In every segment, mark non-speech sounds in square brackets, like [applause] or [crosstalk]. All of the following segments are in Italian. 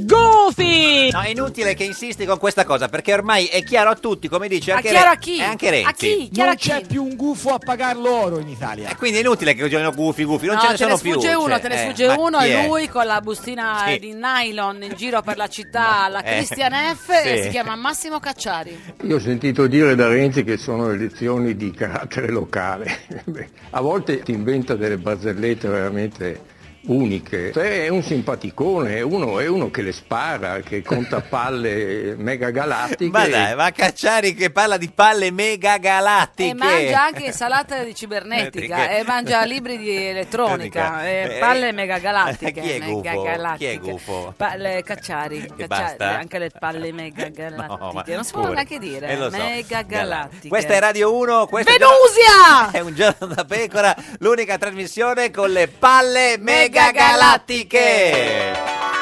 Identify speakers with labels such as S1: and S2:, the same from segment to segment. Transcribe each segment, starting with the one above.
S1: Goofy!
S2: No, è inutile che insisti con questa cosa perché ormai è chiaro a tutti, come dice anche,
S3: chiaro
S2: Re-
S3: a chi?
S2: e anche Renzi.
S3: A chi?
S4: Non
S3: Chiaro a chi?
S4: c'è più un gufo a pagarlo oro in Italia.
S2: E quindi è inutile che usino gufi gufi, non
S3: No,
S2: ce ne
S3: te
S2: sono
S3: ne
S2: più.
S3: sfugge uno,
S2: cioè,
S3: te ne
S2: eh,
S3: sfugge
S2: ma
S3: uno
S2: chi
S3: e
S2: è?
S3: lui con la bustina
S2: Sì.
S3: eh, di nylon in giro per la città, la
S2: eh,
S3: Christian F,
S2: sì.
S3: e si chiama Massimo Cacciari.
S5: Io ho sentito dire da Renzi che sono elezioni di carattere locale. [laughs] Beh, A volte ti inventa delle barzellette veramente uniche. Se è un simpaticone, è uno, è uno che le spara,
S2: [laughs]
S5: che conta palle mega galattiche.
S2: Ma dai, ma Cacciari che parla di palle mega galattiche.
S3: E mangia anche insalata di cibernetica,
S2: Perché?
S3: e mangia libri di elettronica,
S2: Elettronica.
S3: e
S2: Eh,
S3: palle megagalattiche.
S2: chi è gufo?
S3: megagalattiche.
S2: Chi è gufo?
S3: Palle cacciari, cacciari,
S2: basta?
S3: anche
S2: [laughs]
S3: le palle
S2: No, ma
S3: megagalattiche. non si può
S2: pure.
S3: neanche dire,
S2: Eh, lo so.
S3: megagalattiche.
S2: Questa è Radio 1, questa è-
S3: Venusia!
S2: È un giorno [laughs] da pecora, l'unica trasmissione con le palle mega galattiche.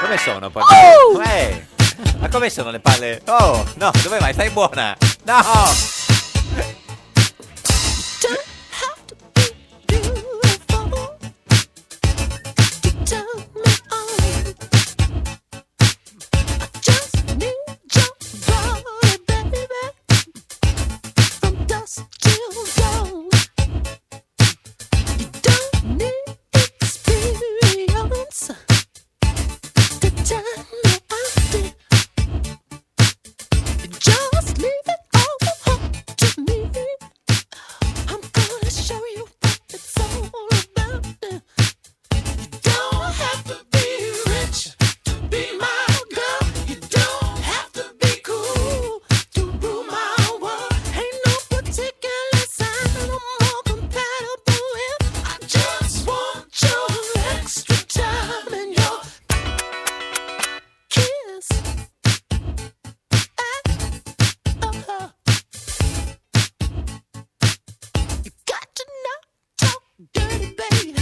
S2: Come sono poi?
S3: Oh!
S2: Eh, ma come sono le palle? Oh, no, dove vai? Stai buona. No!
S6: Just leave it all up to me. I'm gonna show you what it's all about. You don't have to be rich to be my girl. You don't have to be cool to rule my world. Ain't no particular sign I'm more compatible with. I just want your extra time and your kiss. Uh-huh. You got to not talk dirty, baby.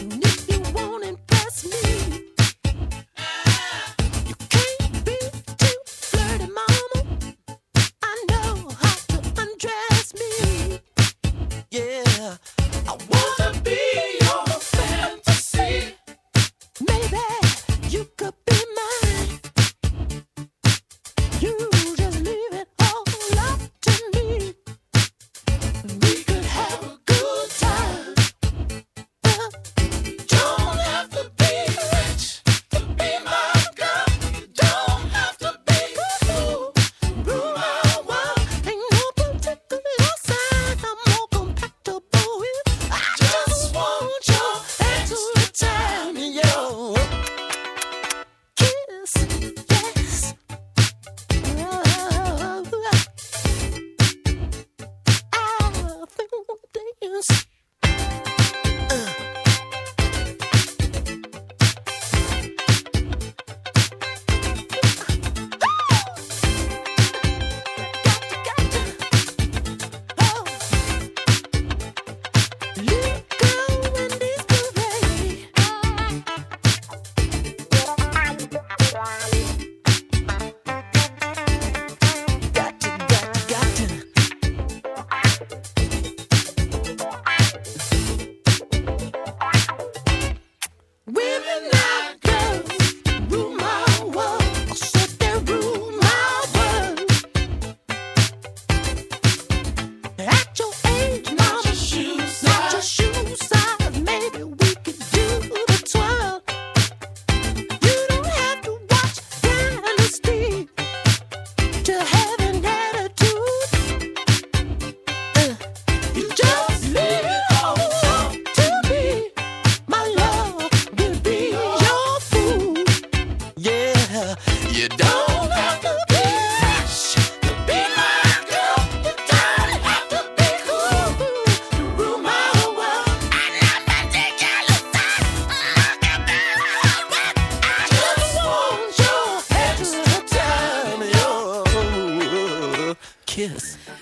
S6: And if you won't impress me, you can't be too flirty, mama. I know how to undress me. Yeah, I wanna be your fantasy. Maybe you could be mine. You just leave it all up to me. We could have a good time. Don't have to be rich to be my girl. Don't have to be cool. Rule my world. Ain't no particular sign I'm more compatible with. I just want Uh,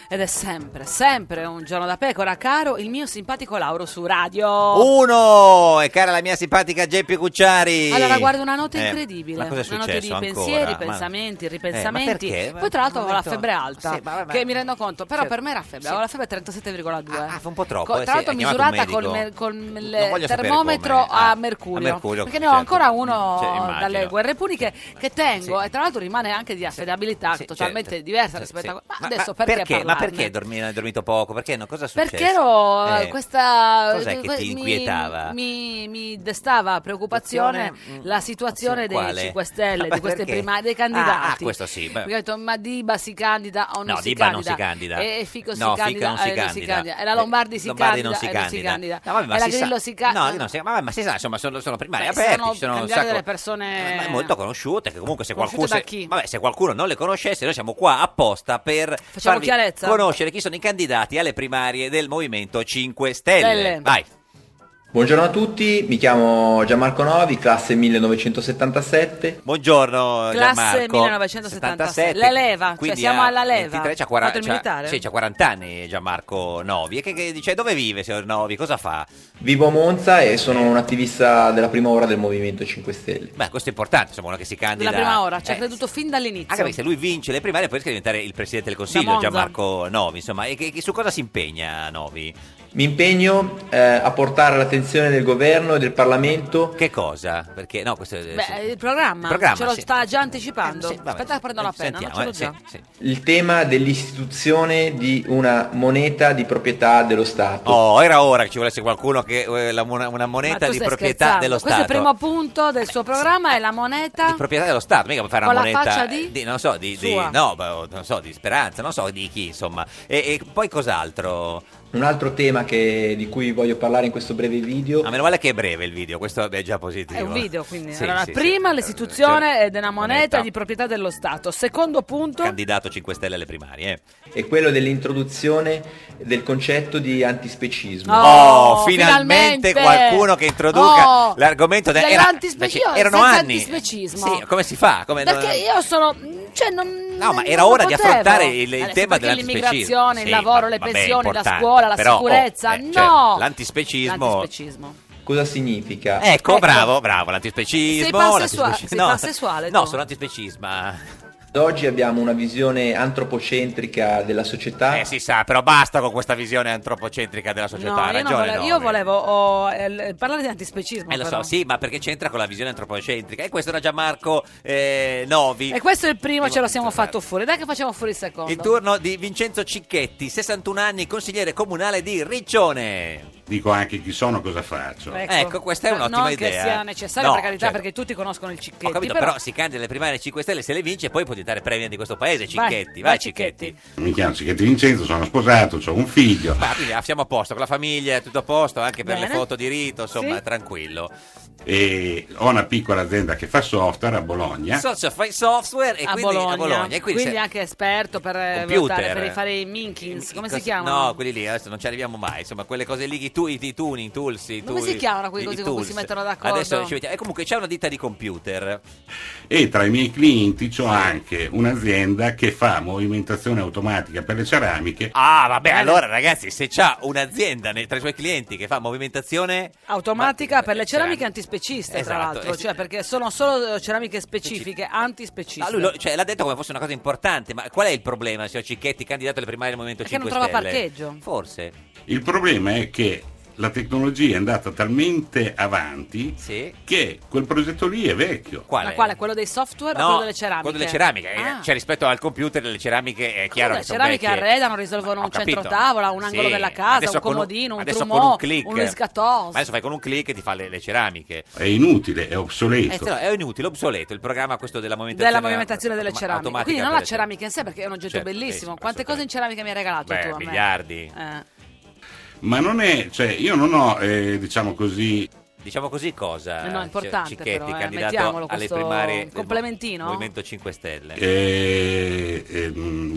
S3: Ed è sempre, sempre un giorno da pecora, caro il mio simpatico Lauro su radio.
S2: Uno! E cara la mia simpatica Geppi Cucciari.
S3: Allora, guarda, una notte
S2: Eh,
S3: incredibile.
S2: Ma cosa è
S3: una notte di
S2: successo ancora?
S3: pensieri,
S2: Ma-
S3: pensamenti,
S2: Eh, ma
S3: ripensamenti.
S2: perché?
S3: Poi, tra l'altro,
S2: Un
S3: avevo la
S2: momento-
S3: febbre alta,
S2: Sì, ma- ma- ma-
S3: che mi rendo conto. Però
S2: Cioè,
S3: per me era febbre,
S2: sì.
S3: avevo la febbre a 37,2.
S2: Ah, fa un po' troppo,
S3: Co-
S2: eh,
S3: tra
S2: sì,
S3: l'altro,
S2: hai chiamato un
S3: misurata col, mer-
S2: medico?
S3: col
S2: Non
S3: il
S2: voglio sapere
S3: termometro
S2: come, eh.
S3: a
S2: A
S3: mercurio.
S2: mercurio,
S3: Perché ne ho
S2: certo.
S3: ancora uno
S2: Cioè, immagino.
S3: dalle guerre puniche che tengo, e tra l'altro rimane anche di affidabilità
S2: Sì,
S3: Ah, totalmente
S2: certo.
S3: diversa
S2: Sì,
S3: rispetto
S2: sì.
S3: a. Ma, adesso perché?
S2: Ma
S3: parlarne?
S2: perché dormi- hai dormito poco? Perché no? Cosa è successo?
S3: Perché ero
S2: Eh,
S3: questa
S2: cos'è che
S3: que-
S2: ti
S3: mi-
S2: inquietava?
S3: Mi, mi destava preoccupazione
S2: Preoccupazione? Mm.
S3: la situazione dei
S2: Quale?
S3: 5 Stelle,
S2: Ma
S3: di queste
S2: perché?
S3: prima- dei
S2: Ah,
S3: candidati.
S2: ah, questo sì, beh.
S3: Perché ho detto, ma Diba si candida o non
S2: No,
S3: si
S2: Diba non
S3: candida?
S2: si candida.
S3: E Fico si
S2: No, Fico
S3: candida,
S2: non si
S3: eh,
S2: candida. Eh,
S3: E la Lombardi si
S2: Lombardi
S3: candida,
S2: non si
S3: e
S2: candida.
S3: candida.
S2: No, vabbè, ma
S3: e la
S2: si sa-
S3: Grillo si
S2: No,
S3: candida.
S2: non si- ma, vabbè, ma si sa, insomma, sono, sono primari
S3: Beh,
S2: aperti,
S3: sono
S2: ci sono un
S3: candidati
S2: sacco-
S3: delle persone-
S2: ma- ma molto conosciute che comunque se qualcuno
S3: Conosciute
S2: se,
S3: da chi?
S2: vabbè, se qualcuno non le conoscesse, noi siamo qua apposta per
S3: Facciamo
S2: farvi
S3: chiarezza?
S2: conoscere chi sono i candidati alle primarie del Movimento 5 Stelle.
S3: Stelle.
S2: Vai.
S7: Buongiorno a tutti, mi chiamo Gianmarco Novi, classe 1977.
S2: Buongiorno
S3: Classe
S2: Gianmarco.
S3: 1977. La leva, cioè
S2: Quindi
S3: siamo
S2: ha
S3: alla leva.
S2: 23, c'ha 40,
S3: Fatto il militare?
S2: sì, c'ha 40 anni Gianmarco Novi. E che, che dice dove vive signor Novi? Cosa fa?
S7: Vivo a Monza e sono un attivista della prima ora del Movimento 5 Stelle.
S2: Beh, questo è importante, insomma, uno che si candida.
S3: Della prima ora, cioè, ci ha
S2: Eh,
S3: creduto fin dall'inizio.
S2: Anche perché se lui vince le primarie poi rischia di diventare il Presidente del
S3: Da
S2: Consiglio,
S3: Monza.
S2: Gianmarco Novi, insomma, e che- che- su cosa si impegna Novi?
S7: Mi impegno eh, a portare all'attenzione del governo e del Parlamento
S2: Che cosa? Perché no, questo è...
S3: Beh, il programma,
S2: Programma,
S3: ce lo
S2: sì.
S3: sta già anticipando.
S2: Sì, vabbè,
S3: Aspetta, che prendo la
S2: eh,
S3: penna,
S2: sentiamo,
S3: non
S2: eh,
S3: ce l'ho già.
S2: sì, sì.
S7: il tema dell'istituzione di una moneta di proprietà dello Stato.
S2: Oh, era ora che ci volesse qualcuno che eh, la- una, una moneta
S3: Ma tu
S2: di
S3: stai
S2: proprietà
S3: scherzando.
S2: dello
S3: Questo
S2: Stato. Eh,
S3: è il primo punto del suo programma, è la moneta.
S2: di proprietà dello Stato, mica per fare una
S3: Con la
S2: moneta
S3: faccia
S2: eh,
S3: di?
S2: non so, di, di-
S3: Sua.
S2: no, beh, oh, non so, di Speranza, non so di chi, insomma. E, e poi cos'altro?
S7: Un altro tema che- di cui voglio parlare in questo breve video
S2: A Ah, meno male che è breve il video, questo è già positivo.
S3: È un video, quindi.
S2: Sì,
S3: allora,
S2: sì,
S3: prima
S2: sì.
S3: l'istituzione
S2: Eh,
S3: è della moneta di proprietà dello Stato. Secondo punto,
S2: candidato 5 Stelle alle primarie. eh.
S7: è quello dell'introduzione del concetto di antispecismo.
S3: No.
S2: Oh,
S3: Oh,
S2: finalmente,
S3: finalmente!
S2: qualcuno che introduca
S3: Oh,
S2: l'argomento de- era-
S3: dell'antispecismo,
S2: perché erano
S3: senza
S2: anni.
S3: antispecismo.
S2: Sì, come si fa? Come-
S3: perché io sono. cioè, non-
S2: No, ma
S3: non
S2: era
S3: lo
S2: ora di
S3: potevo.
S2: affrontare il, il
S3: Adesso,
S2: tema
S3: perché
S2: dell'antispecismo.
S3: l'immigrazione, il
S2: Sì,
S3: lavoro,
S2: ma-
S3: le
S2: vabbè,
S3: pensioni, la
S2: importante.
S3: scuola, la
S2: Però, oh,
S3: sicurezza.
S2: eh, cioè,
S3: no,
S2: l'antispecismo
S3: L'antispecismo.
S7: Cosa significa?
S2: Ecco,
S3: Ecco.
S2: bravo, bravo, l'antispecismo.
S3: Sei pansessua-
S2: l'antispecismo-
S3: sei pansessuale,
S2: No,
S3: tu?
S2: sono antispecisma.
S7: Ad oggi abbiamo una visione antropocentrica della società.
S2: Eh, si sa, però basta con questa visione antropocentrica della società.
S3: No,
S2: ha
S3: io, non
S2: ragione,
S3: volevo,
S2: Novi.
S3: io volevo, oh, eh, l- parlare di antispecismo.
S2: Eh, lo so,
S3: però.
S2: sì, ma perché c'entra con la visione antropocentrica? E questo era Gianmarco eh, Novi.
S3: E questo è il primo, ce lo siamo
S2: Esatto.
S3: fatto fuori. Dai, che facciamo fuori il secondo.
S2: Il turno di Vincenzo Cicchetti, 61 anni, consigliere comunale di Riccione.
S8: Dico anche chi sono, cosa faccio. Eh,
S2: Ecco, questa è
S3: No,
S2: un'ottima
S3: Eh, Non che
S2: idea.
S3: sia necessario,
S2: No,
S3: per carità,
S2: certo.
S3: perché tutti conoscono il Cicchetti.
S2: Ho capito, però,
S3: però,
S2: si candida alle primarie 5 Stelle, se le vince poi può diventare premier di questo paese,
S3: Vai,
S2: Cicchetti. Vai,
S3: vai,
S2: Cicchetti.
S3: Cicchetti.
S8: Mi chiamo Cicchetti Vincenzo, sono sposato, ho un figlio.
S2: Ma quindi ah, siamo a posto con la famiglia, è tutto a posto, anche per le
S3: Bene.
S2: foto di rito, insomma,
S3: Sì.
S2: tranquillo.
S8: e ho una piccola azienda che fa software a Bologna.
S2: So- so- fai software e
S3: a,
S2: quindi
S3: Bologna.
S2: a Bologna. E quindi, se-
S3: anche esperto per eh,
S2: Computer.
S3: votare, per fare i minkins, come
S2: Cos-
S3: si chiamano?
S2: No, quelli lì adesso non ci arriviamo mai. Insomma, quelle cose lì, i, tu- i, i tuning, i tools. i
S3: Come
S2: tu-
S3: si chiamano quei
S2: i-
S3: cosi
S2: i
S3: con cui
S2: tools?
S3: si mettono d'accordo?
S2: Adesso ci mettiamo- E comunque c'è una ditta di computer.
S8: E tra i miei clienti ho anche un'azienda che fa movimentazione automatica per le ceramiche.
S2: Ah, vabbè,
S3: Bene.
S2: allora ragazzi, se c'ha un'azienda ne- tra i suoi clienti che fa movimentazione
S3: Automatica
S2: Ma-
S3: per le ceramiche
S2: cerami-
S3: antispeciste,
S2: Esatto,
S3: tra l'altro,
S2: eh sì.
S3: cioè perché sono solo eh, ceramiche specifiche, antispeciste.
S2: Ah, lui lo- cioè, l'ha detto come fosse una cosa importante, ma qual è il problema, signor Cicchetti, candidato alle primarie del Movimento
S3: Perché non
S2: 5
S3: trova
S2: Stelle?
S3: parcheggio.
S2: Forse,
S8: Il problema è che la tecnologia è andata talmente avanti
S2: sì.
S8: che quel progetto lì è vecchio.
S2: Quale?
S3: Ma quale? Quello dei software o quello delle ceramiche?
S2: quello delle ceramiche, eh,
S3: Ah.
S2: cioè rispetto al computer le ceramiche è chiaro
S3: le
S2: che sono
S3: ceramiche
S2: vecchie.
S3: arredano, risolvono
S2: Ho
S3: un
S2: capito.
S3: centrotavola, un angolo
S2: Sì,
S3: della casa,
S2: adesso
S3: un
S2: con
S3: comodino, un
S2: adesso
S3: trumò,
S2: con un, click,
S3: un riscattoso.
S2: Ma Adesso fai con un click e ti fa le, le ceramiche.
S8: È inutile, è
S2: Eh,
S8: obsoleto.
S2: se no, è inutile, obsoleto il programma questo della movimentazione
S3: della movimentazione delle
S2: cioè, automa-
S3: ceramiche.
S2: automatica
S3: Quindi non
S2: delle
S3: la ceramica in sé perché è un oggetto
S2: Certo,
S3: bellissimo.
S2: sì,
S3: Quante cose in ceramica mi hai regalato
S2: Beh,
S3: tu a me?
S2: miliardi.
S3: Eh.
S8: Ma non è, cioè, io non ho, eh, diciamo così,
S2: Diciamo così cosa?
S3: Eh no, è importante
S2: Cioè, Cicchetti,
S3: però, eh,
S2: candidato
S3: mettiamolo
S2: alle
S3: questo
S2: primarie del
S3: complementino.
S2: Movimento 5 Stelle.
S8: eh, eh, mm,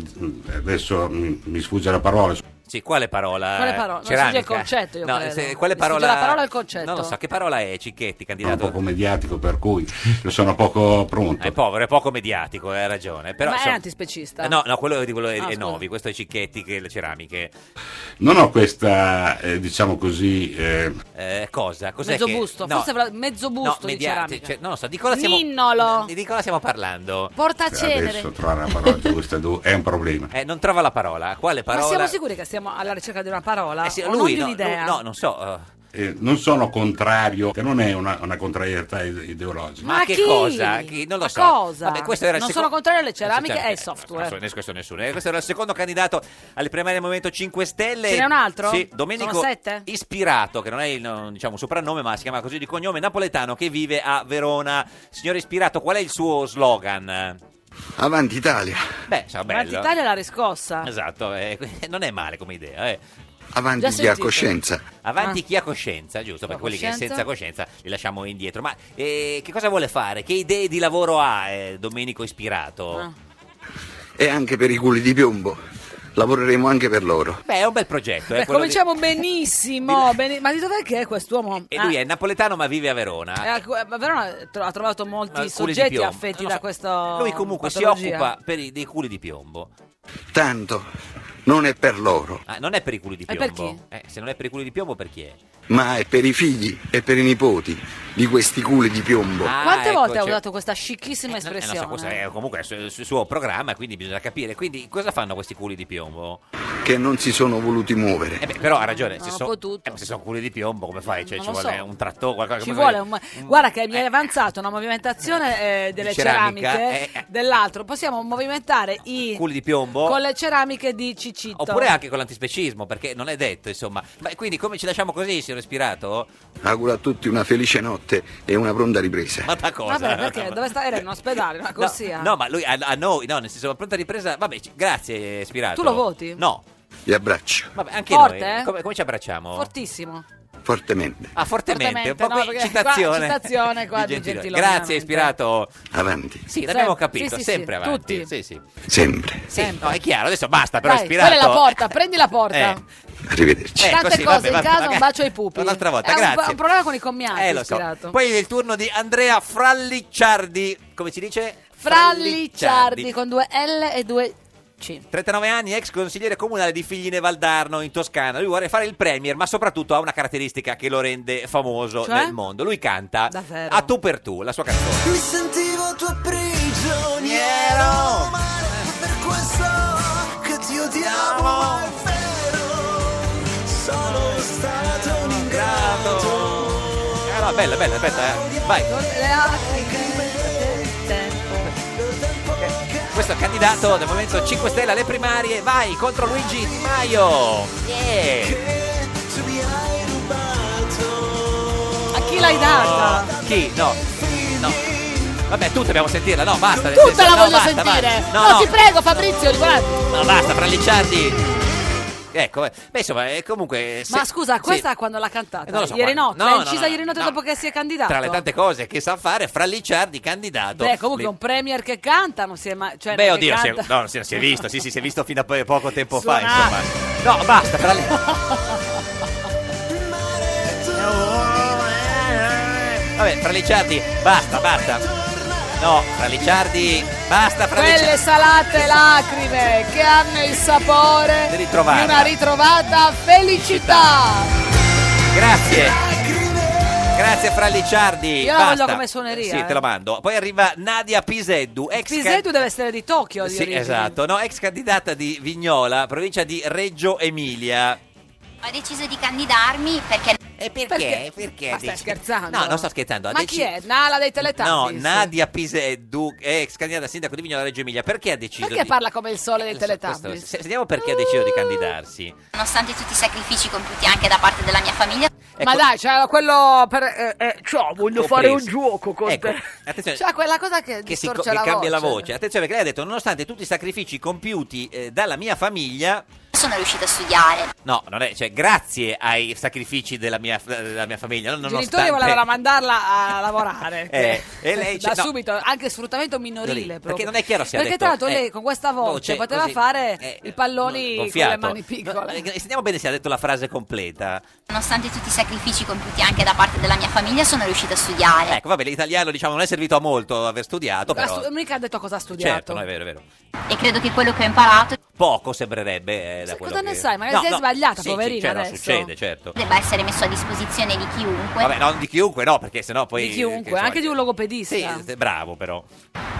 S8: adesso mm, mi sfugge la parola,
S2: Sì, quale parola?
S3: Quale parola? Non si
S2: Eh, Ceramica.
S3: dice il concetto, io
S2: No,
S3: credo.
S2: se- quale
S3: Si dice
S2: parola?
S3: la parola o il concetto?
S2: Non lo so, che parola è Cicchetti,
S8: Sono un
S2: candidato?
S8: poco mediatico, per cui sono poco pronto.
S2: È povero, è poco mediatico, hai ragione. Però,
S3: Ma è
S2: insomma-
S3: antispecista.
S2: Eh, No, no, quello di quello è,
S3: Ah,
S2: è
S3: scusa.
S2: Novi, questo è Cicchetti che le ceramiche.
S8: Non ho questa, eh, diciamo così, eh,
S2: Eh, cosa? Cos'è
S3: mezzo
S2: che-
S3: busto,
S2: no,
S3: forse avrà- mezzo
S2: no,
S3: busto di
S2: media-
S3: ceramica.
S2: cioè, non lo so, di cosa stiamo,
S3: Ninnolo.
S2: di cosa stiamo parlando?
S3: Portacenere.
S8: adesso trovare la parola giusta du- cioè, è un problema.
S2: Eh, non trova la parola. Quale
S3: Ma
S2: parola?
S3: siamo sicuri che stiamo alla ricerca di una parola?
S2: Eh sì,
S3: o non
S2: lui,
S3: di
S2: no,
S3: un'idea?
S2: lui- no, non so. eh,
S8: Eh, non sono contrario, che non è una, una contrarietà ide- ideologica.
S2: ma
S3: Ma
S2: che
S3: chi?
S2: cosa? Chi? Non lo
S3: Ma
S2: so.
S3: cosa?
S2: Vabbè, questo era il
S3: Non
S2: seco-
S3: sono contrario alle ceramiche
S2: Cioè,
S3: e al
S2: eh,
S3: software.
S2: ma- ma- Questo nessuno. eh, Questo era il secondo candidato alle primarie del Movimento 5 Stelle.
S3: Ce n'è un altro?
S2: Sì, Domenico
S3: Sono sette?
S2: Ispirato, che non è il, non- diciamo, un soprannome, ma si chiama così di cognome, napoletano che vive a Verona. Signore Ispirato, qual è il suo slogan?
S9: Avanti Italia,
S2: Beh, sarà
S3: Ma
S2: eh, bello.
S3: l'Italia l'ha riscossa.
S2: Esatto, eh, [laughs] non è male come idea. eh.
S9: avanti
S3: Già
S9: chi ha
S3: sentite.
S9: coscienza.
S2: Avanti
S3: Ah.
S2: chi ha coscienza, giusto? Per
S3: Ha
S2: quelli che
S3: coscienza?
S2: senza coscienza li lasciamo indietro. Ma eh, che cosa vuole fare? Che idee di lavoro ha eh, Domenico Ispirato?
S3: Ah.
S9: E anche per i culi di piombo. Lavoreremo anche per loro.
S2: Beh, è un bel progetto. eh,
S3: Beh,
S2: quello di-
S3: cominciamo
S2: [laughs]
S3: benissimo. bene- Ma di dov'è che è quest'uomo?
S2: E lui
S3: Ah,
S2: è napoletano ma vive a Verona.
S3: eh, ecco, eh, ma Verona tro- ha trovato
S2: Ma
S3: molti
S2: culi di
S3: soggetti
S2: piombo.
S3: affetti
S2: Non lo
S3: da
S2: so.
S3: questo.
S2: Lui comunque si
S3: oh, patologia.
S2: occupa per i- dei culi di piombo.
S9: Tanto non è per loro,
S2: Ah, non è per i culi di
S3: E
S2: piombo.
S3: per
S2: Eh, se non è per i culi di piombo, per chi è?
S9: ma è per i figli e per i nipoti di questi culi di piombo.
S2: Ah,
S3: Quante
S2: ecco,
S3: volte ha
S2: cioè-
S3: usato questa scicchissima
S2: Eh, non so,
S3: espressione?
S2: questo è comunque il suo, il suo programma, quindi bisogna capire. Quindi cosa fanno questi culi di piombo?
S9: Che non si sono voluti muovere.
S2: Eh beh, però ha ragione,
S3: Non
S2: se,
S3: ho
S2: so-
S3: potuto.
S2: eh, se sono culi di piombo come fai? Cioè,
S3: Non
S2: ci
S3: lo
S2: vuole
S3: so.
S2: un trattore, qualcosa
S3: Ci
S2: come
S3: vuole
S2: fai?
S3: un... Guarda che mi
S2: Eh,
S3: hai avanzato una movimentazione eh, delle
S2: Di ceramica,
S3: ceramiche
S2: eh, eh.
S3: dell'altro. Possiamo movimentare i...
S2: Culi di piombo?
S3: Con le ceramiche di Cicito.
S2: Oppure anche con l'antispecismo, perché non è detto, insomma. Ma quindi come ci lasciamo così, signor Ispirato?
S9: Auguro a tutti una felice notte e una pronta ripresa.
S2: Ma da cosa? eh.
S3: Vabbè, perché dove sta? Era in ospedale, una
S2: No,
S3: corsia.
S2: no, ma lui a, a noi, no, nel senso, pronta ripresa. Vabbè, ci- grazie, Ispirato.
S3: Tu lo voti?
S2: No.
S9: Vi abbraccio
S2: Vabbè, anche
S3: Forte,
S2: noi.
S3: eh?
S2: Come, come ci abbracciamo?
S3: Fortissimo.
S9: fortemente.
S2: Ah, fortemente,
S3: Fortemente,
S2: un po'
S3: no,
S2: qui-
S3: perché qua-
S2: citazione. [laughs]
S3: citazione qua di Gentiloni,
S2: Grazie,
S3: veramente.
S2: Ispirato.
S9: Avanti,
S2: Sì, l'abbiamo
S3: Sempre,
S2: capito,
S3: sì, sì,
S2: sempre
S3: sì,
S2: avanti.
S3: tutti.
S2: Sì, sì.
S9: sempre.
S2: Sì,
S3: Sempre.
S2: no, è chiaro, adesso basta, però
S3: Dai,
S2: ispirato.
S3: quella è la porta, prendi la
S2: Eh.
S3: porta.
S9: Arrivederci.
S3: Tante
S2: Cioè, così,
S3: cose,
S2: vabbè,
S3: in
S2: vabbè,
S3: casa
S2: magari-
S3: un bacio ai pupi.
S2: Un'altra volta,
S3: È un-
S2: grazie.
S3: un problema con i commiati,
S2: Eh, lo so.
S3: ispirato.
S2: Poi il turno di Andrea Frallicciardi, come si dice?
S3: Frallicciardi con due L e due C.
S2: 39 anni, ex consigliere comunale di Figline Valdarno in Toscana. Lui vuole fare il premier, ma soprattutto ha una caratteristica che lo rende famoso
S3: Cioè?
S2: nel mondo. Lui canta
S3: Davvero?
S2: a tu per tu, la sua canzone.
S6: Mi sentivo tuo
S2: Niero.
S6: prigioniero male, per questo che ti odiavo, ma è vero, sono stato un ingrato.
S2: Ah, no, bella, bella, aspetta, eh. vai.
S3: Con le A.
S2: Questo è il candidato del Movimento 5 Stelle alle primarie, vai contro Luigi Di Maio. Yeah.
S6: Tu mi hai rubato
S3: A chi
S6: [laughs]
S3: l'hai data?
S2: Chi? No. No. Vabbè, tutti dobbiamo sentirla, no, basta. nel
S1: Tutta
S2: senso-
S1: la
S2: no,
S1: voglio
S2: basta,
S1: sentire.
S2: basta.
S1: No, ti prego, Fabrizio, guarda.
S2: No, basta, fraliciardi. Ecco, eh, beh, insomma, eh, comunque. eh, se-
S3: Ma scusa,
S2: sì.
S3: questa quando l'ha
S2: Eh,
S3: cantata?
S2: non lo so,
S3: ieri
S2: guarda.
S3: notte?
S2: No,
S3: l'ha
S2: no,
S3: incisa
S2: no,
S3: ieri notte
S2: no.
S3: dopo che si è candidato?
S2: Tra le tante cose che sa fare, fraliciardi candidato.
S3: Beh, comunque
S2: Le-
S3: un premier che canta non si è mai... Cioè,
S2: Beh,
S3: che
S2: oddio, si è,
S3: canta-
S2: no, si, si è visto, sì, sì, si è visto fino a po- poco tempo fa,
S3: Suonare.
S2: insomma. No, basta, fra le... Vabbè, fra Licciardi, basta, basta. No, fra Licciardi, basta, fra
S1: Quelle
S2: Licciardi.
S1: salate lacrime che hanno il sapore
S2: Di
S1: di
S2: ritrovata.
S1: una ritrovata felicità.
S2: Grazie. Grazie fra Licciardi.
S3: Io la
S2: basta.
S3: voglio come suoneria,
S2: Sì,
S3: eh.
S2: te la mando. Poi arriva Nadia Piseddu, ex can-
S3: Pisetu deve essere di Tokyo, di
S2: Sì,
S3: origine.
S2: esatto, no, ex candidata di Vignola, provincia di Reggio Emilia.
S10: Ho deciso di candidarmi perché
S2: E
S3: Perché?
S2: perché? Perché?
S3: Ma stai
S2: dici?
S11: Ah,
S3: scherzando?
S2: No, non sto scherzando. ha
S3: Ma
S2: deci-
S3: chi è? Nala dei
S2: No,
S3: Teletubbies?
S2: Nadia Piseddu, eh, ex candidata a sindaco di Vignola Reggio Emilia, perché ha deciso
S1: Perché
S2: di...
S1: parla come il sole dei
S2: Eh, lo so, questo-
S1: teletubbies?
S2: se- Sentiamo perché ha deciso di candidarsi.
S10: nonostante tutti i sacrifici compiuti anche da parte della mia famiglia,
S1: Ma
S2: Ecco-
S1: dai, c'è quello per... eh, eh, ciao, voglio
S2: Ho
S1: fare un
S2: preso.
S1: gioco con
S2: Ecco,
S1: te.
S2: attenzione,
S1: C'è quella cosa che,
S2: che, si, co-
S1: distorce
S2: che
S1: la voce.
S2: cambia la voce. Attenzione perché lei ha detto nonostante tutti i sacrifici compiuti eh, dalla mia famiglia,
S10: sono riuscita a studiare.
S2: No, non è, cioè, grazie ai sacrifici della mia, della mia famiglia. Non,
S1: I
S2: nonostante-
S1: genitori volevano mandarla a lavorare.
S2: Eh,
S1: che-
S2: e lei
S1: da
S2: dice, no.
S1: subito, anche sfruttamento minorile.
S2: Perché
S1: proprio.
S2: non è chiaro se ha
S1: Perché
S2: detto,
S1: tra l'altro
S2: eh,
S1: lei con questa voce
S2: voce,
S1: poteva
S2: così,
S1: fare
S2: eh,
S1: i palloni
S2: con
S1: con, le
S2: fiato.
S1: mani piccole.
S2: Eh, Sentiamo bene se ha detto la frase completa.
S10: Nonostante tutti i sacrifici compiuti anche da parte della mia famiglia, sono riuscita a studiare.
S2: Ecco, vabbè, l'italiano diciamo non è servito a molto aver studiato,
S1: Ha
S2: però...
S1: stu- mica ha detto cosa ha studiato.
S2: Certo, no, è vero, è vero.
S10: E credo che quello che ho imparato
S2: Poco sembrerebbe eh, da quello
S10: cosa ne
S2: che-
S10: sai? Magari si è sbagliata,
S2: sì,
S10: poverina,
S2: Sì, cioè, no,
S10: adesso.
S2: succede, certo.
S10: debba essere messo a disposizione di chiunque,
S2: Vabbè, no, di chiunque no, perché sennò poi...
S10: Di chiunque,
S2: che, insomma,
S10: anche
S1: Di un logopedista.
S2: eh, Bravo, però.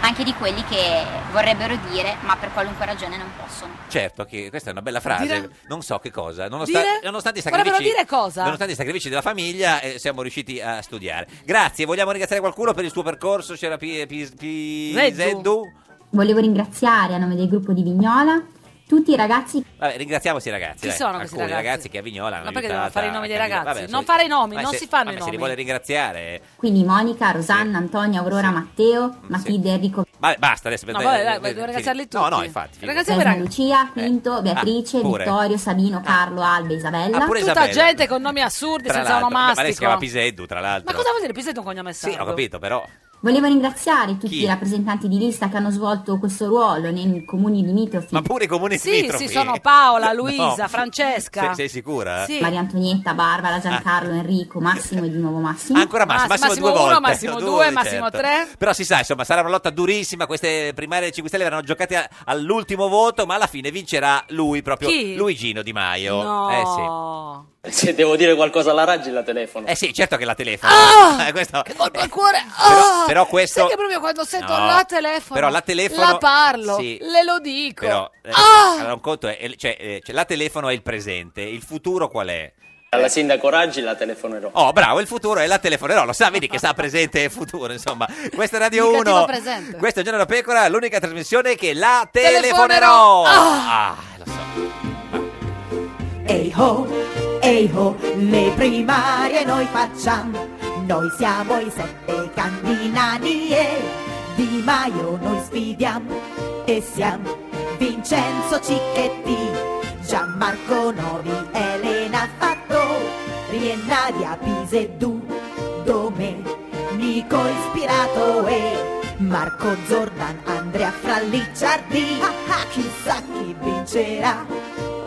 S10: anche di quelli che vorrebbero dire, ma per qualunque ragione non possono.
S2: Certo, che questa è una bella frase.
S10: Dire-
S2: Non so che cosa. Nonostan-
S10: Dire?
S2: Nonostante, i
S10: Vorrebbero
S2: sacrifici,
S10: dire cosa?
S2: nonostante i sacrifici della famiglia, eh, siamo riusciti a studiare. Grazie, vogliamo ringraziare qualcuno per il suo percorso. C'era Pi- Pi- Pi- Zeddu.
S11: Volevo ringraziare a nome del gruppo di Vignola tutti i ragazzi
S2: Vabbè, ringraziamo questi ragazzi.
S11: Chi
S2: dai.
S11: sono questi
S2: Alcuni ragazzi?
S11: ragazzi?
S2: che a Vignola hanno
S11: Ma perché
S2: aiutato
S11: devono fare i nomi
S2: a
S11: dei
S2: capire?
S11: ragazzi?
S2: Vabbè,
S11: Non
S2: se-
S11: fare i nomi,
S2: ma
S11: non
S2: se-
S11: si fanno i
S2: ma Se li
S11: nomi.
S2: vuole ringraziare.
S11: Quindi Monica, Rosanna, Antonia, Aurora, Matteo, Matilde, Enrico,
S2: Vabbè, basta adesso.
S11: No, vabbè, dai,
S2: eh,
S11: devo
S2: fini-
S11: ringraziarli
S2: No,
S11: tutti.
S2: no, infatti. fini-
S1: Ragazzi,
S11: Cesare,
S1: vera-
S11: Lucia, Quinto, Beatrice,
S2: Eh. ah, pure.
S11: Vittorio, Sabino, Carlo, Albe, Isabella.
S2: Ah, pure
S1: Tutta
S2: Isabella.
S1: gente con nomi assurdi
S2: Tra
S1: senza
S2: l'altro, ma lei si chiama
S1: onomastico.
S2: Piseddu, tra l'altro.
S1: Ma cosa vuol dire? Pisetto è un cognome
S2: Sì, ho
S1: sardo.
S2: capito, però.
S11: Volevo ringraziare tutti
S2: Chi?
S11: i rappresentanti di lista che hanno svolto questo ruolo nei comuni limitrofi.
S2: Ma pure i comuni
S11: Sì,
S2: limitrofi.
S11: sì, sono
S1: Paola,
S2: [laughs] No.
S1: Luisa, Francesca.
S2: Sei, sei sicura?
S11: Eh, Maria Antonietta, Barbara, Giancarlo, Enrico, Massimo e di nuovo Massimo.
S2: Eh. Ancora Massimo,
S11: Massimo,
S2: massimo,
S11: Massimo
S2: due
S11: uno,
S2: volte. certo.
S11: Massimo due, Massimo tre.
S2: Però si sa, insomma, sarà una lotta durissima. Queste primarie 5 Stelle verranno giocate a- all'ultimo voto, ma alla fine vincerà lui, proprio
S12: Chi?
S2: Luigino Di Maio.
S12: No. Se devo dire qualcosa alla Raggi la telefono.
S2: Eh sì. Eh sì, certo che la telefono.
S11: Ah!
S2: Eh, questo-
S1: Colpo al cuore.
S2: Però-
S1: Ah!
S2: però questo-
S1: Sai che proprio quando sento
S2: No.
S1: la telefono.
S2: Però la telefono-
S1: La parlo.
S2: sì.
S1: Le lo dico.
S2: Però eh,
S11: Ah!
S2: allora, un conto è, cioè, eh, cioè, la telefono è il presente, il futuro qual è?
S12: Alla sindaco Raggi la telefonerò.
S2: Oh, bravo, il futuro è la telefonerò, lo sa, vedi che sa presente e futuro, insomma. Questa è Radio
S12: Indicativo
S2: 1,
S3: Esatto.
S12: presente.
S2: questa è Giorno da Pecora, l'unica trasmissione che la
S12: Telefonerò.
S2: telefonerò.
S12: Ah.
S2: Ah, lo so.
S13: Ehi ho, ehi ho, le primarie noi facciamo. Noi siamo i sette candidati e Di Maio noi sfidiamo e siamo Vincenzo Cicchetti, Gianmarco Novi, Elena Fattori e Nadia Piseddu, Domenico Ispirato e Marco Zordan, Andrea Frallicciardi. Ah, ah, Chissà chi vincerà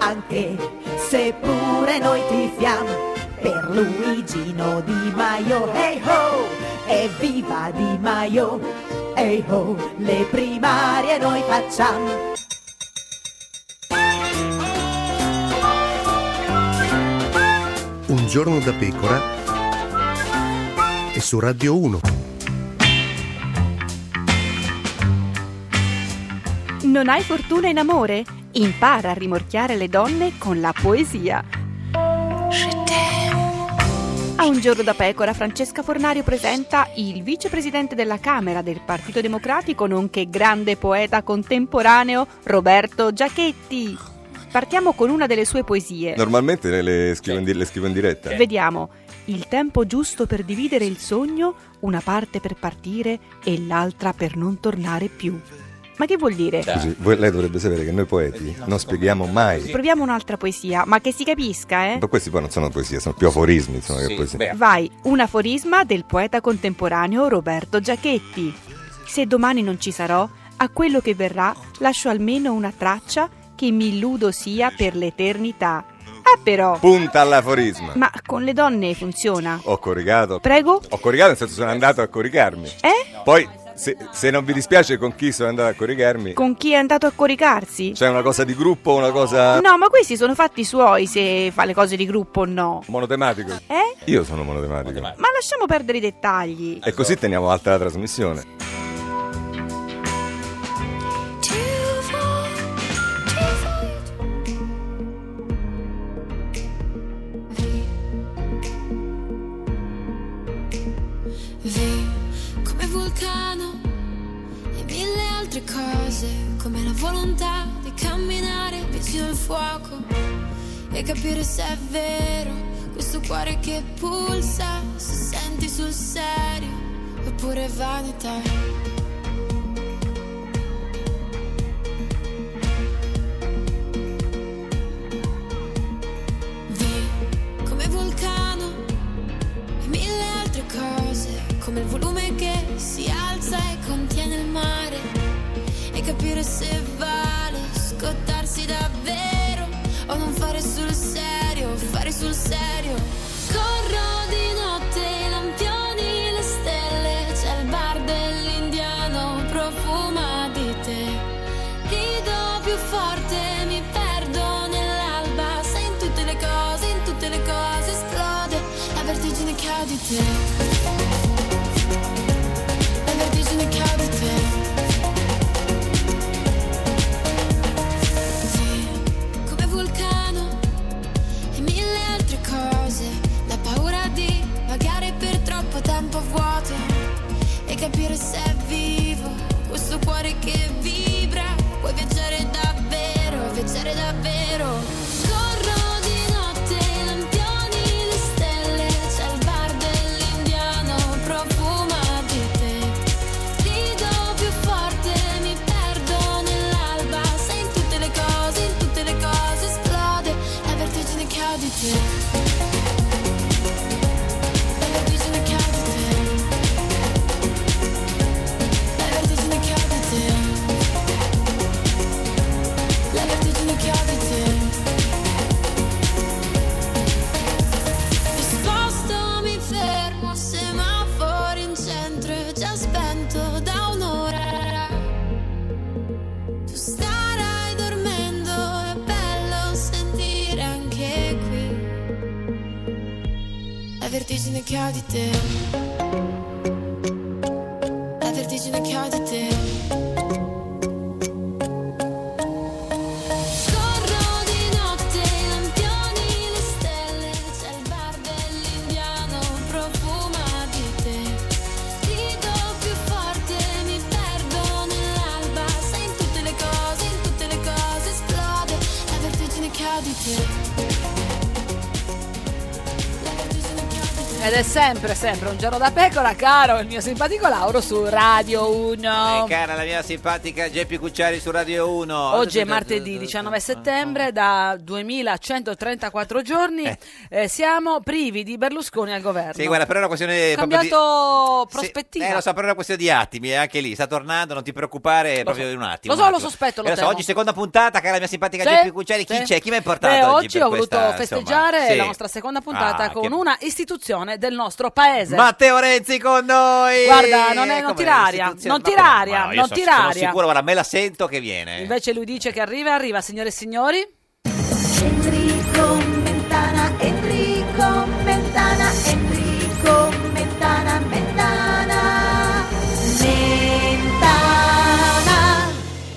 S13: anche se pure noi tifiamo per Luigino Di Maio, hey ho, evviva Di Maio, hey ho, le primarie noi facciamo.
S14: Un giorno da pecora e su Radio 1.
S15: Non hai fortuna in amore? Impara a rimorchiare le donne con la poesia. A un giorno da pecora, Francesca Fornario presenta il vicepresidente della Camera del Partito Democratico, nonché grande poeta contemporaneo, Roberto Giachetti. Partiamo con una delle sue poesie.
S16: Normalmente le scrivo, in, di- le scrivo in diretta.
S15: Vediamo. Il tempo giusto per dividere il sogno, una parte per partire e l'altra per non tornare più. Ma che vuol dire?
S16: Scusi, voi- lei dovrebbe sapere che noi poeti non spieghiamo mai.
S15: Proviamo un'altra poesia, ma che si capisca, eh?
S16: Ma questi poi non sono poesie, sono più aforismi, insomma, che poesie.
S15: Vai, un aforisma del poeta contemporaneo Roberto Giachetti. Se domani non ci sarò, a quello che verrà lascio almeno una traccia che mi illudo sia per l'eternità. Ah però,
S16: Punta all'aforisma.
S15: ma con le donne funziona?
S16: Ho coricato.
S15: Prego?
S16: Ho coricato, nel senso sono andato a coricarmi.
S15: Eh?
S16: Poi, se, se non vi dispiace con chi sono andato a coricarmi,
S15: Con chi è andato a coricarsi?
S16: c'è una cosa di gruppo, una cosa
S15: No, ma questi sono fatti suoi se fa le cose di gruppo o no.
S16: monotematico.
S15: Eh?
S16: Io sono monotematico.
S15: Ma lasciamo perdere i dettagli.
S16: E così teniamo alta la trasmissione.
S6: V come vulcano e mille altre cose, come la volontà di camminare vicino al fuoco e capire se è vero questo cuore che pulsa, se senti sul serio oppure vanità.
S17: come il volume che si alza e contiene il mare e capire se vale scottarsi davvero o non fare sul serio, fare sul serio. Corro di notte, i lampioni, le stelle, c'è il bar dell'indiano, profuma di te. Rido più forte, mi perdo nell'alba, sei in tutte le cose, in tutte le cose esplode la vertigine che ho di te. La vertigine che ho di te. Sì, come vulcano e mille altre cose. La paura di vagare per troppo tempo a vuoto e capire se è vivo questo cuore che vibra. Puoi viaggiare davvero, viaggiare davvero. Corro di notte, i lampioni, le stelle, c'è il bar dell'indiano, profuma di te. Rido più forte, mi perdo nell'alba, sei in tutte le cose, in tutte le cose esplode la vertigine che ho di te. La vertigine che ho di te. La vertigine che ho di te. La vertigine che ho di te Mi sposto, mi fermo, semafori in centro è Già spento da un'ora Tu starai dormendo, è bello sentire anche qui La vertigine che ho di te La vertigine che ho di te Corro di notte, i lampioni, le stelle, c'è il bar dell'indiano, profuma di te. Rido più forte, mi perdo nell'alba, sei in tutte le cose, in tutte le cose esplode la vertigine che ho di te.
S3: Ed è sempre, sempre un giorno da pecora, caro il mio simpatico Lauro su Radio 1.
S2: E eh, cara la mia simpatica Geppi Cucciari su Radio 1.
S3: Ah. Oggi è martedì 19
S2: eh,
S3: settembre, da 2134 giorni eh, siamo privi di Berlusconi al governo.
S2: Sì, guarda, però è una questione
S3: Ha
S2: proprio di-
S3: cambiato
S2: Sì,
S3: prospettiva.
S2: eh, lo so, però è una questione di attimi, eh, anche lì. Sta tornando, non ti preoccupare, è proprio
S3: so.
S2: un attimo.
S3: Lo so,
S2: un
S3: lo
S2: attimo.
S3: sospetto, lo
S2: Eh, so,
S3: temo.
S2: oggi seconda puntata, cara mia simpatica
S3: Sì,
S2: Geppi Cucciari. Chi
S3: sì.
S2: c'è? Chi mi ha portato
S3: Beh,
S2: oggi
S3: oggi
S2: per
S3: ho
S2: questa,
S3: voluto
S2: insomma,
S3: festeggiare
S2: sì.
S3: la nostra seconda puntata
S2: Ah, che-
S3: con una istituzione del nostro paese.
S2: Matteo Renzi con noi!
S3: Guarda, non, è,
S2: Come
S3: non tiraria,
S2: istituzione-
S3: non
S2: ma come-
S3: tiraria,
S2: Ma no, io
S3: non
S2: so- Sono
S3: tiraria.
S2: sicuro, guarda, eh. me la sento che viene.
S3: Invece lui dice che arriva, arriva, signore e signori.
S13: Enrico Mentana, Enrico Mentana, Enrico Mentana, Mentana, Mentana.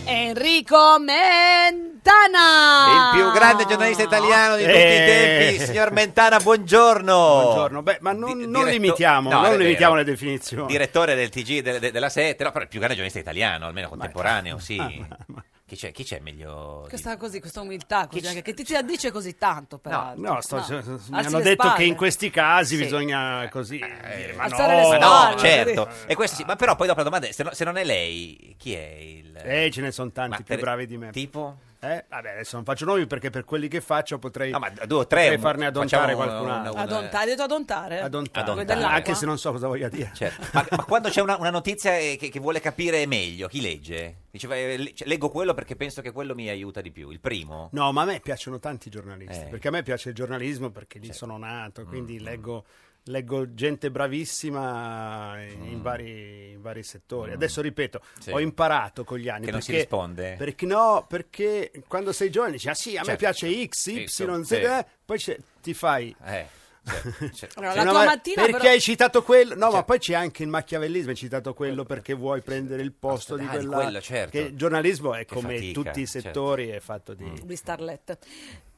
S3: Enrico Mentana.
S2: Il più grande giornalista italiano di tutti
S18: Eh.
S2: i tempi, signor Mentana, buongiorno.
S18: Buongiorno. Beh, ma non, non limitiamo,
S2: no, è
S18: non
S2: vero.
S18: limitiamo le definizioni.
S2: Direttore del TG de- de- della Sette, no, però il più grande giornalista italiano, almeno contemporaneo,
S18: [laughs]
S2: sì. Chi c'è, chi c'è meglio? di-
S3: Questa, così, questa umiltà così, anche, che ti ti addice così tanto, peraltro.
S18: No, sto-
S3: No.
S18: mi
S3: Alzi
S18: hanno
S3: le
S18: detto
S3: spalle.
S18: che in questi casi
S3: Sì.
S18: bisogna così dire, ma
S2: Eh, Alzare
S18: no,
S2: le
S18: ma
S2: spalle. certo. E questo
S18: Ah.
S2: sì, ma però poi dopo la domanda è, se, no- se non è lei, chi è il...
S18: Eh, ce ne sono tanti più
S2: te-
S18: bravi di me.
S2: Tipo?
S18: Eh, vabbè, adesso non faccio nomi perché per quelli che faccio potrei,
S2: due o tre,
S18: potrei
S2: un-
S18: farne adontare
S2: facciamo un-
S18: qualcun altro.
S3: Adontare, hai detto adontare?
S18: Adontare.
S3: Quello dell'acqua?
S18: Anche se non so cosa voglia dire.
S2: Ma, ma quando c'è una, una notizia eh, che, che vuole capire meglio, chi legge? Diceva, eh, le- cioè, leggo quello perché penso che quello mi aiuta di più, il primo.
S18: No, ma a me piacciono tanti giornalisti,
S2: Ecco. Eh. Mm,
S18: perché a me piace il giornalismo, perché lì sono nato, quindi leggo, leggo gente bravissima in, in vari, in vari settori.
S2: Mm.
S18: Adesso ripeto,
S2: Sì.
S18: ho imparato con gli anni.
S2: Che non si
S18: perché-
S2: risponde.
S18: Perché no, perché quando sei giovane dici, ah sì, a me
S2: Certo.
S18: piace X, Y, Z,
S2: sì.
S18: eh", poi c'è- ti fai...
S2: Eh, cioè, cioè-
S3: Allora,
S18: Cioè,
S3: la
S18: no,
S3: tua
S18: ma
S3: mattina
S18: perché
S3: però-
S18: hai citato quello? No, ma poi c'è anche il macchiavellismo, hai citato quello perché vuoi prendere il posto di
S2: Eh, ah, di
S18: quella...
S2: quello, certo.
S18: Che il giornalismo è
S2: Che
S18: come
S2: fatica,
S18: tutti i
S2: certo.
S18: settori, è fatto di...
S3: Di Starlet.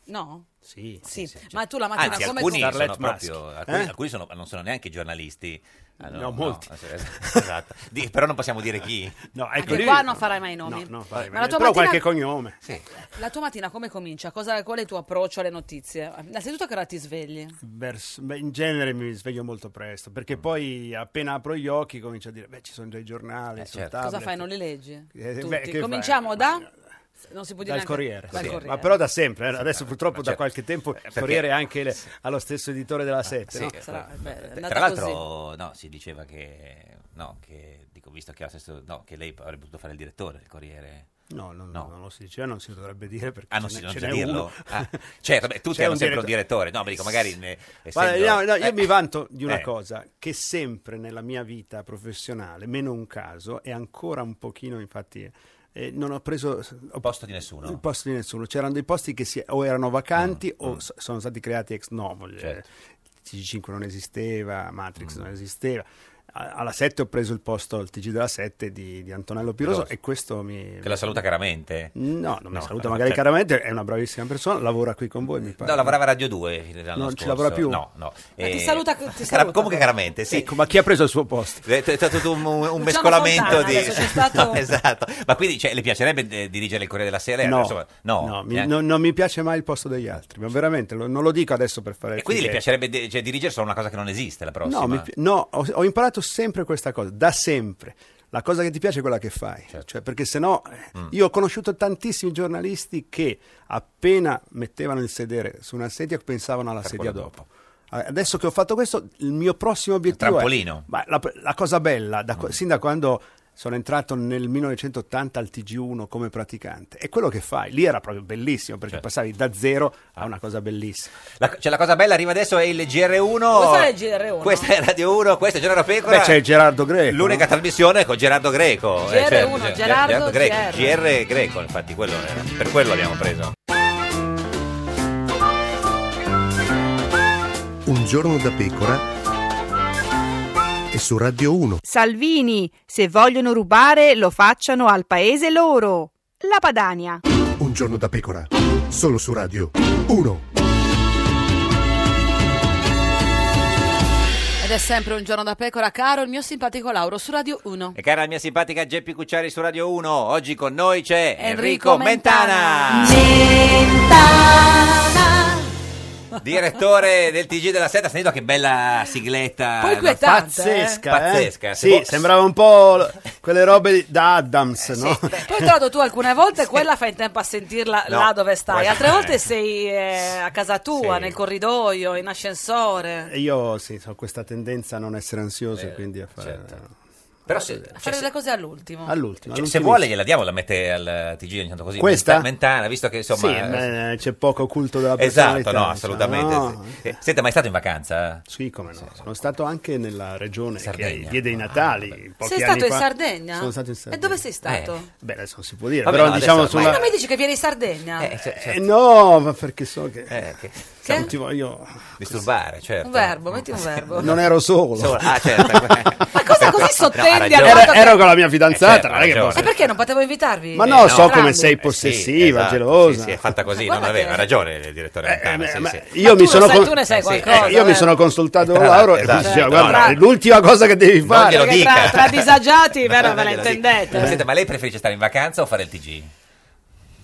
S3: No?
S18: Sì.
S3: Sì, ma tu la mattina
S2: Anzi,
S3: come
S2: alcuni,
S3: cominci?
S2: sono
S18: Starlet
S2: proprio,
S18: Musk.
S2: alcuni,
S18: Eh?
S2: alcuni sono- non sono neanche giornalisti. Ah,
S18: No, molti.
S2: es- es- [laughs] esatto. Di- però non possiamo dire chi.
S18: No, ecco,
S3: Anche qua non farai mai nomi.
S18: No, non farai
S3: Ma
S18: mai
S3: la tua
S18: nomi. Però
S3: mattina-
S18: qualche
S3: [laughs]
S18: cognome.
S3: La tua mattina come comincia? Cosa- qual è il tuo approccio alle notizie? Innanzitutto che ora ti svegli?
S18: Vers- beh, in genere mi sveglio molto presto
S2: Mm.
S18: perché poi appena apro gli occhi
S2: Eh,
S18: comincio a dire beh ci sono già i giornali sul
S2: certo.
S3: Cosa
S18: tablet.
S3: fai? Non li leggi?
S18: Eh,
S3: Tutti.
S18: beh, che fai?
S3: Cominciamo da... Non si può dire neanche-
S18: Dal Corriere,
S3: dal
S18: sì.
S3: Corriere.
S18: ma però da sempre. eh. Adesso purtroppo da
S2: certo.
S18: qualche tempo il
S2: perché-
S18: Corriere è anche le- allo stesso editore della 7.
S2: Sì,
S18: no?
S2: eh,
S3: Sarà-
S2: eh,
S3: beh, è
S2: tra
S3: andata
S2: l'altro, no, si diceva che, no, che dico, visto che, ha lo stesso- no, che lei avrebbe potuto fare il direttore del Corriere.
S18: No, no, no, non lo si diceva, non si dovrebbe dire perché
S2: Ah, non
S18: ce
S2: si
S18: n'è-
S2: non
S18: ce
S2: si
S18: n'è
S2: dirlo?
S18: uno.
S2: Ah, certo, beh, tutti
S18: [laughs] C'è
S2: hanno
S18: un
S2: sempre un direttore. No, ma dico, magari ne-
S18: Guarda,
S2: essendo-
S18: no, no, io
S2: eh,
S18: mi vanto di una
S2: eh.
S18: cosa, che sempre nella mia vita professionale, meno un caso, e ancora un pochino, infatti, eh, non ho preso ho-
S2: il posto di nessuno.
S18: il posto di nessuno. C'erano dei posti che si- o erano vacanti
S2: Mm,
S18: o s- sono stati creati ex novo. eh, Il
S2: Certo.
S18: TG5 non esisteva,
S2: Mm.
S18: Matrix non esisteva. A- Alla 7 ho preso il posto al TG della 7 di, di Antonello Piroso,
S2: Piroso.
S18: e questo mi...
S2: Che la saluta caramente.
S18: No, non mi saluta,
S2: no,
S18: magari
S2: certo.
S18: caramente, è una bravissima persona, lavora qui con voi, mi pare.
S2: No, lavorava a Radio 2 l'anno
S18: Non ci
S2: scorso.
S18: lavora più?
S2: No, no.
S18: Ma ti
S2: Eh,
S18: saluta- ti
S2: cara-
S18: saluta.
S2: Comunque caramente, sì. Eh,
S18: Ecco, ma chi ha preso il suo posto?
S2: È è stato un, un mescolamento
S18: Fontana,
S2: di...
S18: adesso
S2: [laughs]
S18: c'è stato-
S2: No, esatto. Ma quindi cioè, le piacerebbe eh, dirigere il Corriere della Sera?
S18: No,
S2: Insomma, no. Eh.
S18: no, mi-
S2: neanche-
S18: non, non mi piace mai il posto degli altri, ma veramente lo- non lo dico adesso per fare.
S2: E quindi le
S18: finché-
S2: piacerebbe di- cioè, dirigere solo una cosa che non esiste la prossima?
S18: No, mi pi- no, ho, ho imparato sempre questa cosa, da sempre. La cosa che ti piace è quella che fai. Cioè, perché se no, eh,
S2: Certo. Mm.
S18: io ho conosciuto tantissimi giornalisti che appena mettevano il sedere su una sedia pensavano alla
S2: quello
S18: sedia dopo. Eh, Adesso che ho fatto questo, il mio prossimo obiettivo
S2: trampolino. Mm.
S18: è... Ma la, la cosa bella, da co- sin da quando sono entrato nel 1980 al TG1 come praticante, è quello che fai. Lì era proprio bellissimo, perché passavi da zero a una cosa bellissima.
S2: Certo. Ah. La, cioè, la cosa bella arriva adesso è il GR1.
S3: Questo
S18: Oh,
S3: è il GR1.
S2: Questa è Radio 1, questo è Gerardo Pecora.
S18: Beh, c'è Gerardo Greco.
S2: L'unica trasmissione con Gerardo Greco.
S3: GR1,
S2: certo, Ger-
S3: Gerardo
S2: Greco.
S3: GR.
S2: GR Greco, infatti, quello era. Per quello l'abbiamo preso.
S14: Un giorno da pecora e su Radio 1.
S15: Salvini, se vogliono rubare lo facciano al paese loro. La Padania.
S14: Un giorno da pecora, solo su Radio 1.
S3: Ed è sempre un giorno da pecora, caro il mio simpatico Lauro su Radio 1.
S2: E cara la mia simpatica Geppi Cucciari su Radio 1, oggi con noi c'è
S3: Enrico
S2: Enrico, Mentana. Direttore del TG della Seta, sentito che bella sigletta.
S18: Poi
S2: no?
S18: inquietante, Pazzesca, eh?
S2: Pazzesca. Se Eh,
S18: Sì,
S2: può-
S18: sembrava un po'
S2: [laughs]
S18: lo- quelle robe di- da Adams, no?
S3: Poi tra l'altro tu alcune volte quella fai in tempo a sentirla
S18: No,
S3: là dove stai,
S18: guarda,
S3: altre
S18: eh.
S3: volte sei eh, a casa tua, nel corridoio, in ascensore.
S18: E Io sì, ho questa tendenza a non essere
S2: Eh,
S18: ansioso, quindi a fare...
S2: Però se,
S3: A fare le cose all'ultimo.
S18: All'ultimo.
S2: certo. cioè, se vuole gliela diamo, la mette al TG intanto così.
S18: Questa?
S2: Mentana, visto che insomma... eh,
S18: Sì, beh, c'è poco culto della personalità.
S2: Esatto, no,
S18: diciamo,
S2: assolutamente.
S18: no?
S2: Eh, Senta, ma è stato in vacanza?
S18: Sì, come no. Sono stato anche nella regione
S2: Sardegna. Ah,
S18: che diede i Natali. pochi
S3: Sei
S18: anni
S3: stato in
S18: fa.
S3: Sardegna?
S18: Sono stato in
S3: E
S18: Sardegna.
S3: dove sei stato?
S18: Beh, adesso non si può dire,
S2: Vabbè,
S18: però
S2: no, adesso
S18: diciamo
S2: ormai-
S3: Ma
S18: sulla...
S3: non mi dici che vieni in Sardegna?
S2: cioè,
S18: Eh, no, ma perché so che... [laughs]
S3: Che?
S18: Non ti voglio...
S2: Eh, Disturbare, certo.
S3: Un verbo, metti un verbo.
S18: Eh, Non ero solo.
S2: Solo- ah,
S18: [laughs]
S2: certo.
S3: Ma cosa così sottendi
S18: Era-
S3: al fatto che-
S18: ero con la mia fidanzata,
S2: Eh, certo,
S18: non è che
S2: ha
S18: posso-
S2: ragione.
S3: E perché non potevo invitarvi?
S18: Ma no,
S3: Eh,
S18: so
S3: entrambi.
S18: come sei
S2: Sì,
S18: possessiva,
S2: esatto,
S18: gelosa. Eh,
S2: Sì, sì, è fatta così, non aveva ragione il direttore Mentana. sì, sì.
S18: Io mi, sono
S3: sai,
S18: con-
S3: tu ne sai
S18: Eh, sì.
S3: qualcosa,
S18: Eh, io mi
S3: eh.
S18: sono consultato con
S2: Esatto,
S18: Lauro e
S2: esatto.
S18: lui diceva:
S2: No,
S18: Guarda,
S2: no.
S18: è l'ultima cosa che devi fare.
S2: glielo
S3: Perché tra, tra disagiati, vero,
S18: Eh,
S3: ve la intendete.
S2: Ma Senta, ma lei preferisce stare in vacanza o fare il TG?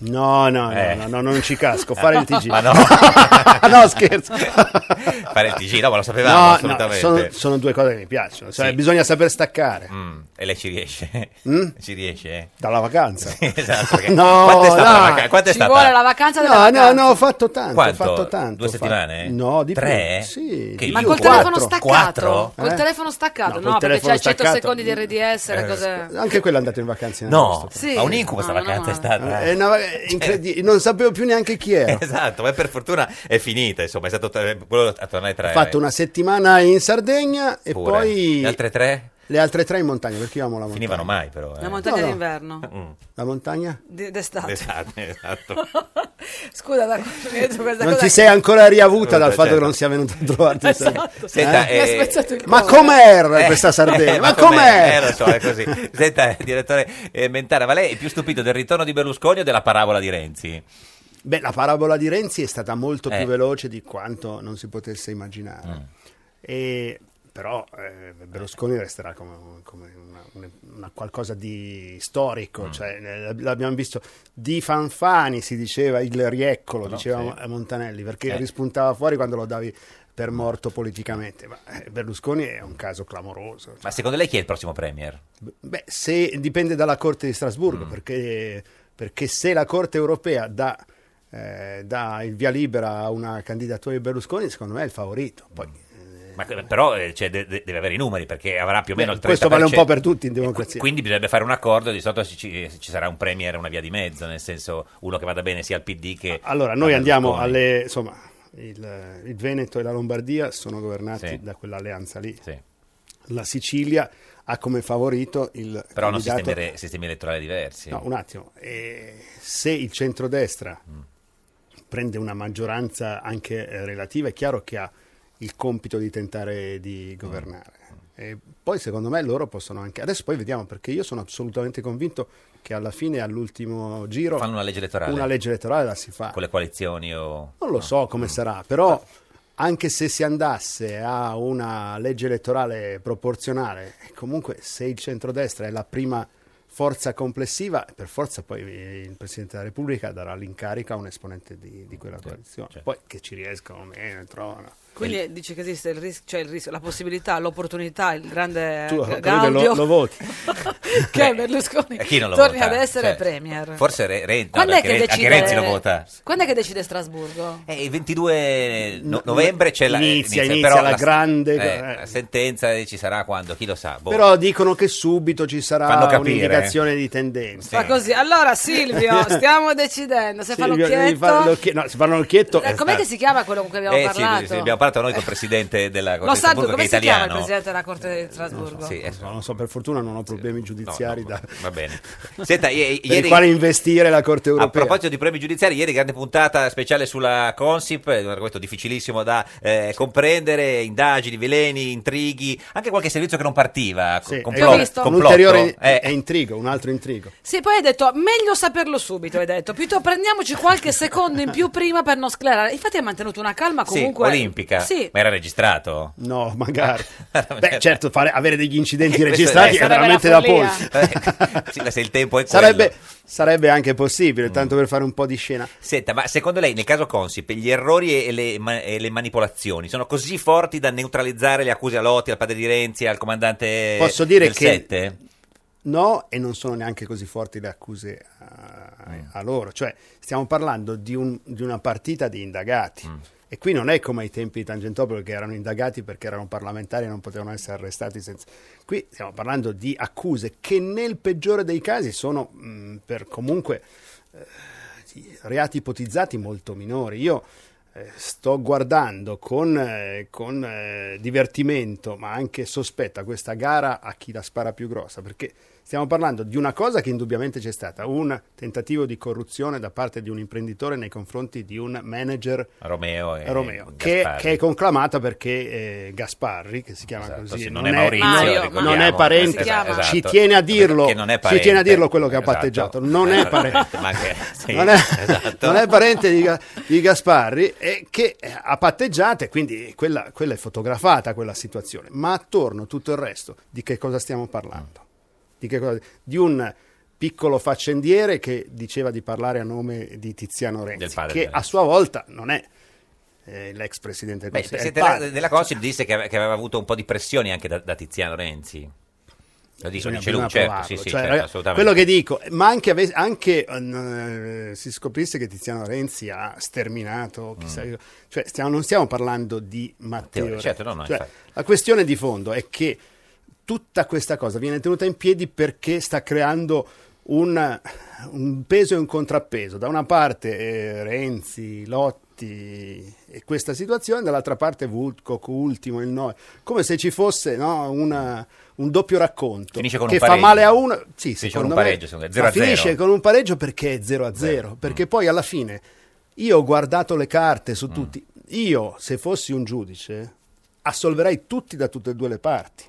S18: No, no, no,
S2: Eh.
S18: no, no, non ci casco. Fare il TG.
S2: [laughs] Ma no.
S18: [laughs] No, scherzo.
S2: Fare il TG, no, ma lo sapevamo
S18: No, no,
S2: assolutamente.
S18: sono, sono due cose che mi piacciono. Cioè,
S2: Sì.
S18: Bisogna saper staccare
S2: Mm, e lei ci riesce?
S18: Mm?
S2: [laughs] Ci riesce? eh?
S18: dalla vacanza.
S2: [laughs] esatto. perché-
S18: [laughs] No,
S2: quanto è stata
S18: dai.
S2: la vacanza? Quanto è
S3: Ci
S2: stata?
S3: vuole la vacanza della
S18: No, no,
S3: vacanza.
S18: no, ho fatto tanto.
S2: Quanto?
S18: Ho fatto tanto.
S2: Due
S18: ho fatto-
S2: settimane?
S18: No, di
S2: Tre?
S18: più. Sì,
S2: Che
S18: di
S3: Ma
S18: più,
S3: col telefono
S18: quattro.
S3: staccato, col
S18: Eh?
S3: telefono staccato,
S18: No,
S3: no,
S18: col
S3: perché
S18: telefono
S3: c'hai 100
S18: staccato.
S3: secondi di RDS, le
S18: Eh,
S3: cose...
S18: Anche quello è andato in vacanza. in
S2: No,
S18: agosto.
S3: Sì.
S2: ma Ah, un incubo sta
S3: No, no,
S2: vacanza
S3: no.
S2: è stata.
S18: Eh, no, vabbè, incredi- non sapevo più neanche chi era.
S2: [laughs] Eh. Esatto, ma per fortuna è finita, insomma, è stato tra- quello a tornare
S18: Ho
S2: tra...
S18: fatto una settimana in Sardegna e
S2: eh. pure.
S18: poi
S2: Le altre tre
S18: le altre tre in montagna, perché io amo la montagna.
S2: finivano mai però. eh.
S3: La montagna
S18: No, no.
S3: d'inverno,
S2: Mm.
S18: La montagna?
S3: di- d'estate. [laughs]
S2: Esatto, [laughs] esatto.
S3: Scusa, da quando mi hai detto questa
S18: Non
S3: cosa...
S18: ti sei ancora riavuta dal
S2: Certo.
S18: fatto che non sia venuta a trovarti. in Sardegna.
S2: Senta, eh,
S18: Eh?
S2: Mi ha spezzato il
S18: Ma
S2: cuore.
S18: com'era
S2: Eh,
S18: questa Sardegna?
S2: eh,
S18: ma
S2: Eh,
S18: com'era?
S2: lo so, è così. Senta, direttore eh, Mentana, ma lei è più stupito del ritorno di Berlusconi o della parabola di Renzi?
S18: [laughs] Beh, la parabola di Renzi è stata molto
S2: Eh. Mm.
S18: più veloce di quanto non si potesse immaginare. E- però eh, Berlusconi resterà come, come una, un- una qualcosa di storico.
S2: Mm.
S18: cioè, eh, l'abbiamo visto di Fanfani, si diceva il rieccolo,
S2: No,
S18: diceva
S2: Oh, sì.
S18: a Montanelli, perché
S2: Eh.
S18: rispuntava fuori quando lo davi per morto politicamente. Ma eh, Berlusconi è un caso clamoroso.
S2: Ma secondo lei chi è il prossimo premier? Mm.
S18: Beh, se, dipende dalla Corte di Strasburgo, perché perché se la Corte europea dà, eh, dà il via libera a una candidatura di Berlusconi, secondo me è il favorito. Poi,
S2: Ma, eh, però eh, cioè, de- de- deve avere i numeri perché avrà più o meno il 30%.
S18: questo vale un po' per tutti in democrazia.
S2: Quindi bisognerebbe fare un accordo, di solito ci, eh, ci- ci sarà un premier, una via di mezzo, nel senso uno che vada bene sia al PD che...
S18: Allora, noi
S2: a
S18: andiamo
S2: Eh, Berlusconi.
S18: alle. Insomma, il, il Veneto e la Lombardia sono governati
S2: Sì.
S18: da quell'alleanza lì. La Sicilia ha come favorito il.
S2: Però hanno
S18: candidato-
S2: sistemi, re- sistemi elettorali diversi.
S18: No, un attimo. Eh, se il centrodestra
S2: Mm.
S18: prende una maggioranza anche eh, relativa, è chiaro che ha il compito di tentare
S2: Mm.
S18: di governare. E poi secondo me loro possono anche... Adesso poi vediamo, perché io sono assolutamente convinto che alla fine, all'ultimo giro...
S2: Fanno una legge elettorale.
S18: Una legge elettorale la si fa.
S2: Con le coalizioni o...
S18: Non lo so come sarà, però
S2: Eh.
S18: anche se si andasse a una legge elettorale proporzionale, comunque se il centrodestra è la prima forza complessiva, per forza poi il Presidente della Repubblica darà l'incarico a un esponente di, di quella coalizione.
S2: certo.
S18: Poi che ci riescono o meno, trovano.
S3: Quindi eh, dice che esiste il rischio, cioè il rischio, la possibilità, l'opportunità, il grande
S18: tu
S3: eh,
S18: Caride,
S3: gaudio
S18: lo, lo voti.
S2: Boh.
S3: [laughs] che Berlusconi
S2: E Eh, chi non lo
S3: torni
S2: vota?
S3: ad essere
S2: Cioè,
S3: premier.
S2: Forse Re- Re- no,
S3: Quando è
S2: perché
S3: che
S2: Re- anche
S3: decide-
S2: Renzi lo vota. Eh,
S3: Quando è che decide Strasburgo?
S2: E il 22 no- novembre c'è la,
S18: Inizia, inizia la grande-
S2: eh, la sentenza e ci sarà quando, chi lo sa. boh.
S18: Però dicono che subito ci sarà
S2: Fanno capire,
S18: un'indicazione di tendenza.
S3: Fa così.
S2: [laughs]
S3: Allora Silvio, stiamo decidendo se fa
S18: Silvio, devi
S3: l'occhietto.
S18: fare l'occhie- no, se fanno l'occhietto...
S3: Eh, Com'è che si chiama quello con cui abbiamo
S2: Eh sì,
S3: parlato?
S2: sì, abbiamo parlato noi col presidente della Corte
S3: Lo
S2: di
S3: sa tu,
S2: Strasburgo che è
S3: come si chiama il
S2: italiano.
S3: presidente della Corte di Strasburgo?
S2: Sì, eh,
S18: Non so, per fortuna non ho problemi giudiziari da...
S2: va bene. [laughs] Senta, i-
S18: per
S2: ieri,
S18: il quale investire la Corte
S2: a
S18: europea.
S2: proposito di problemi giudiziari, ieri grande puntata speciale sulla Consip, un argomento difficilissimo da eh, comprendere, indagini, veleni, intrighi, anche qualche servizio che non partiva, co- complotto,
S18: Hai visto? un
S2: complotto.
S18: ulteriore
S2: Eh,
S18: è intrigo, un altro intrigo.
S3: Sì, poi hai detto meglio saperlo subito, hai detto. Piuttosto prendiamoci qualche secondo in più prima per non sclerare. Infatti hai mantenuto una calma
S2: sì,
S3: comunque
S2: olimpica,
S3: Sì.
S2: ma era registrato? [laughs]
S18: No, magari. Beh, certo, fare- avere degli incidenti
S2: Questo
S18: registrati
S2: adesso-
S18: è veramente da polso.
S2: Eh, [laughs] sì, ma se il tempo è quello.
S18: Sarebbe, sarebbe anche possibile, tanto per fare un po' di scena.
S2: Senta, ma secondo lei nel caso Consip gli errori e le, ma- e le manipolazioni sono così forti da neutralizzare le accuse a Lotti, al padre di Renzi, al comandante
S18: Posso dire
S2: del
S18: che-
S2: 7?
S18: No, e non sono neanche così forti le accuse a, a loro. Cioè, stiamo parlando di, un- di una partita di indagati. E qui non è come ai tempi di Tangentopoli che erano indagati perché erano parlamentari e non potevano essere arrestati. senza- Qui stiamo parlando di accuse che nel peggiore dei casi sono mh, per comunque eh, sì, reati ipotizzati molto minori. Io eh, sto guardando con, eh, con, eh, divertimento, ma anche sospetta, questa gara a chi la spara più grossa, perché stiamo parlando di una cosa che indubbiamente c'è stata, un tentativo di corruzione da parte di un imprenditore nei confronti di un manager
S2: Romeo e
S18: Romeo, che,
S2: Gasparri. Esatto,
S18: che è conclamata perché eh, Gasparri, che si chiama così,
S2: sì, non è Maurizio, ricordiamo.
S18: non è parente,
S2: Si chiama.
S18: ci
S2: Esatto.
S18: tiene a dirlo,
S2: Che non è
S18: ci tiene a
S2: parente.
S18: dirlo quello che ha
S2: Esatto.
S18: patteggiato, non è
S2: [laughs]
S18: parente
S2: Ma anche- sì,
S18: non, è,
S2: esatto.
S18: non è parente di, Ga- di Gasparri e che eh, ha patteggiato e quindi quella, quella è fotografata quella situazione ma attorno tutto il resto di che cosa stiamo parlando di, che cosa- di un piccolo faccendiere che diceva di parlare a nome di Tiziano Renzi
S2: padre di
S18: che a
S2: Renzi.
S18: sua volta non è eh, l'ex presidente del
S2: Beh, il
S18: Consiglio Eh, è
S2: presidente
S18: il
S2: della,
S18: padre.
S2: della Consip disse che, ave- che aveva avuto un po' di pressioni anche da, da Tiziano Renzi. Lo dice,
S18: Bisogna-
S2: dice lui,
S18: bisogna
S2: certo,
S18: provarlo.
S2: sì, sì,
S18: Cioè,
S2: certo,
S18: raga-
S2: assolutamente.
S18: quello che dico, ma anche, ave- anche, eh, si scoprisse che Tiziano Renzi ha sterminato, chissà, io- cioè, stiamo- non stiamo parlando di Matteo.
S2: Mm. Matteo, certo, no, no,
S18: Cioè,
S2: infatti.
S18: la questione di fondo è che tutta questa cosa viene tenuta in piedi perché sta creando un, un peso e un contrappeso. Da una parte eh, Renzi, Lotti e questa situazione, dall'altra parte Vulcoc, ultimo il no. Come se ci fosse no, una- un doppio racconto
S2: Finisce con
S18: che
S2: un
S18: fa
S2: pareggio.
S18: male a uno. Sì,
S2: Finisce
S18: secondo
S2: con un
S18: me,
S2: pareggio, secondo me,
S18: ma
S2: 0 a mm. 0.
S18: finisce con un pareggio perché è 0 a 0, perché poi alla fine io ho guardato le carte
S2: Mm.
S18: su tutti. Io, se fossi un giudice, assolverei tutti da tutte e due le parti.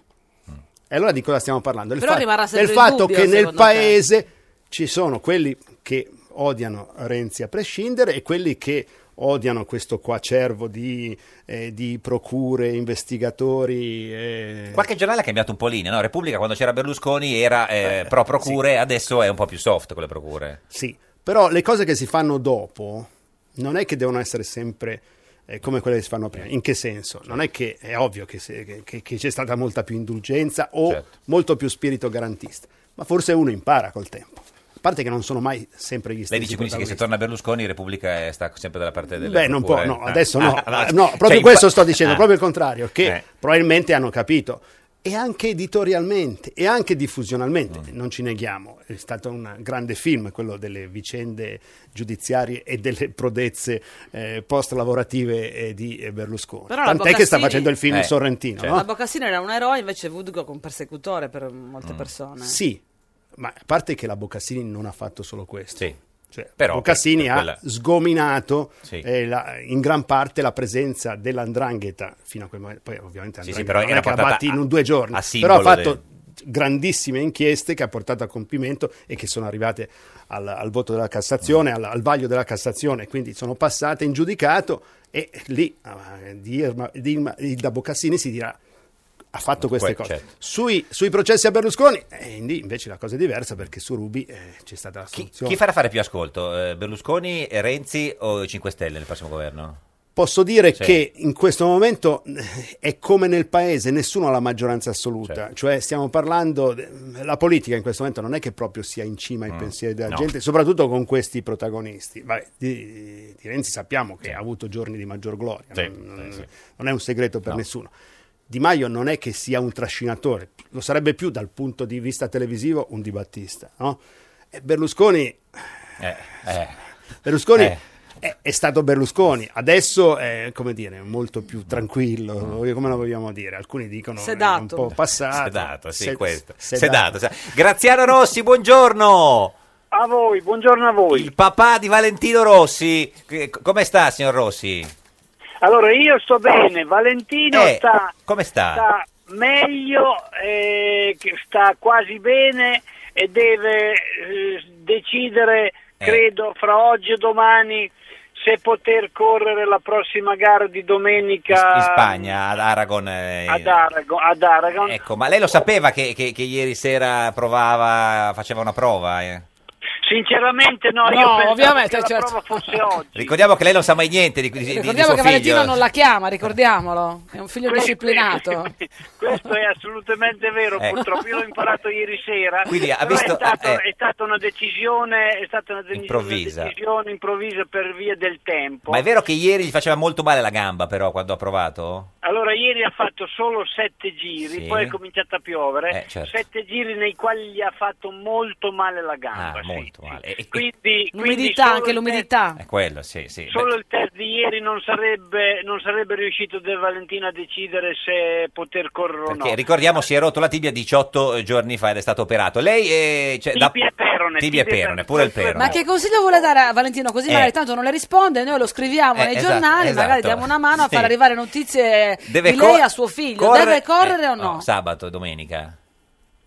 S18: E allora di cosa stiamo parlando? Del
S3: Però
S18: fa-
S3: rimarrà sempre
S18: del
S3: il
S18: fatto
S3: dubbio,
S18: che nel
S3: secondo te.
S18: paese ci sono quelli che odiano Renzi a prescindere e quelli che odiano questo qua cervo di, eh, di procure, investigatori. eh.
S2: Qualche giornale ha cambiato un po' linea, no? Repubblica quando c'era Berlusconi era eh, pro procure, adesso è un po' più soft con le procure.
S18: Sì, però le cose che si fanno dopo non è che devono essere sempre eh, come quelle che si fanno prima. In che senso? Non è che è ovvio che, se- che- che- che c'è stata
S2: Certo.
S18: molta più indulgenza o molto più spirito garantista, ma forse uno impara col tempo. parte che non sono mai sempre gli stessi.
S2: Lei dice quindi che se
S18: protagonisti.
S2: torna Berlusconi Repubblica eh, sta sempre dalla parte Ah, del
S18: Beh, non può, no, adesso no. Eh, no, proprio questo
S2: questo
S18: sto dicendo, proprio il contrario, che
S2: Eh.
S18: probabilmente hanno capito. E anche editorialmente, e anche diffusionalmente,
S2: Mm.
S18: non ci neghiamo, è stato un grande film quello delle vicende giudiziarie e delle prodezze eh, post-lavorative eh, di eh, Berlusconi.
S3: Però la
S18: Tant'è che sta
S3: Boccassini-
S18: facendo il film
S2: Eh,
S18: Sorrentino,
S2: certo.
S18: no?
S3: La Boccassini era un eroe, invece Woodcock un persecutore per
S2: Mm.
S3: molte persone.
S18: Mm. Sì, ma a parte che la Boccassini non ha fatto solo questo. Cioè,
S2: Però per-
S18: Boccassini
S2: per
S18: ha
S2: quella-
S18: sgominato
S2: Sì.
S18: eh, la- in gran parte la presenza dell'andrangheta fino a quel momento. Poi, ovviamente,
S2: Sì, sì,
S18: Andrangheta
S2: però
S18: non è
S2: era
S18: che
S2: portata
S18: abbatti in
S2: a-
S18: un due giorni,
S2: a
S18: però
S2: simbolo
S18: ha fatto
S2: del-
S18: grandissime inchieste che ha portato a compimento e che sono arrivate al, al voto della Cassazione,
S2: Mm.
S18: al, al vaglio della Cassazione, quindi sono passate in giudicato e lì ah, di, Irma- di Irma- di- da Boccassini si dirà ha fatto
S2: Que-
S18: queste cose.
S2: certo.
S18: Sui, sui processi a Berlusconi, eh, lì invece la cosa è diversa perché su Rubi eh, c'è stata la soluzione.
S2: Chi farà fare più ascolto? eh, Berlusconi, Renzi o 5 Stelle nel prossimo governo?
S18: Posso dire
S2: Sì.
S18: che in questo momento eh, è come nel paese, nessuno ha la maggioranza assoluta,
S2: Certo.
S18: cioè stiamo parlando, eh, la politica in questo momento non è che proprio sia in cima ai
S2: Mm.
S18: pensieri della
S2: No.
S18: gente, soprattutto con questi protagonisti. Vabbè, di, di Renzi sappiamo che ha avuto giorni di maggior gloria,
S2: Sì,
S18: non,
S2: sì, sì.
S18: non è un segreto per
S2: No.
S18: nessuno. Di Maio non è che sia un trascinatore, lo sarebbe più dal punto di vista televisivo un dibattista. no? E Berlusconi
S2: Eh, eh.
S18: Berlusconi
S2: Eh.
S18: è, è stato Berlusconi, adesso è come dire, molto più tranquillo,
S2: Mm.
S18: come lo vogliamo dire. Alcuni dicono è
S3: Sedato.
S18: un po' passato.
S2: Sedato, sì,
S18: Sed-
S2: questo.
S18: sedato.
S2: Sedato. sa- Graziano Rossi, buongiorno!
S19: A voi, buongiorno a voi.
S2: Il papà di Valentino Rossi. Che- c- Come sta, signor Rossi?
S19: Allora, io sto bene, Valentino
S2: Eh,
S19: sta,
S2: come sta?
S19: sta meglio, eh, che sta quasi bene e deve eh, decidere,
S2: Eh.
S19: credo, fra oggi e domani se poter correre la prossima gara di domenica
S2: In Spagna, ad Aragon. eh.
S19: ad Aragon. Ad Aragon.
S2: Ecco, ma lei lo sapeva che, che- che ieri sera provava, faceva una prova? eh?
S19: Sinceramente no,
S3: No,
S19: io pensavo
S3: ovviamente,
S19: che la
S3: certo.
S19: prova fosse oggi.
S2: Ricordiamo che lei non sa mai niente di, di, di- di
S3: Ricordiamo
S2: suo
S3: che
S2: figlio.
S3: Valentino non la chiama, ricordiamolo. È
S2: [laughs]
S3: un figlio
S19: Questo-
S3: disciplinato.
S19: Questo è assolutamente vero,
S2: Ecco.
S19: purtroppo io l'ho imparato ieri sera.
S2: Quindi ha
S19: però
S2: visto-
S19: è, stato-
S2: eh.
S19: è stata una decisione, è stata una de-
S2: Improvvisa.
S19: decisione improvvisa per via del tempo.
S2: Ma è vero che ieri gli faceva molto male la gamba, però, quando ha provato?
S19: Allora, ieri ha fatto solo sette giri,
S2: Sì.
S19: poi è cominciata a piovere.
S2: Eh, certo.
S19: Sette giri nei quali gli ha fatto molto male la gamba.
S2: Ah,
S19: sì.
S2: molto male. E- e-
S19: Quindi, quindi
S3: L'umidità,
S19: solo
S3: anche
S19: il
S3: l'umidità.
S2: è quello, sì, sì.
S19: Solo il test di ieri non sarebbe, non sarebbe riuscito De Valentino a decidere se poter correre o
S2: Perché
S19: no.
S2: ricordiamo si è rotto la tibia 18 giorni fa ed è stato operato. Lei eh, cioè, da-
S19: Tibia e perone,
S2: Tibia e
S19: tibia e
S2: perone, pure il perone.
S3: Ma che consiglio vuole dare a Valentino? Così
S2: Eh.
S3: magari tanto non le risponde, noi lo scriviamo
S2: Eh,
S3: nei
S2: esatto,
S3: giornali, magari
S2: esatto.
S3: diamo una mano a
S2: Sì.
S3: far arrivare notizie
S2: Deve
S3: di
S2: cor-
S3: lei a suo figlio.
S2: corre-
S3: Deve correre
S2: eh,
S3: o no?
S2: sabato, domenica.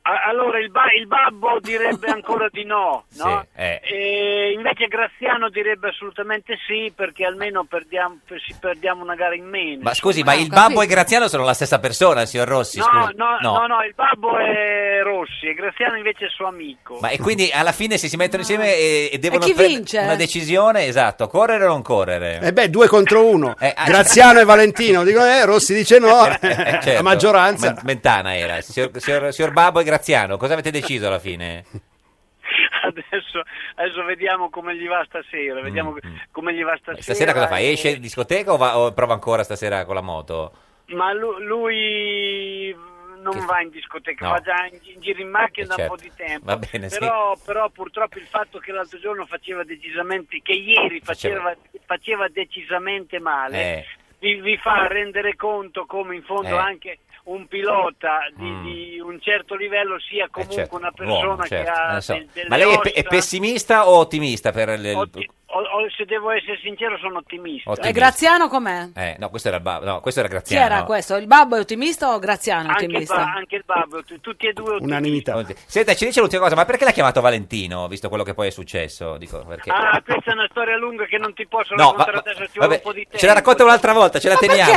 S19: A- Allora il, ba- il babbo direbbe ancora di no, no?
S2: [laughs] Sì, eh.
S19: E invece Graziano direbbe assolutamente sì perché almeno perdiamo, per- si perdiamo una gara in meno.
S2: Ma scusi,
S3: Ah,
S19: insomma.
S2: ma il babbo e Graziano sono la stessa persona, signor Rossi?
S19: No,
S2: scusi.
S19: no, no, no, il babbo è Rossi e Graziano invece è suo amico.
S2: Ma e quindi alla fine se si mettono insieme e, e devono
S19: chi
S2: prendere
S19: vince?
S2: una decisione, esatto, correre o non correre?
S3: [laughs]
S18: Eh beh, due contro uno. Graziano e Valentino dicono eh, Rossi dice no,
S2: ah, [laughs] Eh, certo.
S18: la maggioranza.
S2: Men- Mentana era. Signor, signor- signor Babbo e Graziano, cosa avete deciso alla fine?
S19: [laughs] Adesso, adesso vediamo come gli va stasera, vediamo come gli va stasera.
S2: Mm, Stasera cosa fa?
S19: e-
S2: Esce in discoteca o, va- o prova ancora stasera con la moto?
S19: Ma lu- lui non
S2: Che-
S19: va in discoteca,
S2: No.
S19: va già in, in giro in macchina
S2: Eh,
S19: da
S2: certo.
S19: un po' di tempo.
S2: Va bene, sì.
S19: però, però purtroppo il fatto che l'altro giorno faceva decisamente, che ieri faceva, faceva decisamente male,
S2: Eh.
S19: vi, vi fa rendere conto come in fondo
S2: Eh.
S19: anche un pilota di,
S2: Mm.
S19: di un certo livello sia comunque
S2: certo,
S19: una
S2: l'uomo,
S19: persona che
S2: certo,
S19: ha
S2: non so.
S19: del- delle
S2: Ma lei è, pe- è
S19: ossa.
S2: pessimista o ottimista? Per le-
S19: Otti- o- o- se devo essere sincero sono ottimista.
S2: Ottimista.
S3: E Graziano com'è?
S2: Eh, no, questo era, il Babbo, no, questo era
S3: Chi
S2: Graziano.
S3: era questo? Il babbo è ottimista o Graziano è
S19: Anche il,
S3: ottimista?
S19: ba- anche il babbo, tu- tutti e due
S18: Unanimità.
S2: Senta, ci dice l'ultima cosa, ma perché l'ha chiamato Valentino, visto quello che poi è successo? Dico, perché...
S19: Ah, questa è una storia lunga che non ti
S2: [laughs]
S19: posso
S2: No,
S19: raccontare
S2: va- va-
S19: adesso, ci vuole
S2: vabbè,
S19: un po' di tempo.
S2: ce la racconta un'altra volta, ce la
S19: Ma
S2: teniamo.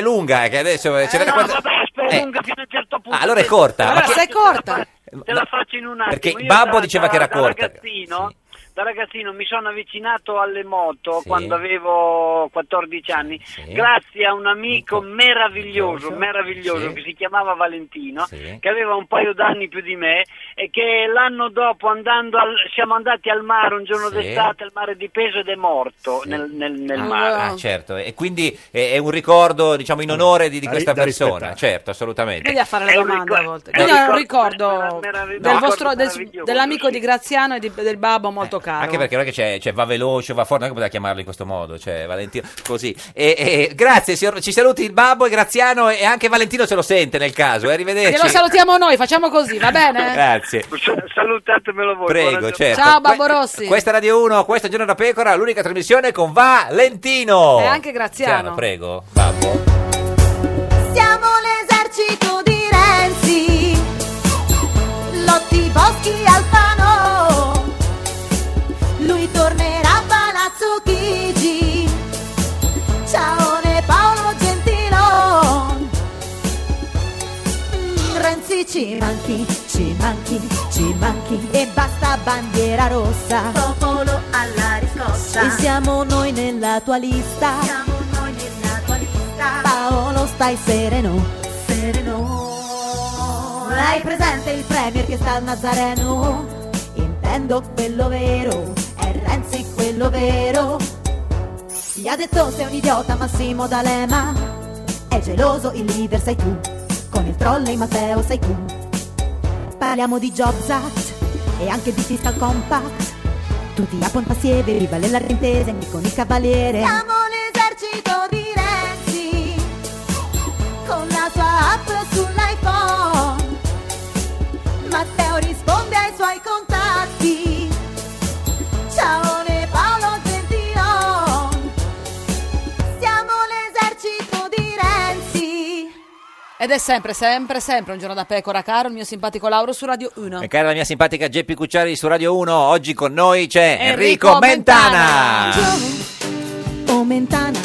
S2: è
S19: no?
S2: lunga, eh, che adesso eh, ce la
S19: No,
S2: racconta...
S19: vabbè, aspetta,
S2: Eh,
S19: lunga fino a un certo punto.
S2: ah, allora è corta. ma
S3: Allora,
S2: chi-
S3: se è corta.
S19: Te la faccio in un attimo.
S2: Perché
S19: Io
S2: Babbo
S19: da-
S2: diceva
S19: da-
S2: che era
S19: da
S2: corta.
S19: ragazzino da ragazzino mi sono avvicinato alle moto quando avevo 14 anni, grazie a un amico meraviglioso, meraviglioso
S4: Sì.
S19: che si chiamava Valentino,
S4: Sì.
S19: che aveva un paio d'anni più di me e che l'anno dopo andando al- siamo andati al mare un giorno
S2: Sì.
S19: d'estate al mare di Peso ed è morto nel, nel- nel mare.
S2: Ah, certo, e quindi è è un ricordo, diciamo, in onore di, di questa persona, certo, assolutamente.
S3: Vedi a fare le domande a volte. Quindi è un ricordo del vostro, del- dell'amico di Graziano e di- del babbo molto caro.
S2: Eh, Anche perché non è che c'è, c'è va veloce, va forte, non è che poteva chiamarlo in questo modo, cioè Valentino, così. E, e- grazie, signor- ci saluti il babbo e Graziano e anche Valentino se lo sente nel caso, eh, arrivederci.
S3: Glielo salutiamo noi, facciamo così, va
S2: [laughs] Certo,
S3: bene?
S2: Grazie.
S19: Salutatemelo voi.
S2: Prego, certo.
S3: Ciao Babbo Rossi.
S2: Questa è Radio 1, questo è Giorno da Pecora, l'unica trasmissione con Valentino.
S3: E anche Graziano.
S2: prego, babbo.
S13: Siamo l'esercito di Renzi, Lotti Boschi Alfano. Lui tornerà a Palazzo Chigi. Ciao Paolo Gentilon. Mm, Renzi ci manchi, ci manchi, ci manchi e basta bandiera rossa. Popolo alla riscossa. E siamo noi nella tua lista. Siamo noi nella tua lista. Paolo stai sereno. Sereno. Hai presente il premier che sta al Nazareno? Intendo quello vero, è Renzi quello vero. Gli ha detto sei un idiota Massimo D'Alema, è geloso il leader sei tu, con il trolley Matteo sei tu. Parliamo di Jobs Act e anche di Fiscal Compact, tutti a Pontassieve, viva le larentese, con il cavaliere.
S6: Siamo l'esercito di Renzi
S13: con la sua app sull'iPhone. Matteo risponde ai suoi contatti. Ciao ne Paolo Gentilon. Siamo l'esercito di Renzi.
S3: Ed è sempre, sempre, sempre un giorno da pecora, caro il mio simpatico Lauro su Radio 1.
S2: E cara la mia simpatica Geppi Cucciari su Radio 1, oggi con noi c'è
S3: Enrico
S2: Enrico, Mentana.
S13: O Mentana.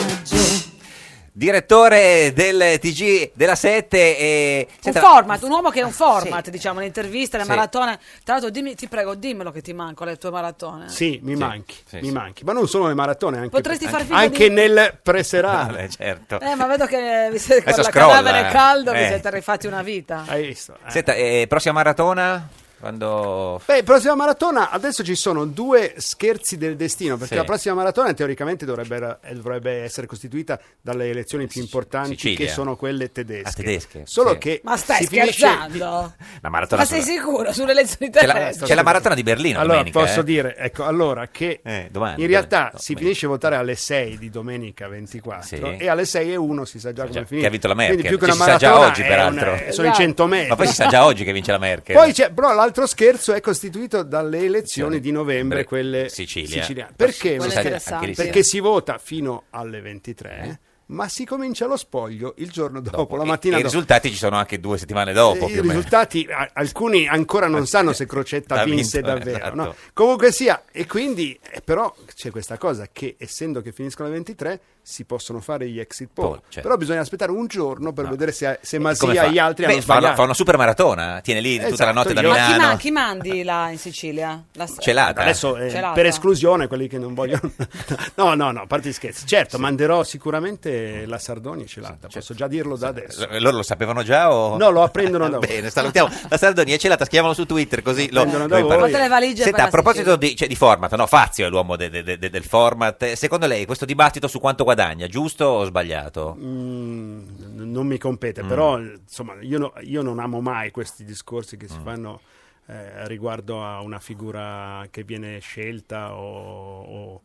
S2: Direttore del TG della 7 e...
S3: Un
S2: Senta,
S3: format, un uomo che è un format, diciamo, le interviste, le
S2: Sì.
S3: maratone. Tra l'altro, dimmi, ti prego, dimmelo che ti manco le tue maratone.
S18: Sì, mi
S3: Sì,
S18: manchi,
S3: sì,
S18: mi
S3: sì.
S18: manchi. Ma non solo le maratone, anche,
S3: Potresti far finta
S18: anche
S3: di-
S18: nel preserale.
S2: certo.
S3: Eh, ma vedo che vi siete con
S2: Adesso
S3: la
S2: scrolla,
S3: cadavere
S2: eh.
S3: caldo, vi
S2: Eh.
S3: siete rifatti una vita.
S18: Hai visto?
S2: Senta, eh, prossima maratona? Quando...
S18: Beh, prossima maratona, adesso ci sono due scherzi del destino, perché
S2: Sì.
S18: la prossima maratona teoricamente dovrebbe, eh, dovrebbe essere costituita dalle elezioni più importanti
S2: Sicilia.
S18: che sono quelle tedesche.
S2: Ah, tedesche,
S18: Solo
S2: sì.
S18: che
S3: Ma stai
S18: si finisce-
S3: scherzando?
S2: La maratona
S3: ma sei
S2: sulla-
S3: sicuro sulle elezioni
S2: C'è la-
S3: terrestri?
S2: c'è la maratona di Berlino
S18: Eh, Allora,
S2: domenica,
S18: posso
S2: eh.
S18: dire, ecco, allora che
S2: domani,
S18: in realtà
S2: domani,
S18: si finisce a votare alle 6 di domenica 24
S2: Sì.
S18: e alle 6 e 1 si sa già come finisce.
S2: Che ha vinto la Merkel,
S18: Quindi più che
S2: Ci
S18: una
S2: si sa già
S18: maratona
S2: oggi
S18: è
S2: peraltro.
S18: una- sono i 100 metri.
S2: Ma poi si sa già oggi che vince la Merkel.
S18: Poi c'è, però l'altro scherzo è costituito dalle elezioni di novembre, quelle
S2: Sicilia.
S18: siciliane. Perché?
S2: Quello
S18: uno
S2: è
S18: scherzo?
S2: interessante.
S18: Perché si vota fino alle 23, ma si comincia lo spoglio il giorno dopo, la mattina
S2: Eh. E I
S18: dopo.
S2: risultati ci sono anche due settimane dopo.
S18: Eh,
S2: più
S18: I
S2: o meno.
S18: risultati, a- alcuni
S2: [laughs]
S18: ancora non sanno se Crocetta
S2: Ha vinto,
S18: vinse davvero.
S2: esatto.
S18: no? Comunque sia, e quindi, eh, però c'è questa cosa che essendo che finiscono le 23 si possono fare gli exit poll,
S2: Poll, certo.
S18: però bisogna aspettare un giorno per vedere se, se
S2: Come
S18: Masia e
S2: fa?
S18: gli altri
S2: Beh,
S18: hanno
S2: fa, una-
S18: sbagliato.
S2: fa una super maratona, tiene lì tutta la
S18: Esatto,
S2: notte da
S18: io-
S3: Ma chi, ma-
S2: Milano.
S3: chi mandi là in Sicilia? La-
S2: Celata.
S18: Adesso eh,
S3: Celata.
S18: per esclusione quelli che non vogliono. [laughs] No, no, no, a parte gli scherzi. Certo, manderò sicuramente la Sardonia celata, posso già dirlo da adesso.
S2: L- Loro lo sapevano già o...
S18: No, lo apprendono da voi.
S2: Bene,
S18: [laughs]
S2: salutiamo la Sardonia e Celata, scriviamolo su Twitter così lo,
S18: Prendono
S2: lo
S18: da voi.
S2: imparano.
S18: Fate le
S3: valigie
S2: Senta,
S3: per
S2: a
S3: la
S2: proposito di, cioè, di format, no, Fazio è l'uomo de- de- de- del format. Eh, Secondo lei questo dibattito su quanto guadagna, giusto o sbagliato?
S18: Mm, n- non mi compete,
S2: Mm.
S18: però insomma, io, no- io non amo mai questi discorsi che si fanno eh, riguardo a una figura che viene scelta o, o-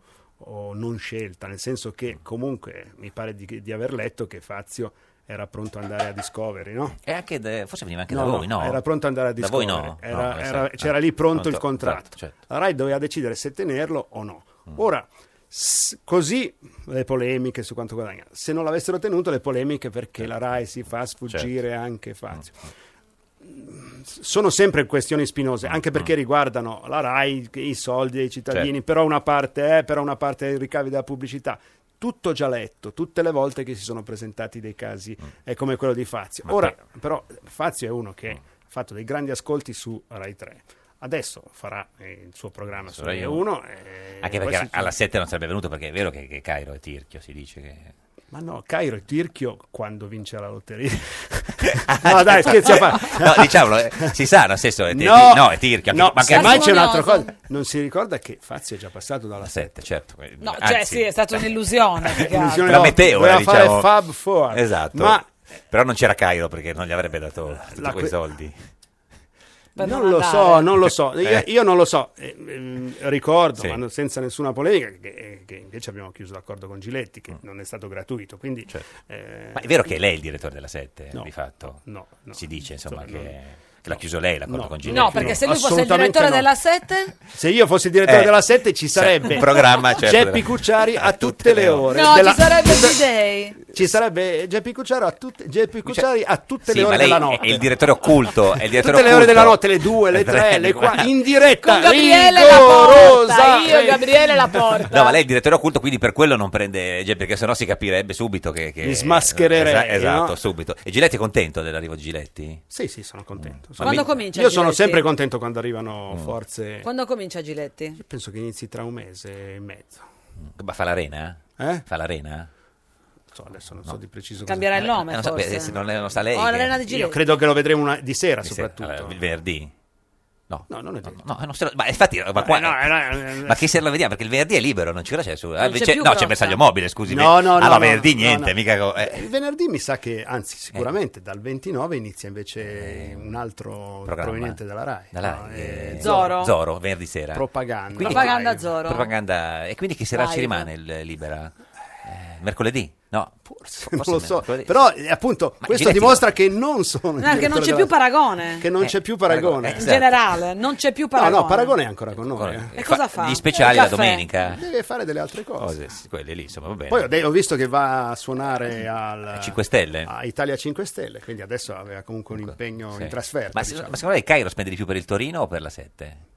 S18: o non scelta, nel senso che comunque mi pare di, di aver letto che Fazio era pronto ad andare a Discovery, no?
S2: E anche de- forse veniva anche
S18: No,
S2: da voi, no?
S18: Era pronto ad andare a
S2: Da voi
S18: Discovery.
S2: no?
S18: Era-
S2: No,
S18: era-
S2: esatto.
S18: c'era
S2: Ah,
S18: lì pronto il
S2: pronto,
S18: contratto.
S2: esatto, certo.
S18: La RAI doveva decidere se tenerlo o no. Ora, s- così le polemiche su quanto guadagna. Se non l'avessero tenuto, le polemiche perché la RAI si fa sfuggire anche Fazio. Sono sempre questioni spinose, anche perché riguardano la RAI, i soldi dei cittadini,
S8: Certo.
S18: però una parte è, però una parte è i ricavi della pubblicità. Tutto già letto, tutte le volte che si sono presentati dei casi è come quello di Fazio. Ora, però, Fazio è uno che ha fatto dei grandi ascolti su Rai 3. Adesso farà eh, il suo programma su
S2: Su Rai
S18: Rai
S2: Uno.
S18: 1.
S2: Anche perché alla 7 non sarebbe venuto, perché è vero che, che Cairo è tirchio, si dice che...
S18: Ma no, Cairo e Tirchio quando vince la
S2: [laughs]
S18: lotteria. no, Ah, dai, scherzi a fare.
S2: No, diciamolo, eh, si sa, nel senso, è,
S18: No,
S2: no, è tirchio.
S18: no,
S2: ma anche-
S18: semmai c'è un'altra cosa. Non si ricorda che Fazio è già passato dalla
S2: 7, certo.
S3: No, cioè
S18: [laughs]
S3: sì, esatto. è stata un'illusione. più che altro.
S18: Illusione
S2: la
S18: no,
S2: meteora,
S18: doveva fare
S2: diciamo.
S18: Fab Four.
S2: Esatto.
S18: Ma-
S2: Però non c'era Cairo perché non gli avrebbe dato tutti
S18: la
S2: quei
S18: que-
S2: soldi.
S3: Per
S18: non
S3: non
S18: lo
S3: andare.
S18: so, non lo so,
S2: Eh.
S18: io, io non lo so, Eh, ehm, ricordo,
S2: Sì.
S18: ma non- senza nessuna polemica, che, che invece abbiamo chiuso l'accordo con Giletti, che non è stato gratuito, quindi... eh,
S2: Mm. Certo. Ma è vero che è lei il direttore della 7,
S18: No,
S2: di fatto?
S18: no, no.
S2: Si dice, insomma,
S18: Insomma,
S2: che,
S18: no.
S2: che l'ha chiuso lei l'accordo
S18: No,
S2: con Giletti.
S3: No, perché se lui fosse il
S18: assolutamente
S3: direttore
S18: no.
S3: della 7,
S18: Se io fossi il direttore
S2: Eh,
S18: della 7 ci
S2: se-
S18: sarebbe
S2: un programma, certo,
S18: Geppi
S2: della-
S18: Cucciari a tutte le ore.
S3: no,
S18: della-
S3: ci
S18: [laughs]
S3: sarebbe D-Day.
S18: ci sarebbe Geppi Cucciari a tutte, Geppi Cucciari a tutte
S2: Cioè, Sì,
S18: le
S2: ma
S18: ore
S2: lei
S18: della
S2: è-
S18: notte.
S2: è il direttore occulto. È il direttore
S18: Tutte le ore
S2: occulto.
S18: della notte, le 2,
S2: [laughs]
S18: le 3, le 4, in diretta,
S3: Con Gabriele la
S18: rigorosa.
S3: porta, io e Gabriele
S18: [laughs]
S3: la porta.
S2: No, ma lei è il direttore occulto, quindi per quello non prende Geppi, perché sennò si capirebbe subito che... che
S18: Mi smaschererei,
S2: Esa- esatto,
S18: no?
S2: subito. E Giletti è contento dell'arrivo di Giletti? Mm.
S18: Sì, sì, sono contento.
S2: Ma
S18: Sono-
S2: mi-
S3: Quando comincia
S18: Io sono
S3: Giletti?
S18: sempre contento quando
S2: Mm.
S18: arrivano forze.
S3: Quando comincia Giletti?
S18: Penso che inizi tra un mese e mezzo.
S2: Ma fa l'arena?
S18: Eh?
S2: Fa l'arena?
S18: Non so, adesso non so di preciso. cosa-
S3: Cambierà il nome,
S2: Eh, non so,
S3: forse.
S2: beh, se non, non sa lei...
S3: Oh,
S2: che-
S3: l'arena di Giletti.
S18: Io credo che lo vedremo una- di sera,
S2: Di sera,
S18: soprattutto.
S2: eh, il venerdì? No.
S18: No, non è detto.
S2: No, non se lo- ma infatti, ma, qua-
S18: Eh, no, eh, no, eh,
S2: ma che se la vediamo? Perché il venerdì è libero, non ci c'è su. ah,
S18: c'è
S2: c'è- no,
S18: più grossa.
S2: c'è bersaglio mobile, scusi.
S18: No, no, no,
S2: Allora,
S18: no,
S2: venerdì
S18: no,
S2: niente,
S18: no.
S2: mica. co- eh.
S18: Il venerdì mi sa che, anzi, sicuramente dal 29 inizia invece un altro
S2: Eh, programma.
S18: proveniente dalla Rai.
S2: Dalla
S18: No,
S2: Rai,
S18: eh,
S2: eh, Zoro, venerdì sera.
S18: Propaganda.
S2: Quindi-
S3: Propaganda Zoro.
S2: Propaganda. E quindi che sera ci
S3: Live.
S2: rimane il eh, libera? Eh, mercoledì? No,
S3: Eh,
S2: forse.
S18: [laughs] Non lo so,
S2: mercoledì.
S18: però eh, appunto
S2: Ma
S18: questo
S2: Giletti-
S18: dimostra che non sono. il
S3: No, che non c'è
S18: direttore
S3: più
S18: della-
S3: paragone.
S18: Che non c'è più paragone.
S2: Eh, paragone, esatto.
S3: In generale, non c'è più paragone.
S18: No, no, Paragone è ancora con noi. eh.
S3: E cosa fa?
S2: Gli speciali la
S3: Il caffè.
S2: domenica.
S18: Deve fare delle altre cose.
S2: Cose, Oh, sì, quelle lì, insomma, va bene.
S18: Poi eh, ho, de- ho visto che va a
S2: Eh,
S18: suonare al
S2: 5 Stelle.
S18: a Italia 5 Stelle, quindi adesso aveva comunque un impegno
S2: Sì.
S18: in trasferta.
S2: Ma, se-
S18: diciamo.
S2: ma secondo lei Cairo spende di più per il Torino o per la 7?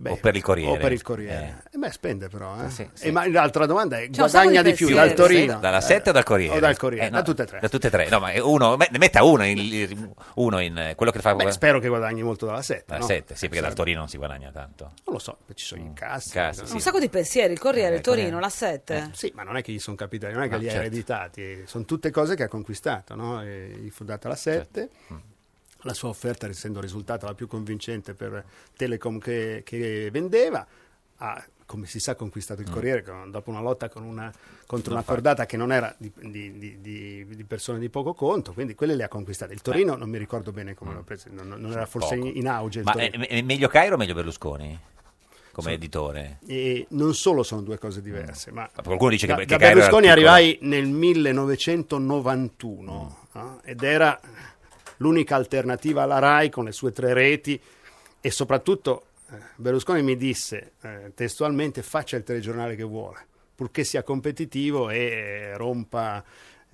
S18: Beh,
S2: o per il Corriere?
S18: O per il
S2: Eh.
S18: Corriere. Eh. beh, spende però. eh.
S2: Sì, sì.
S18: E ma l'altra domanda è:
S3: C'è un
S18: guadagna
S3: sacco di
S18: di più
S3: pensieri.
S18: dal Torino?
S2: Dalla 7 o dal Corriere?
S18: O dal Corriere,
S2: no,
S18: da tutte e tre.
S2: Da tutte e tre. No, ma uno, me- ne metta uno in, uno in eh, quello che fa
S18: Beh, spero che guadagni molto dalla 7.
S2: dalla 7, sì, perché dal Torino non si guadagna tanto.
S18: Non lo so, ci sono gli incassi.
S2: Incassi,
S18: no?
S2: sì.
S3: Un sacco di pensieri, il Corriere, il Torino, la 7.
S18: Eh, Sì, ma non è che gli sono capitati, non è che
S2: No,
S18: li ha
S2: certo.
S18: ereditati, sono tutte cose che ha conquistato. No? E gli fu data la 7,
S2: Certo. Mm.
S18: la sua offerta, essendo risultata la più convincente per Telecom che, che vendeva, ha, come si sa, conquistato il
S2: Mm.
S18: Corriere con- dopo una lotta con una- contro una cordata che non era di, di- di- di- di persone di poco conto, quindi quelle le ha conquistate. Il Torino non mi ricordo bene come l'ho preso, non, non era forse in,
S2: Mm. Poco.
S18: in auge. Il
S2: Ma è,
S18: Torino.
S2: è meglio Cairo o meglio Berlusconi? Come
S18: Sì.
S2: editore?
S18: E non solo sono due cose diverse, ma
S2: Mm. Ma qualcuno dice che-
S18: da,
S2: che
S18: da
S2: Cairo era
S18: Berlusconi
S2: piccolo.
S18: arrivai nel 1991
S2: Mm.
S18: no? ed era l'unica alternativa alla RAI con le sue tre reti e soprattutto eh, Berlusconi mi disse eh, testualmente faccia il telegiornale che vuole, purché sia competitivo e eh, rompa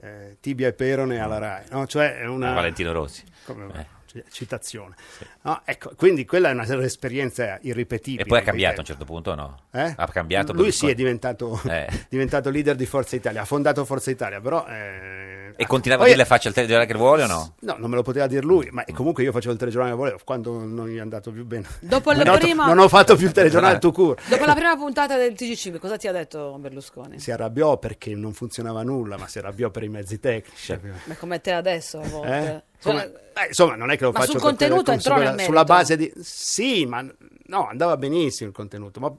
S18: eh, tibia e perone alla RAI. no? Cioè è una...
S2: Mm. Valentino Rossi.
S18: Come-
S2: Eh.
S18: c- Citazione, No, ecco, quindi quella è una esperienza irripetibile.
S2: E poi ha
S18: ripeto.
S2: cambiato a un certo punto, no?
S18: Eh?
S2: Ha cambiato
S18: Lui si
S2: Berlusconi.
S18: è diventato,
S2: Eh.
S18: [laughs] diventato leader di Forza Italia, ha fondato Forza Italia, però... eh,
S2: E continuava
S18: poi-
S2: a dirle faccia il telegiornale che vuole o no?
S18: No, non me lo poteva dire lui,
S2: Mm.
S18: ma comunque io facevo il telegiornale che volevo, quando non gli è andato più bene.
S3: Dopo il
S18: non, ho-
S3: primo-
S18: non ho fatto più il
S2: Eh.
S18: telegiornale tu cur.
S3: Dopo la prima puntata del TG5, cosa ti ha detto Berlusconi?
S18: Si arrabbiò perché non funzionava nulla, ma si arrabbiò per i mezzi tecnici.
S3: Ma come te adesso a volte.
S18: Eh?
S3: Cioè,
S18: Come- eh, insomma, non è che lo
S3: ma
S18: faccio
S3: sul
S18: per
S3: contenuto
S18: Telecom,
S3: entrò
S18: sulla-
S3: nel
S18: sulla
S3: merito.
S18: base di sì, ma no, andava benissimo il contenuto, ma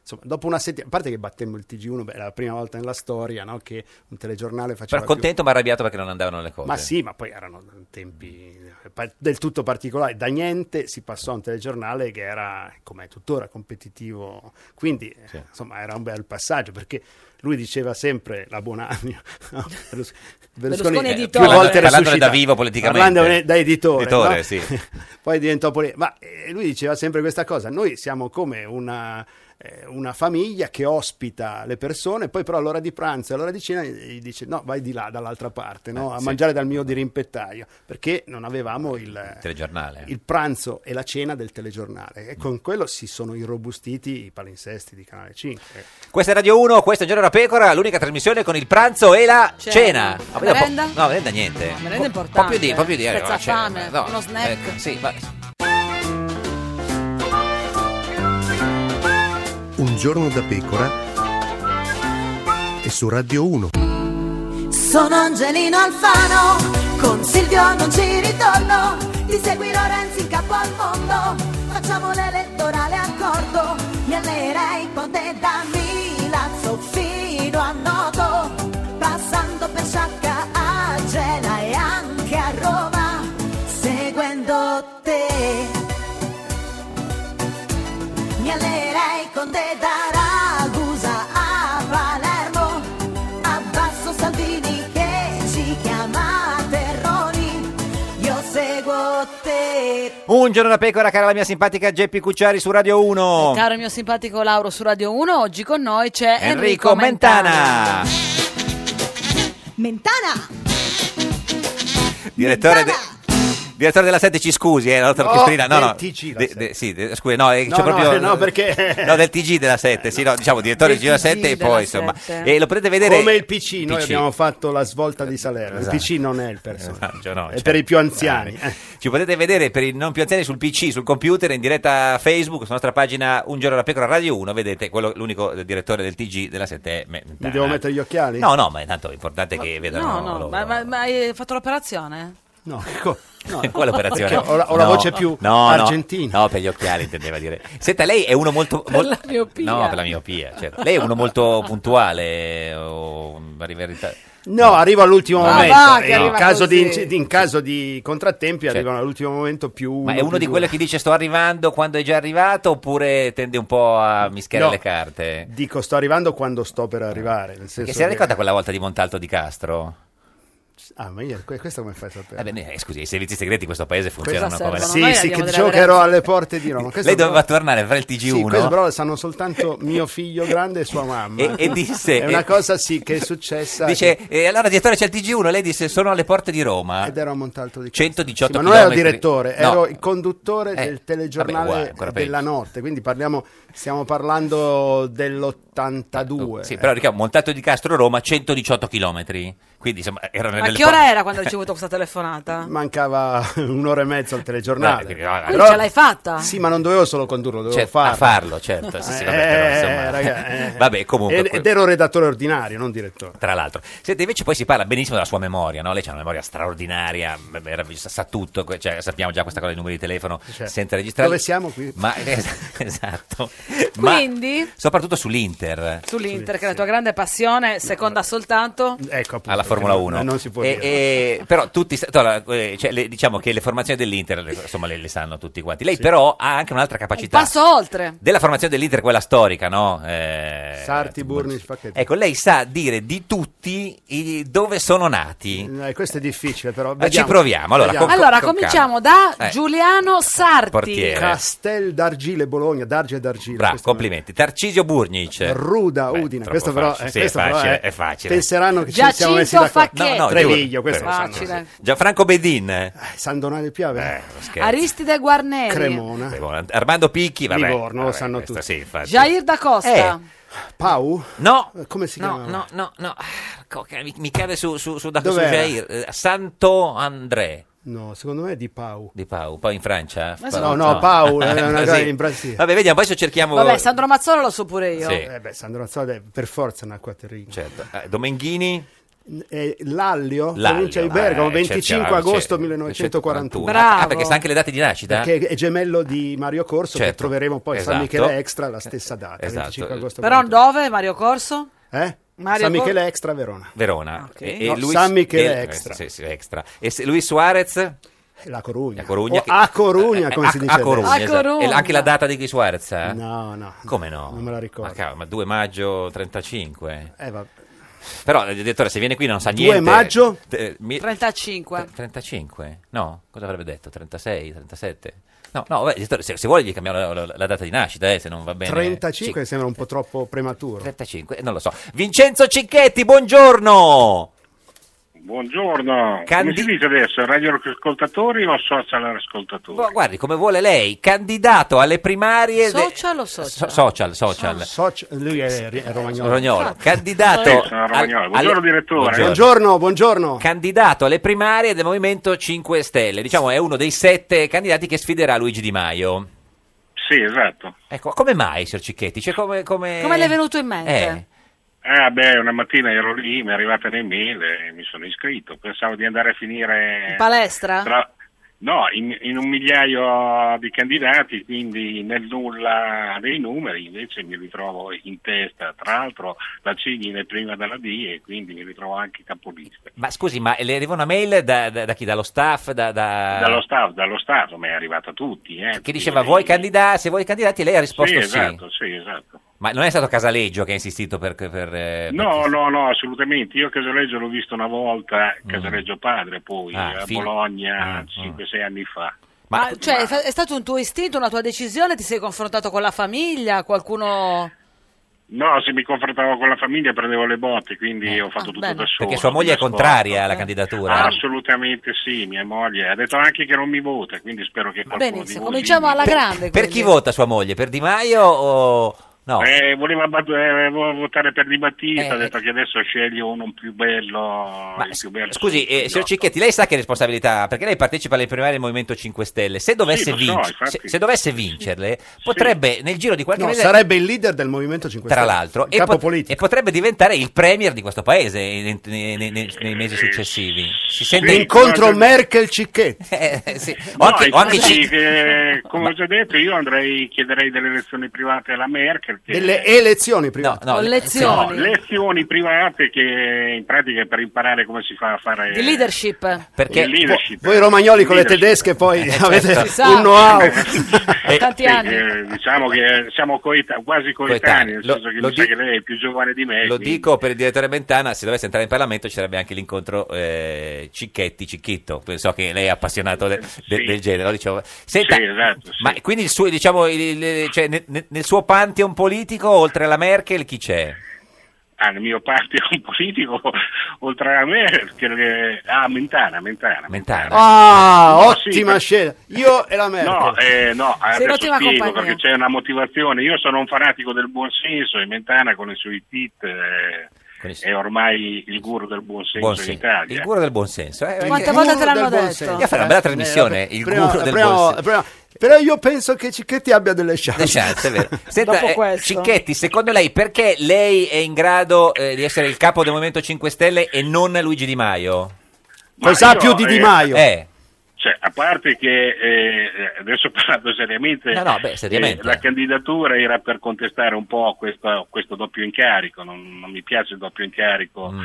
S18: insomma, dopo una settimana, a parte che battemmo il TG1, beh, era la prima volta nella storia, no, che un telegiornale faceva
S2: Però
S18: più-
S2: contento ma arrabbiato perché non andavano le cose.
S18: Ma sì, ma poi erano tempi pa- del tutto particolari. Da niente si passò a un telegiornale che era, come è tuttora, competitivo. Quindi, eh, insomma, era un bel passaggio perché lui diceva sempre la Buonanno. [laughs] no? Berlus-
S3: Berlusconi
S18: più
S3: editore.
S18: volte
S2: Parlandone
S18: resuscita.
S2: da vivo politicamente.
S18: Parlandone da editore.
S2: Editore,
S18: no?
S2: sì.
S18: [laughs] poi diventò politico. Ma eh, lui diceva sempre questa cosa: noi siamo come una, eh, una famiglia che ospita le persone, poi però all'ora di pranzo e all'ora di cena gli dice: No, vai di là dall'altra parte, no?
S2: Eh,
S18: a
S2: sì.
S18: mangiare dal mio dirimpettaio, perché non avevamo il,
S2: Il telegiornale.
S18: il pranzo e la cena del telegiornale. E con quello si sono irrobustiti i palinsesti di Canale 5.
S2: Questa è Radio 1, questo è Un Giorno da Pecora, l'unica trasmissione con il pranzo e la
S3: Cena.
S2: cena. Ma vediamo un po'-
S3: Merenda?
S2: No, merenda niente.
S3: No, merenda è
S2: Po- eh,
S3: importante. eh.
S18: cioè,
S2: Un po' più di... Un po' più di... eh, no,
S3: Spezzafame,
S2: cena, no,
S3: uno snack.
S2: eh, sì, ma-
S14: Un giorno da pecora e su Radio 1.
S20: Sono Angelino Alfano, con Silvio non ci ritorno, ti seguirò Renzi in capo al mondo, facciamo l'elettorale accordo, mi allerei con te da Milazzo fino a Noto, passando per Sciacca a Gela e anche a Roma, seguendo te. Mi allerei con te da Ragusa a Palermo, Abbasso Salvini che ci chiama Terroni, io seguo te.
S18: Eh.
S2: Un giorno da pecora, cara la mia simpatica Geppi Cucciari su Radio 1.
S3: Caro il mio simpatico Lauro su Radio 1, oggi con noi c'è Enrico,
S2: Enrico Mentana,
S20: Mentana!
S2: direttore, de- direttore della 7, ci scusi, eh, la dottor
S18: No,
S2: Costrina, no,
S18: del
S2: no,
S18: TG Oh, la
S2: de- de- sì, de- scusi, no, eh,
S18: No,
S2: c'è
S18: no,
S2: proprio
S18: no, perché-
S2: [laughs] no, del TG della 7, sì, no, diciamo direttore del
S18: Del
S2: TG della
S18: TG
S2: 7 e
S18: della
S2: poi, insomma,
S18: sette.
S2: e lo potete vedere
S18: Come il PC, noi
S2: PC. [laughs]
S18: abbiamo fatto la svolta di Salerno.
S2: Esatto.
S18: Il PC non è il personaggio,
S2: Esatto, no,
S18: è
S2: cioè-
S18: Eh,
S2: eh,
S18: per i più anziani.
S2: Ci potete vedere per i non più anziani sul PC, sul computer, in diretta Facebook, sulla nostra pagina Un giorno alla pecora Radio 1, vedete quello, l'unico direttore del TG della 7 è Mentana.
S18: Mi devo mettere gli occhiali?
S2: Eh, No, no, ma intanto è importante che vedano
S3: No, no,
S2: loro.
S3: ma, ma- ma hai fatto l'operazione?
S18: No,
S2: [laughs] Quale operazione?
S18: Ho la- ho la voce più
S2: argentina. No, per gli occhiali intendeva dire. Senta, lei è uno molto... mol-
S3: la miopia.
S2: No, per la miopia, certo. Lei è uno molto puntuale, o... in verità-
S18: No, arrivo all'ultimo
S2: Ah,
S18: momento.
S2: va, che
S18: E in,
S2: arriva
S18: caso di,
S2: così.
S18: inc- di- in caso di contrattempi arrivano all'ultimo momento più uno.
S2: Ma è uno
S18: più
S2: di
S18: due.
S2: quelli che dice sto arrivando quando è già arrivato oppure tende un po' a mischiare
S18: No.
S2: le carte?
S18: Dico, sto arrivando quando sto per arrivare. Nel senso
S2: Che se la
S18: che-
S2: ricorda quella volta di Montalto di Castro?
S18: Ah, ma io, que- questo come fai a sapere?
S2: Eh, beh, eh, scusi, i servizi segreti in questo paese funzionano
S18: Questa
S2: come
S18: servono. Sì, sì, che dicevo che ero alle porte di Roma. Questo
S2: Lei doveva
S18: però-
S2: tornare fra il
S18: Sì, questo
S2: TG1
S18: però lo sanno soltanto mio figlio grande e sua
S2: [laughs]
S18: mamma.
S2: E- e disse-
S18: È una
S2: e-
S18: cosa sì che è successa.
S2: Dice,
S18: che-
S2: e allora direttore c'è il TG1, lei disse sono alle porte di Roma.
S18: Ed ero a Montalto di Castro.
S2: 118
S18: Sì, ma non ero
S2: Ah. chilometri.
S18: direttore,
S2: No.
S18: ero il conduttore
S2: Eh,
S18: del
S2: vabbè, uguale,
S18: telegiornale
S2: ancora
S18: della
S2: peggio.
S18: notte, quindi parliamo, stiamo parlando dell'82.
S2: Eh, Sì, però ricordo, Montalto di Castro Roma 118 km. Quindi insomma erano
S3: Ma
S2: nelle
S3: che ora
S2: porte-
S3: era quando
S2: [laughs]
S3: hai ricevuto questa
S18: [laughs]
S3: telefonata?
S18: Mancava un'ora e mezza al telegiornale.
S2: No, perché- no,
S3: Quindi ce l'hai fatta?
S18: Sì, ma non dovevo solo condurlo, dovevo
S2: Certo,
S18: farlo. Eh,
S2: a farlo, certo, sì, sì, vabbè, però, insomma. [laughs] Vabbè, comunque,
S18: Ed,
S2: que-
S18: ed ero redattore ordinario, non direttore.
S2: Tra l'altro, senti, invece poi si parla benissimo della sua memoria, no? Lei ha una memoria straordinaria, meravigliosa, sa tutto, cioè, sappiamo già questa cosa dei numeri di telefono
S18: Cioè,
S2: senza registrare.
S18: dove siamo qui?
S2: Ma, [laughs] es- esatto.
S3: Quindi?
S2: Ma, soprattutto sull'Inter.
S3: Sull'Inter, che è la tua grande passione, seconda soltanto.
S18: Ecco,
S2: alla Formula 1
S18: non si può
S2: E-
S18: dire.
S2: e- però tutti sa- allora, eh, cioè, le- diciamo che le formazioni dell'Inter le- insomma le, le sanno tutti quanti lei
S18: Sì.
S2: però ha anche un'altra capacità
S3: Passo oltre.
S2: della formazione dell'Inter quella storica no? Eh,
S18: Sarti, Burni, Spacchetti.
S2: ecco lei sa dire di tutti i- dove sono nati
S18: Eh, questo è difficile, però.
S2: Ma Ah, ci proviamo, allora, con-
S3: Allora,
S2: con
S3: cominciamo
S2: calma.
S3: da
S2: Eh.
S3: Giuliano Sarti.
S2: Portiere.
S18: Castel d'Argile, Bologna, d'Argile d'Argile.
S2: bravo
S18: questo-
S2: complimenti Tarcisio Burnic
S18: Ruda,
S2: Beh,
S18: Udine.
S2: troppo
S18: Questo però,
S2: facile.
S18: eh,
S2: Sì,
S18: questo
S2: è
S18: però
S2: facile,
S18: eh,
S2: è facile.
S18: Penseranno che ci
S3: Giacinto
S18: siamo messi d'accordo.
S3: Facchetti. No, no,
S18: Treviglio,
S2: giuro,
S18: questo lo sanno.
S3: Facile.
S2: Gianfranco Bedin eh,
S18: San Donato di Piave.
S2: scherzo.
S3: Aristide Guarneri.
S18: Cremona.
S2: Armando Picchi vabbè,
S18: Livorno, lo
S2: vabbè,
S18: sanno
S2: questo
S18: tutti.
S2: sì, infatti.
S3: Jair da Costa.
S18: Pau?
S2: Eh.
S18: Eh,
S2: No.
S18: Come si
S2: No,
S18: chiama?
S2: no, no, no. Ah, co- che Mi, mi cade su, su, su, da- su
S18: Dov'era?
S2: Jair. Eh, Santo André
S18: No, secondo me è di Pau.
S2: di Pau, poi in Francia.
S18: Ma no, no,
S2: [laughs]
S18: Pau, è una cosa
S2: Sì.
S18: in Brasile.
S2: Vabbè, vediamo, poi se cerchiamo...
S3: Vabbè, Sandro Mazzolo lo so pure io.
S2: Sì.
S18: Eh beh, Sandro Mazzola è per forza una quatterina.
S2: Certo. Eh, Domenghini,
S18: Eh, L'Allio,
S2: L'Allio,
S18: provincia di
S2: eh,
S18: Bergamo, 25
S2: cerchiamo,
S18: agosto
S2: sì,
S18: 1941.
S2: Ah, perché sa anche le date di nascita?
S18: Perché è gemello di Mario Corso, che
S2: Certo.
S18: troveremo poi a
S2: Esatto.
S18: San Michele Extra la stessa data,
S2: Esatto.
S18: 25 agosto.
S3: Però dove? Mario Corso?
S18: Eh?
S3: Mario
S18: San
S3: Cor-
S18: Michele Extra Verona.
S2: Verona.
S18: Ah, No, San Michele
S2: eh,
S18: Extra.
S2: sì, sì, extra. E se- Luis Suarez?
S18: E La Corugna.
S2: La Corugna,
S18: O
S2: che-
S18: a Corugna, come
S2: Eh,
S18: si
S2: a-
S18: dice.
S2: A Corugna,
S18: adesso.
S2: esatto. E anche la data di Suarez? eh?
S18: No, no.
S2: Come no?
S18: Non me la ricordo.
S2: Ma, cavolo, ma 2 maggio 35.
S18: Eh, vabbè.
S2: Però, eh, direttore, se viene qui non sa
S18: 2
S2: niente.
S18: maggio?
S2: Te- eh, mi-
S3: 35.
S2: 35? No, cosa avrebbe detto? 36, 37? No, no, vabbè, direttore, se, se vuole gli cambiamo la, la- la data di nascita, eh, se non va bene.
S18: 35 sembra un po' troppo prematuro.
S2: 35, non lo so. Vincenzo Cicchetti, buongiorno!
S21: Buongiorno,
S2: Candi-
S21: come si dice adesso? Radioascoltatori o social ascoltatori?
S2: Bu- Guardi, come vuole lei, candidato alle primarie... de-
S3: Social o social?
S2: so- social, social.
S18: Soci- Ah, lui è, è romagnolo.
S2: Rognolo, candidato...
S21: Sì, sono Rognolo. Buongiorno, direttore.
S18: Buongiorno, buongiorno.
S2: Candidato alle primarie del Movimento 5 Stelle. Diciamo, è uno dei sette candidati che sfiderà Luigi Di Maio.
S21: Sì, esatto.
S2: Ecco, come mai, signor Cicchetti? Cioè, come, come...
S3: Come le è venuto in mente?
S2: Eh.
S21: Ah beh, una mattina ero lì, mi è arrivata le mail e mi sono iscritto. Pensavo di andare a finire...
S2: Eh.
S3: In palestra?
S21: tra- No, in, in un migliaio di candidati, quindi nel nulla dei numeri, invece mi ritrovo in testa. Tra l'altro la C viene prima della D e quindi mi ritrovo anche capolista.
S2: Ma scusi, ma le arriva una mail da, da- da chi? Dallo staff? Da, da-
S21: Dallo staff, dallo staff, ma è arrivata a tutti. Eh.
S2: Eh. Che diceva vuoi candidarsi, se vuoi candidarti, lei ha risposto sì.
S21: Sì, esatto, sì, esatto.
S2: Ma non è stato Casaleggio che ha insistito per... per, eh,
S21: No, no, no, assolutamente. Io Casaleggio l'ho visto una volta, eh, Casaleggio padre poi,
S2: Mm. Ah,
S21: a
S2: figlio.
S21: Bologna, 5-6 anni fa.
S3: Ma, cioè, è fa- è stato un tuo istinto, una tua decisione? Ti sei confrontato con la famiglia? Qualcuno...
S21: No, se mi confrontavo con la famiglia prendevo le botte, quindi ho fatto tutto
S3: ah, bene.
S21: da solo.
S2: Eh, Perché sua moglie è
S21: Trasporto.
S2: contraria
S18: eh.
S2: eh. alla candidatura.
S18: Ah,
S21: Assolutamente sì, mia moglie ha detto anche che non mi vota, quindi spero che qualcuno di
S3: Benissimo,
S21: voi
S3: cominciamo
S21: mi-
S3: alla grande.
S2: Per chi vota sua moglie? Per Di Maio o... No. Eh.
S21: Eh, voleva, bat- eh, voleva votare per Di Battista, ha detto che adesso sceglie uno più bello, il più bello
S2: Scusi, eh, signor Cicchetti, lei sa che responsabilità ha, perché lei partecipa alle primarie del Movimento 5 Stelle. Se dovesse,
S18: lo so,
S2: vinc-
S18: infatti.
S2: se, se dovesse vincerle, potrebbe nel giro di qualche
S18: No,
S2: mese...
S18: sarebbe il leader del Movimento 5
S2: tra
S18: Stelle.
S2: l'altro,
S18: Il capo
S2: pot-
S18: politico.
S2: e potrebbe diventare il premier di questo paese in- nei, nei- nei- nei mesi successivi. Si sente
S18: Incontro Merkel
S2: [laughs]
S18: Cicchetti.
S2: Eh,
S21: No,
S2: o anche- o anche
S21: infatti,
S2: ci-
S21: eh, come ho già detto, io andrei, chiederei delle elezioni private alla Merkel. Che...
S18: Delle elezioni private.
S21: No, no, lezioni private che in pratica è per imparare come si fa a fare
S3: Di leadership.
S21: Perché- Il leadership.
S18: Voi romagnoli con le tedesche poi avete
S21: certo. Si sa.
S18: un know-how.
S21: Eh,
S3: tanti
S21: sì,
S3: anni.
S21: eh, diciamo che siamo coeta- quasi coetanei,
S2: Coetanei.
S21: nel
S2: Lo-
S21: senso che
S2: lo
S21: mi sa
S2: di-
S21: che lei è più giovane di me.
S2: Lo
S21: Eh, quindi-
S2: dico per il direttore Mentana, se dovesse entrare in Parlamento ci sarebbe anche l'incontro eh, Cicchetti-Cicchitto, so che lei è appassionato de- de- del genere, lo dicevo. Senta,
S21: Sì, esatto,
S2: ma quindi il suo, diciamo, il- il- cioè, ne- ne- nel, suo pantheon politico, oltre alla Merkel, chi c'è?
S21: Ah, nel mio un [laughs] politico, oltre a me, che, ah, Mentana, Mentana. Mentana.
S18: Ah,
S21: No, sì,
S18: ottima
S2: eh.
S21: per-
S18: scelta. Io e la Merkel.
S21: No, eh, no
S18: Sei
S21: adesso
S18: un'ottima
S21: spiego
S18: compagnia.
S21: perché c'è una motivazione. Io sono un fanatico del buon senso e Mentana con i suoi tit eh, è ormai il guru del buon senso
S2: Buon
S21: in
S2: senso.
S21: Italia.
S2: Il guru del buonsenso. Eh,
S3: Quante
S18: Il
S3: volte
S18: guru
S3: te l'hanno
S18: del buon
S3: detto?
S18: senso.
S2: Io farei una bella trasmissione, il
S18: Prima-
S2: guru del
S18: prima-
S2: buon senso.
S18: prima- Però io penso che Cicchetti abbia delle chance.
S2: Le chance, è vero. Senta,
S18: Dopo
S2: eh,
S18: questo.
S2: Cicchetti, secondo lei perché lei è in grado eh, di essere il capo del Movimento 5 Stelle e non Luigi Di Maio?
S21: Ma Poi sa io, più di Di eh, Maio.
S2: Eh,
S21: Cioè, a parte che eh, adesso parlando seriamente, eh,
S2: No, no, beh, seriamente.
S21: la candidatura era per contestare un po' questo, questo doppio incarico. Non, non mi piace il doppio incarico
S2: Mm.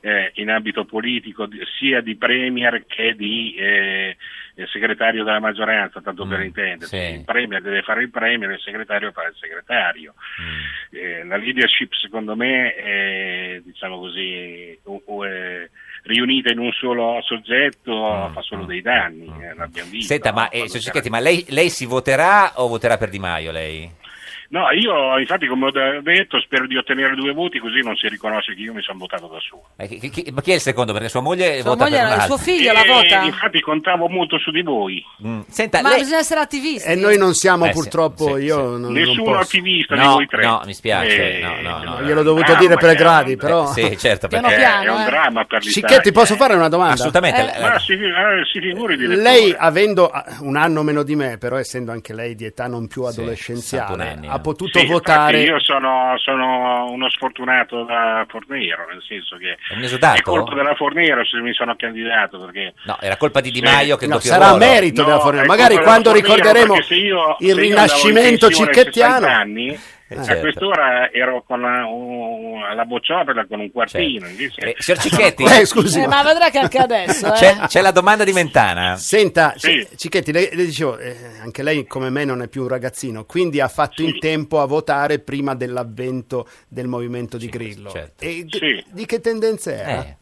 S21: eh, in ambito politico, di- sia di Premier che di eh, eh, segretario della maggioranza, tanto per intendersi.
S2: Mm, sì.
S21: Il Premier deve fare il Premier, il segretario fa il segretario.
S2: Mm.
S21: Eh, la leadership, secondo me, è diciamo così, o- o è riunita in un solo
S2: Mm,
S21: soggetto fa solo dei danni, eh, l'abbiamo visto.
S2: Senta, ma, eh, signor Cicchetti, ma lei, lei si voterà o voterà per Di Maio lei?
S21: No, io infatti, come ho da- detto, spero di ottenere due voti, così non si riconosce che io mi sono votato da solo.
S2: Eh, chi, chi- ma chi è il secondo? Perché sua moglie
S3: Sua
S2: vota
S3: moglie,
S2: per un
S3: il suo
S2: altro.
S3: figlio la
S21: Eh,
S3: vota?
S21: Infatti, contavo molto su di voi.
S2: Mm, Senta,
S3: Ma
S2: lei-
S3: bisogna essere attivisti.
S18: E noi non siamo
S2: Eh, sì,
S18: purtroppo, io non- non
S21: Nessuno
S18: posso.
S21: attivista di
S2: No,
S21: voi tre.
S2: no, mi spiace.
S21: Eh,
S2: no, no, no,
S18: Gliel'ho
S2: no.
S21: Ah,
S18: dovuto dire per gradi, però...
S2: Eh, sì, certo, perché
S21: è
S3: eh.
S21: un dramma per eh. l'Italia.
S18: Cicchetti, posso fare una domanda?
S2: Assolutamente.
S21: Eh, ma si, eh, si figuri di
S18: Lei, avendo ah, un anno meno di me, però essendo anche lei di età non più adolescenziale, ha potuto
S21: Sì,
S18: votare...
S21: infatti Io sono, sono uno sfortunato da Fornero, nel senso che
S2: un oh? esodato?
S21: è colpa della Fornero se mi sono candidato. Perché
S2: No, era colpa di Di Maio che
S18: No,
S2: doppio
S18: sarà
S2: ruolo.
S18: merito della Fornero.
S21: Eh, è
S18: Magari
S21: colpa della
S18: quando
S21: Fornero,
S18: ricorderemo
S21: perché se io-
S18: il
S21: se io andavo in
S18: rinascimento
S21: pensione a
S18: cicchettiano.
S21: 60 anni,
S18: Eh,
S21: a
S18: certo.
S21: quest'ora ero con la, un- alla bocciopera con un quartino. invece-
S2: Certo. Signor
S21: [laughs]
S2: Cicchetti,
S3: Eh, ma vedrà che anche
S18: [laughs]
S3: adesso, eh.
S2: c'è, c'è la domanda di Mentana.
S18: Senta, Ci- Cicchetti, le, le dicevo, eh, anche lei come me non è più un ragazzino, quindi ha fatto in tempo a votare prima dell'avvento del movimento di Grillo.
S2: certo.
S21: Eh,
S18: Eh. E d- di che tendenze era?
S2: Eh.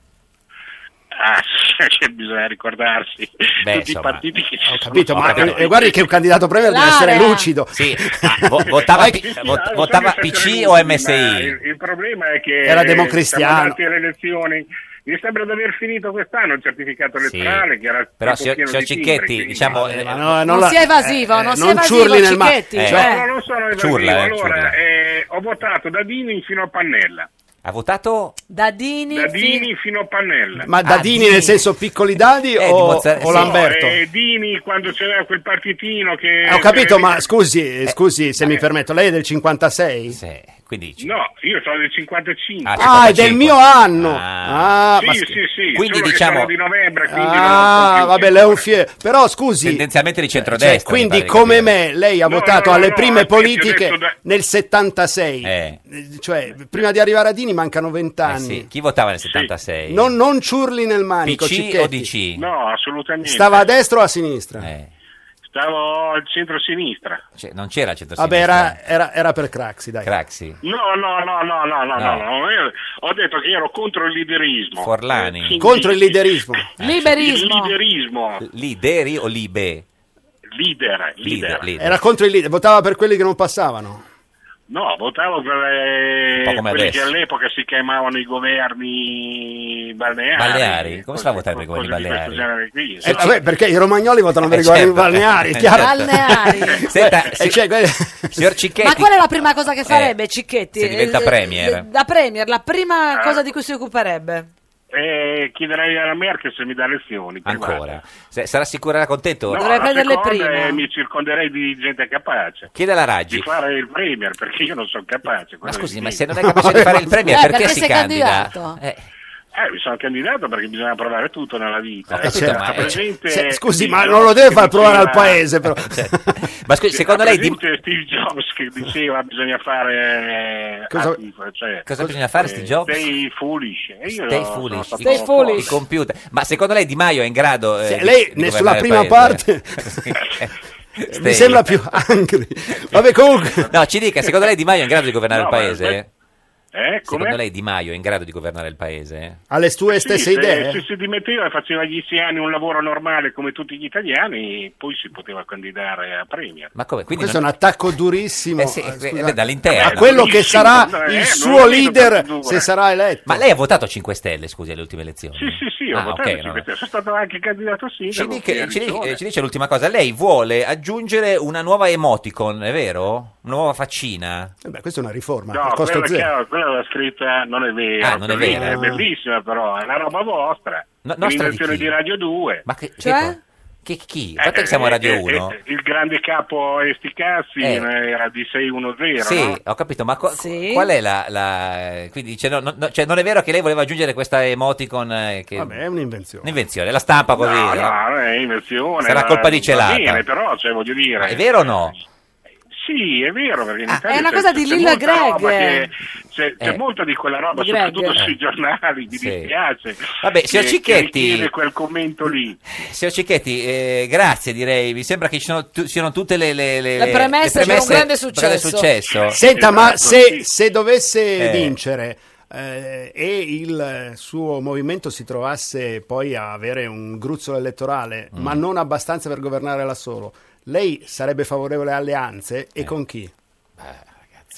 S21: Ah, [laughs] che bisogna ricordarsi tutti
S18: insomma,
S21: i partiti che ci sono.
S18: Capito? Ma eh, guardi che un candidato premier deve essere
S21: L'area.
S18: lucido.
S2: Sì, ma vo- votava, P-
S21: diciamo,
S2: vo-
S21: Ah,
S2: votava PC o
S21: Ma
S2: MSI?
S21: Il, il problema è che
S18: Era
S21: eh,
S18: democristiano.
S21: siamo andati alle elezioni. Mi sembra di aver finito quest'anno il certificato elettorale che era
S2: Però,
S21: tipo
S2: signor,
S21: pieno
S2: signor
S21: di
S2: Cicchetti,
S21: timbri, quindi-
S2: diciamo... eh,
S3: non la- sia evasivo, non sia evasivo,
S18: eh, ciurli nel ma-
S3: Cicchetti, cioè.
S18: eh.
S21: No, no, non sono evasivo.
S2: Ciurla, eh,
S21: allora,
S2: ciurla.
S21: eh, ho votato da Dini fino a Pannella.
S2: Ha votato?
S3: Dadini,
S21: Dadini fino a Pannella.
S18: Ma
S2: Ah,
S18: dadini nel senso piccoli dadi
S21: Eh, di
S18: o,
S21: mozzare-
S18: o
S21: sì.
S18: Lamberto?
S21: No, eh, Dini quando c'era quel partitino che...
S18: Eh, ho capito,
S21: eh,
S18: ma scusi, eh, scusi se mi permetto, lei è del 56?
S2: Sì, quindi...
S21: No, io sono del 55.
S18: Ah, è del mio anno! Ah,
S21: sì,
S18: ma-
S21: sì, sì,
S2: Quindi
S21: solo che
S2: diciamo-
S21: sono di novembre, quindi
S18: Ah,
S21: non
S18: vabbè, lei è un fiero. Però scusi,
S2: Tendenzialmente di
S18: cioè,
S2: centrodestra. mi
S18: quindi
S2: pare di
S18: come me, lei ha
S21: No,
S18: votato
S21: no, no,
S18: alle
S21: no,
S18: prime
S21: aspetti, ho detto
S18: politiche
S21: da-
S18: nel 76.
S2: Eh.
S18: Eh, Cioè, prima di arrivare a Dini mancano
S2: capire. Eh
S18: vent'anni.
S2: sì, chi votava nel 76?
S18: Non, non ciurli nel manico,
S2: PC o
S18: Cicchetti.
S2: DC?
S21: No, assolutamente.
S18: Stava a destra o a sinistra?
S2: Eh,
S21: Stavo al centro-sinistra.
S2: Cioè, non c'era il centrosinistra.
S18: Vabbè, era, era- era per Craxi, dai.
S2: Craxi.
S21: No, no, no, no, no, no,
S2: No.
S21: no, no. Io ho detto che ero contro il liderismo.
S2: Forlani.
S21: Eh, quindi-
S18: Ah, Contro il liderismo.
S2: Ah, cioè,
S21: Il liderismo.
S2: Lideri o Libe?
S21: Leader, leader.
S18: Era contro il leader, votava per quelli che non passavano.
S21: No, votavo per eh,
S2: Un po' come
S21: quelli
S2: adesso.
S21: che all'epoca si chiamavano i governi balneari.
S2: Balneari? Come si fa a votare per i
S21: Cose
S2: governi
S21: Ah, di questo
S2: balneari?
S21: genere qui.
S18: Eh, vabbè, perché i romagnoli votano per i
S2: Eh,
S18: governi
S2: certo.
S18: balneari, è chiaro.
S3: balneari.
S2: Senta,
S18: Eh, cioè, quelli-
S2: Signor Cicchetti,
S3: Ma qual è la prima cosa che farebbe Cicchetti?
S2: se diventa
S3: Eh,
S2: premier.
S3: eh, Da Premier, la prima cosa di cui si occuperebbe.
S21: Eh, chiederei alla Merkel se mi dà lezioni.
S2: ancora. Se- sarà sicura contento?
S21: No, la seconda è Mi circonderei di gente capace.
S2: Chiede alla Raggi.
S21: Di fare il premier, perché io non sono capace.
S2: Ma
S21: quello
S2: scusi,
S21: è
S2: ma
S21: il
S2: se non
S21: tema.
S2: è capace di fare il premier,
S3: [laughs] Eh,
S2: perché,
S3: perché
S2: si
S3: sei
S2: candida?
S3: candidato.
S2: Eh,
S21: Eh, mi sono candidato perché bisogna provare tutto nella vita. Certo,
S2: Ho capito,
S21: Sta
S2: ma- eh,
S21: presente
S18: Se- scusi,
S21: Steve
S18: ma
S21: Jobs
S18: non lo deve
S21: che
S18: far provare al
S21: diceva-
S18: paese,
S21: [laughs]
S18: però.
S2: Certo. Ma scusi,
S21: Sì,
S2: secondo
S21: ha
S2: lei di-
S21: presente Steve Jobs che diceva bisogna fare eh,
S2: Cosa-
S21: attivo, cioè,
S2: cosa bisogna fare,
S21: eh,
S2: Steve Jobs?
S21: Stay foolish. E io
S2: Stay
S21: sono
S2: foolish,
S21: stato
S2: stay
S21: fuori.
S2: foolish. I computer. Ma secondo lei Di Maio è in grado eh,
S18: Se
S2: di-
S18: Cioè, lei
S2: di
S18: ne-
S2: governare
S18: sulla
S2: il
S18: prima
S2: paese?
S18: parte
S2: [laughs] Stay.
S18: [laughs] mi sembra più angry. Vabbè, comunque.
S2: No, ci dica, secondo lei Di Maio è in grado di governare
S18: No,
S2: il
S18: ma-
S2: paese?
S21: Eh,
S2: Secondo
S21: com'è?
S2: lei Di Maio è in grado di governare il paese?
S18: Alle sue
S21: Sì,
S18: stesse
S21: se-
S18: idee?
S21: Se si dimetteva e faceva dieci anni un lavoro normale come tutti gli italiani, poi si poteva candidare a premier.
S2: Ma come? Quindi
S18: Questo
S2: non-
S18: è un attacco durissimo
S2: Eh sì,
S18: eh,
S2: eh,
S18: scusa,
S2: dall'interno.
S18: a quello che
S21: Durissimo,
S18: sarà
S21: eh,
S18: il
S21: non
S18: suo
S21: lo vedo tanto
S18: leader
S21: duro,
S18: se
S21: eh.
S18: sarà eletto.
S2: Ma lei ha votato 5 Stelle, scusi, alle ultime elezioni?
S21: Sì, sì, sì, ho
S2: Ah,
S21: votato
S2: ok,
S21: in
S2: no, no.
S21: cinque- sono stato anche candidato a
S2: Ci,
S21: sindaco. qui a
S2: dica- eh, ci dica-
S21: Riccione.
S2: ci dice l'ultima cosa, lei vuole aggiungere una nuova emoticon, è vero? Una nuova faccina?
S18: Eh beh, questa è una riforma,
S21: No,
S18: a costo
S21: quella,
S18: zero.
S21: chiaro, quella l'ha scritta, non è vero.
S2: Ah, non è
S21: quella
S2: vera.
S21: È bellissima però, è una roba vostra.
S2: No-
S21: La
S2: nostra di
S21: L'inversione
S2: chi?
S21: di, Radio 2.
S2: Ma che,
S18: Cioè?
S21: Cioè?
S2: che, che- chi?
S21: Eh,
S2: A parte che siamo a Radio 1.
S21: il grande capo Esticazzi
S2: Eh.
S21: era di 610,
S2: Sì,
S21: no?
S2: ho capito, ma co- qual è la... la- quindi dice, no, no, no, cioè, non è vero che lei voleva aggiungere questa emoticon eh, che...
S18: Vabbè, è un'invenzione.
S2: Un'invenzione, la stampa così.
S21: No,
S2: no?
S21: Ah, no, non è inversione.
S2: Sarà
S21: ma-
S2: colpa di Celata.
S21: Va bene, però, cioè, voglio dire...
S2: Ma è vero o no?
S21: Sì, è vero, perché in
S2: Ah,
S21: Italia
S3: è una
S21: c'è-
S3: cosa di
S21: c'è
S3: Lilla
S21: molta
S3: Greg.
S21: roba che- C'è, c'è
S2: Eh.
S21: molta di quella roba,
S3: Di Greg.
S21: soprattutto
S2: Eh.
S21: sui giornali, mi
S2: Sì.
S21: dispiace.
S2: Vabbè, signor
S21: che-
S2: Cicchetti-
S21: Che richiede quel commento lì.
S2: Signor Cicchetti, eh, grazie direi, mi sembra che ci sono tu- siano tutte le, le, le-
S3: Le premesse per un grande successo.
S2: successo.
S18: Senta, ma
S21: Esatto,
S18: se, se dovesse
S2: Eh.
S18: vincere eh, e il suo movimento si trovasse poi a avere un gruzzolo elettorale, ma
S2: Mm.
S18: non abbastanza per governare da solo, lei sarebbe favorevole alle alleanze
S2: Eh.
S18: e con chi?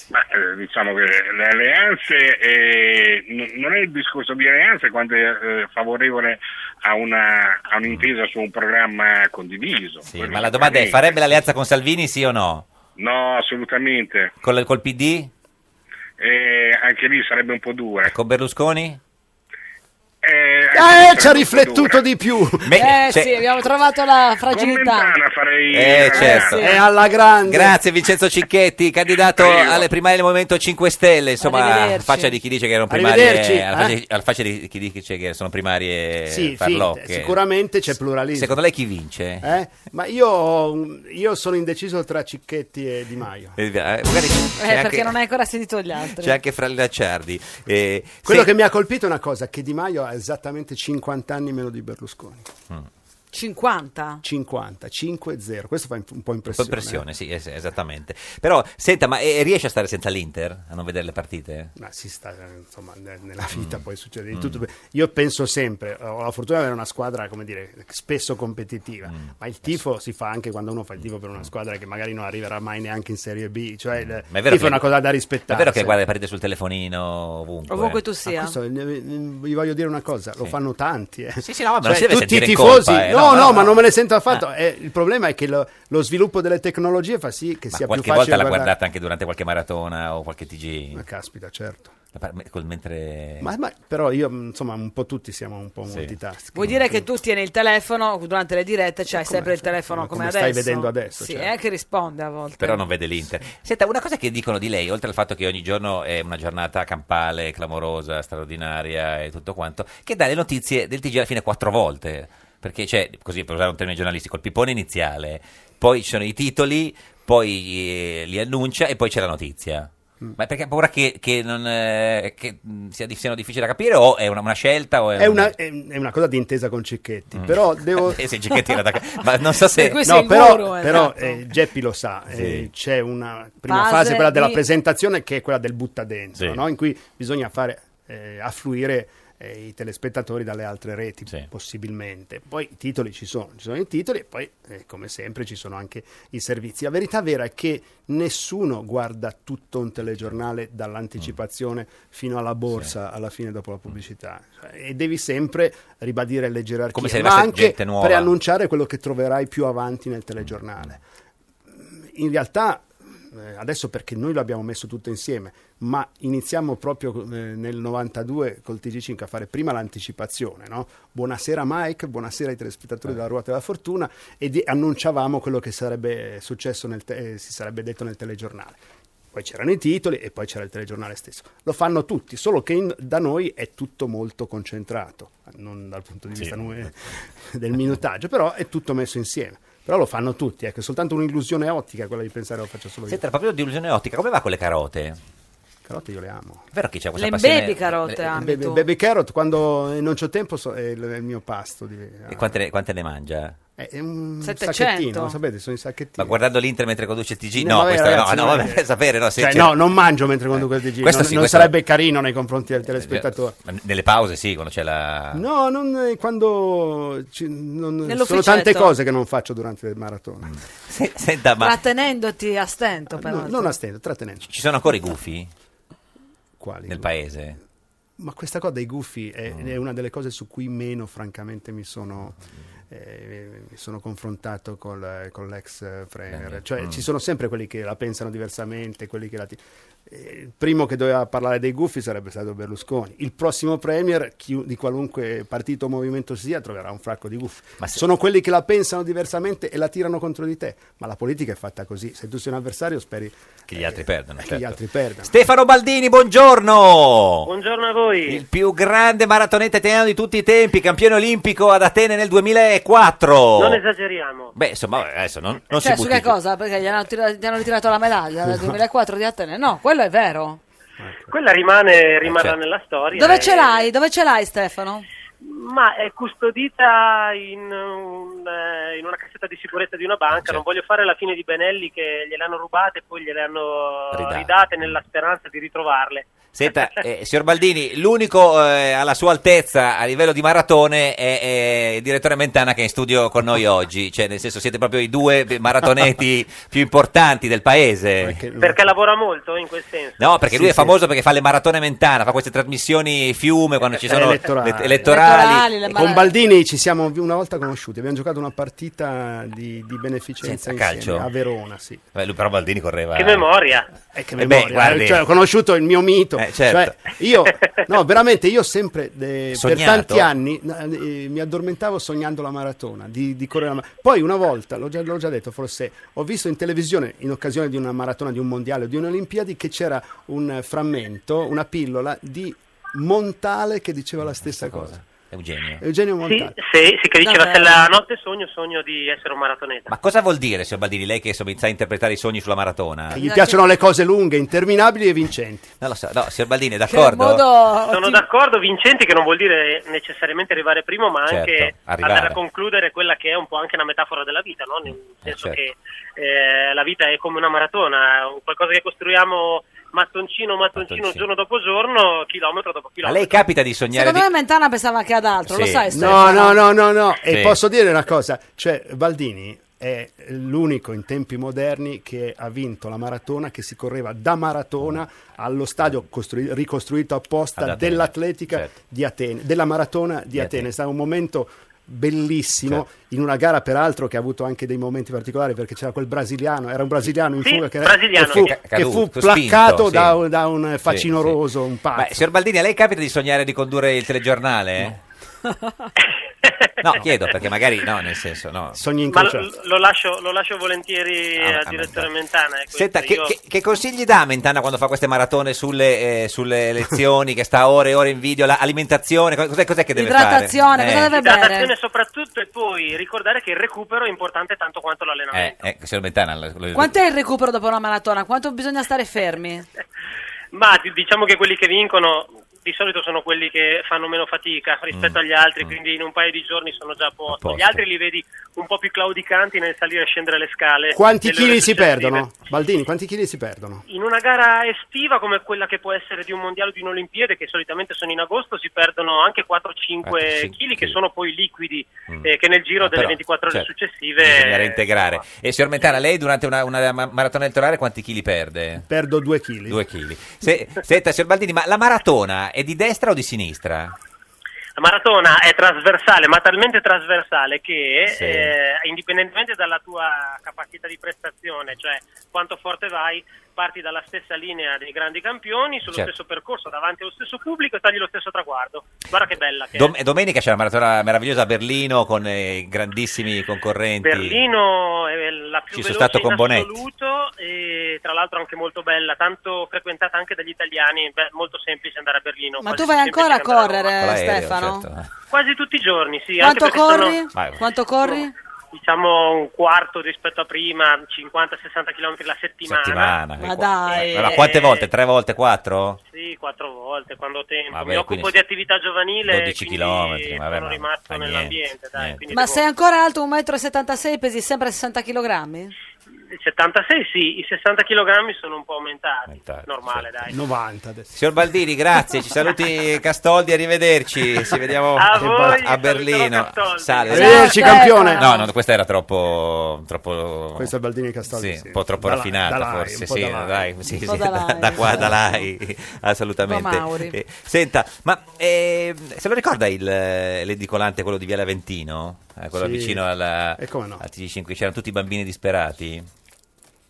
S21: Ma, eh, diciamo che le alleanze, eh, n- non è il discorso di alleanze quando è eh, favorevole a, una, a un'intesa su un programma condiviso.
S2: Sì, ma la domanda è, farebbe l'alleanza con Salvini sì o no?
S21: No, assolutamente.
S2: Col, col PD?
S21: Eh, anche lì sarebbe un po' dura.
S2: Con Berlusconi?
S21: Eh, anche lì
S18: Eh, ci ha
S21: sarebbe un po'
S18: riflettuto
S21: dura.
S18: di più!
S3: eh sì, abbiamo trovato la fragilità.
S21: Mentana farei...
S2: cioè, Eh, certo.
S18: È alla grande!
S2: Grazie Vincenzo Cicchetti, candidato
S21: Prego.
S2: alle primarie del Movimento 5 Stelle, insomma,
S3: Arrivederci.
S2: faccia di chi dice che erano
S18: Arrivederci,
S2: primarie, alla faccia,
S18: eh?
S2: alla faccia di chi dice che sono primarie
S18: Sì, sì,
S2: farlocche.
S18: sicuramente c'è pluralismo.
S2: eh. Secondo lei chi vince?
S18: Eh? Ma io, io sono indeciso tra Cicchetti e Di Maio.
S2: Eh, magari c'è,
S3: Eh,
S2: anche,
S3: perché non hai ancora sentito gli altri.
S2: c'è anche fra le acciardi. Eh,
S18: Quello
S2: se-
S18: che mi ha colpito è una cosa, che Di Maio ha esattamente 50 anni meno di Berlusconi.
S2: Mm,
S3: 50?
S18: 50, 5-0. Questo fa imp- un po'
S2: Un po'
S18: impressione. eh.
S2: impressione, sì, es- esattamente. Però, senta, ma eh, riesce a stare senza l'Inter? A non vedere le partite?
S18: Ma si sta, eh, insomma, ne- nella
S2: Mm.
S18: vita poi succede di tutto. Io penso sempre, ho la fortuna di avere una squadra, come dire, spesso competitiva,
S2: Mm.
S18: ma il tifo si fa anche quando uno fa il tifo per una squadra che magari non arriverà mai neanche in Serie B. Cioè, il
S2: Mm. Ma
S18: tifo è una
S2: le-
S18: cosa da
S2: ma
S18: rispettare.
S2: È vero che guarda le partite sul telefonino ovunque.
S3: Ovunque tu
S18: Ma
S3: sia.
S18: questo, eh, vi voglio dire una cosa, lo fanno tanti. eh.
S2: Sì, sì, no, ma non si deve
S18: tutti i
S2: sentire in
S18: tifosi.
S2: colpa, eh.
S18: No,
S2: No,
S18: no,
S2: no,
S18: ma
S2: no. Ah.
S18: non me ne sento affatto. Eh, il problema è che lo, lo sviluppo delle tecnologie fa sì che
S2: Ma
S18: sia più
S2: qualche
S18: facile
S2: volta l'ha
S18: guardare-
S2: guardata anche durante qualche maratona o qualche TG.
S18: Ma caspita, certo.
S2: L'ha par- col- mentre...
S18: Ma, ma- però io, mh, insomma, un po' tutti siamo un po' multitasking.
S3: Vuol dire che tu tieni il telefono durante le dirette, c'hai sempre il telefono come,
S18: come
S3: adesso.
S18: stai vedendo adesso,
S3: Sì,
S18: certo.
S3: è che risponde a volte.
S18: Eh,
S2: Però non vede l'Inter. Senta, una cosa che dicono di lei, oltre al fatto che ogni giorno è una giornata campale, clamorosa, straordinaria e tutto quanto, che dà le notizie del TG alla fine quattro volte. Perché c'è, così per usare un termine giornalistico, il pippone iniziale, poi ci sono i titoli, poi eh, li annuncia e poi c'è la notizia.
S18: Mm.
S2: Ma è perché ha paura che, che non, eh, che, mh, sia di- siano difficili da capire o è una, una scelta? O è
S18: È
S2: un-
S18: una, è- è una cosa di intesa con Cicchetti, però devo...
S2: [laughs] Eh sì, Cicchetti era da- ma non
S3: [laughs]
S2: so se- E questo è
S18: No,
S2: il
S18: però,
S2: guru,
S18: però,
S2: esatto.
S18: eh, Geppi lo sa,
S2: Sì.
S18: eh, c'è una prima
S2: Fase
S18: fase, quella della
S2: di-
S18: presentazione, che è quella del butta dentro,
S2: Sì.
S18: no? in cui bisogna fare eh, affluire eh, i telespettatori dalle altre reti, possibilmente. Poi i titoli ci sono, ci sono i titoli e poi, eh, come sempre, ci sono anche i servizi. La verità vera è che nessuno guarda tutto un telegiornale dall'anticipazione fino alla borsa, alla fine dopo la pubblicità. Cioè, E devi sempre ribadire le gerarchie,
S2: Come se
S18: ma
S2: arrivasse
S18: anche
S2: gente nuova.
S18: preannunciare quello che troverai più avanti nel telegiornale. In realtà, eh, adesso perché noi lo abbiamo messo tutto insieme, ma iniziamo proprio eh, nel 92 col TG5 a fare prima l'anticipazione, no? Buonasera Mike, buonasera ai
S2: Eh.
S18: telespettatori della Ruota della Fortuna e di- annunciavamo quello che sarebbe successo, nel te- eh, si sarebbe detto nel telegiornale. Poi c'erano i titoli e poi c'era il telegiornale stesso. Lo fanno tutti, solo che in- da noi è tutto molto concentrato, non dal punto di
S4: Sì.
S18: vista nu- [laughs] del minutaggio, però è tutto messo insieme. Però lo fanno tutti, ecco, è soltanto un'illusione ottica quella di pensare lo faccio solo io.
S2: Senta, proprio di illusione ottica, come va con le carote?
S18: Carote io le amo.
S2: Vero che c'è questa
S3: Le
S2: passione...
S3: baby carote, ami
S18: Baby,
S3: tu.
S18: baby carrot, quando eh, non c'ho tempo, so- è il è il mio pasto. Di,
S2: E Eh, quante ne, quante ne mangia?
S18: è, è un
S3: 700.
S18: sacchettino, lo sapete, sono i sacchettini.
S2: Ma guardando l'Inter mentre conduce il TG?
S18: No,
S2: No,
S18: vabbè,
S2: questa,
S18: ragazzi,
S2: no, no,
S18: non è
S2: vabbè, [laughs]
S18: che-
S2: per sapere, no, se
S18: Cioè,
S2: c'è-
S18: no, non mangio mentre conduco il TG,
S2: Questo
S18: non,
S2: sì,
S18: non
S2: questo- Eh, certo.
S18: sarebbe carino nei confronti del telespettatore.
S2: Ma Nelle pause sì, quando c'è
S3: Ah.
S2: la...
S18: No, non, eh, quando ci- non- sono
S3: Nell'ufficetto.
S18: tante cose che non faccio durante le maratone.
S2: Senta, ma
S3: Trattenendoti a stento, però.
S18: non a stento, trattenendo.
S2: ci sono ancora i gufi?
S18: Quali?
S2: Nel paese?
S18: Ma questa cosa dei gufi è, è una delle cose su cui meno, francamente, mi sono, eh, mi sono confrontato col- con l'ex eh, Premier.
S4: Premier.
S18: Cioè,
S4: Mm.
S18: ci sono sempre quelli che la pensano diversamente, quelli che la. ti- Eh, Il primo che doveva parlare dei gufi sarebbe stato Berlusconi. Il prossimo Premier, chi- di qualunque partito o movimento sia, troverà un fracco di gufi. Sono quelli che la pensano diversamente e la tirano contro di te. Ma la politica è fatta così. Se tu sei un avversario, speri
S2: Che gli altri perdono,
S18: che
S2: certo.
S18: gli altri perdano.
S2: Stefano Baldini, buongiorno!
S5: Buongiorno a voi.
S2: Il più grande maratoneta italiano di tutti i tempi, campione olimpico ad Atene nel 2004.
S5: Non esageriamo.
S2: Beh, insomma, adesso non, non
S3: cioè,
S2: si
S3: su
S2: butti
S3: che cosa? Perché gli hanno, tira- gli hanno ritirato la
S18: [laughs]
S3: medaglia dal 2004 di Atene? No, quello è vero.
S5: Quella rimane, rimarrà
S2: certo.
S5: nella storia.
S3: Dove
S5: e-
S3: ce l'hai? Dove ce l'hai, Stefano?
S5: Ma è custodita in, un, eh, in una cassetta di sicurezza di una banca. Non voglio fare la fine di Benelli che gliel'hanno rubate e poi gliele hanno
S2: Ridate.
S5: ridate nella speranza di ritrovarle.
S2: Senta, eh, signor Baldini, l'unico eh, alla sua altezza a livello di maratone è, è il direttore Mentana che è in studio con noi oggi, cioè nel senso siete proprio i due
S18: [laughs]
S2: maratoneti più importanti del paese.
S5: Perché lavora molto in quel senso.
S2: No, perché
S5: Sì,
S2: lui è
S5: sì.
S2: famoso perché fa le maratone Mentana, fa queste trasmissioni fiume quando ci sono
S18: elettorali.
S2: le- elettorali.
S18: E con Baldini ci siamo una volta conosciuti, abbiamo giocato una partita di, di beneficenza
S2: Senza calcio?
S18: insieme, a Verona, sì.
S2: Beh, lui però Baldini correva.
S5: Che memoria.
S18: Eh, che
S2: Eh beh,
S18: memoria,
S2: guardi.
S18: eh, cioè, ho conosciuto il mio mito.
S2: Eh, certo.
S18: Cioè,
S2: [laughs]
S18: io, no, veramente, io sempre eh, per
S2: Sognato?
S18: tanti anni eh, mi addormentavo sognando la maratona, di, di correre la maratona. Poi una volta, l'ho già, l'ho già detto, forse ho visto in televisione, in occasione di una maratona, di un mondiale o di un'Olimpiadi, che c'era un frammento, una pillola di Montale che diceva la stessa cosa.
S2: È un genio.
S18: Eugenio
S5: Sì,
S18: Montale.
S5: sì, sì, che diceva
S18: Davvero?
S5: se la notte sogno, sogno di essere un maratoneta.
S2: Ma cosa vuol dire, signor Baldini, lei che insomma, sa interpretare i sogni sulla maratona?
S18: Gli piacciono le cose lunghe, interminabili e vincenti.
S2: Non lo so, no, signor Baldini, è d'accordo?
S5: Sono d'accordo, Vincenti, che non vuol dire necessariamente arrivare primo, ma
S2: Certo,
S5: anche
S2: arrivare.
S5: andare a concludere quella che è un po' anche una metafora della vita, no? nel senso
S2: certo.
S5: che eh, la vita è come una maratona, è un qualcosa che costruiamo mattoncino, mattoncino,
S2: Mattoncino.
S5: giorno dopo giorno, chilometro dopo
S2: A
S5: chilometro.
S2: lei capita di sognare
S3: Secondo
S2: di...
S3: me Mentana pensava anche ad altro, lo
S2: Sì.
S3: sai,
S18: No,
S3: Stefano?
S18: no, no, no, no. E
S2: Sì.
S18: posso dire una cosa, cioè Baldini è l'unico in tempi moderni che ha vinto la maratona che si correva da maratona allo stadio costrui- ricostruito
S2: Ad
S18: apposta
S2: Atene, certo.
S18: dell'atletica di Atene, della maratona di, Atene. È stato un momento bellissimo in una gara peraltro che ha avuto anche dei momenti particolari perché c'era quel brasiliano era un brasiliano in
S19: Sì,
S18: fuga che,
S19: brasiliano,
S18: che fu,
S19: sì.
S18: che
S2: Caduto,
S18: fu
S2: spinto,
S18: placcato
S2: sì.
S18: da, un- da un facinoroso un
S2: Ma,
S18: pazzo
S2: signor Baldini, a lei capita di sognare di condurre il telegiornale? eh? No, chiedo perché magari no, nel senso no.
S18: Sogni
S5: Ma lo, lo lascio, lo lascio volentieri
S2: Eh, certo. Ah,
S5: al
S2: ah,
S5: direttore Mentana. eh, questo.
S2: Senta, che,
S5: Io-
S2: che- che consigli dà Mentana quando fa queste maratone sulle, eh, sulle lezioni, che sta ore e ore in video, l'alimentazione, cos'è, cos'è che deve
S3: Idratazione,
S2: fare? Eh,
S3: cosa deve bere?
S5: Idratazione soprattutto e poi ricordare che il recupero è importante tanto quanto l'allenamento.
S2: Eh, eh, signor Mentana, lo- lo-
S3: Quanto è il recupero dopo una maratona? Quanto bisogna stare fermi?
S5: Ma di- diciamo che quelli che vincono di solito sono quelli che fanno meno fatica
S18: Mm.
S5: rispetto agli altri, quindi in un paio di giorni sono già a posto.
S18: posto.
S5: Gli altri li vedi un po' più claudicanti nel salire e scendere le scale.
S18: quanti
S5: delle ore
S18: chili si
S5: successive.
S18: perdono? Baldini quanti chili si perdono?
S5: In una gara estiva come quella che può essere di un mondiale o di un'Olimpiade, che solitamente sono in agosto, si perdono anche
S18: Ah,
S5: 4-5 kg che sono poi liquidi,
S18: Mm.
S5: eh, che nel giro delle
S2: però,
S5: 24 ore
S18: cioè,
S2: certo,
S5: successive
S3: Eh,
S2: bisogna reintegrare. E signor Mentana, lei durante una, una ma- maratona elettorale quanti chili perde?
S18: perdo due chili
S2: Due chili. Se- senta, signor Baldini, ma la maratona è di destra o di sinistra?
S5: La maratona è trasversale, ma talmente trasversale che, eh, indipendentemente dalla tua capacità di prestazione, cioè quanto forte vai, parti dalla stessa linea dei grandi campioni, sullo
S2: Certo.
S5: stesso percorso, davanti allo stesso pubblico e tagli lo stesso traguardo. Guarda che bella che
S2: Dom-
S5: è.
S2: e domenica c'è la maratona meravigliosa a Berlino con eh, grandissimi concorrenti.
S5: Berlino Oh, è la più
S2: Ci sono
S5: veloce
S2: stato con
S5: in
S2: Bonetti.
S5: assoluto e tra l'altro anche molto bella, tanto frequentata anche dagli italiani, beh, molto semplice andare a Berlino.
S3: Ma
S5: quasi
S3: tu vai
S5: più semplice
S3: ancora a
S5: che andare Roma.
S3: correre,
S2: Con l'aereo,
S3: Stefano?
S18: certo.
S2: Certo.
S5: Quasi tutti i giorni, sì. anche
S3: Quanto
S5: perché
S3: corri?
S5: sono-
S3: Quanto corri?
S5: diciamo un quarto rispetto a prima, 50-60 km la settimana.
S2: Settimana.
S5: Ma eh,
S2: Qua-
S5: dai.
S2: Ma quante volte? Tre volte? Quattro?
S5: Sì, quattro volte quando ho tempo.
S2: Vabbè,
S5: Mi occupo
S2: quindi
S5: di attività giovanile.
S2: 12
S5: quindi
S2: chilometri, vabbè,
S5: sono
S2: ma-
S5: rimasto
S2: ma niente,
S5: nell'ambiente. dai, quindi
S3: Ma
S5: devo-
S3: sei ancora alto 1,76 m, pesi sempre 60 kg?
S5: il 76 sì, i 60 kg sono un po' aumentati. Normale,
S2: certo.
S5: dai.
S18: 90 adesso
S2: Signor Baldini, grazie, ci saluti Castoldi, arrivederci, ci vediamo
S18: A voi,
S2: a Berlino.
S18: Castoldi.
S2: Salve.
S18: Arrivederci, Ciao, campione.
S2: No, no, questa era troppo... troppo...
S18: Questo è Baldini e Castaldi,
S2: Sì,
S18: sì.
S2: un po' troppo
S18: Da là-
S2: raffinata
S18: da là,
S2: forse,
S18: un po'
S2: sì,
S18: da là.
S2: dai, sì,
S18: Un
S2: sì,
S18: po'
S2: da,
S18: da là,
S2: da qua,
S18: eh.
S2: da là, eh, assolutamente.
S3: Da Mauri.
S2: Eh, senta, ma eh, se lo ricorda il, eh, l'edicolante, quello di Viale Aventino? Eh, quello
S18: Sì.
S2: vicino alla,
S18: E come no?
S2: al TG5, c'erano tutti i bambini disperati?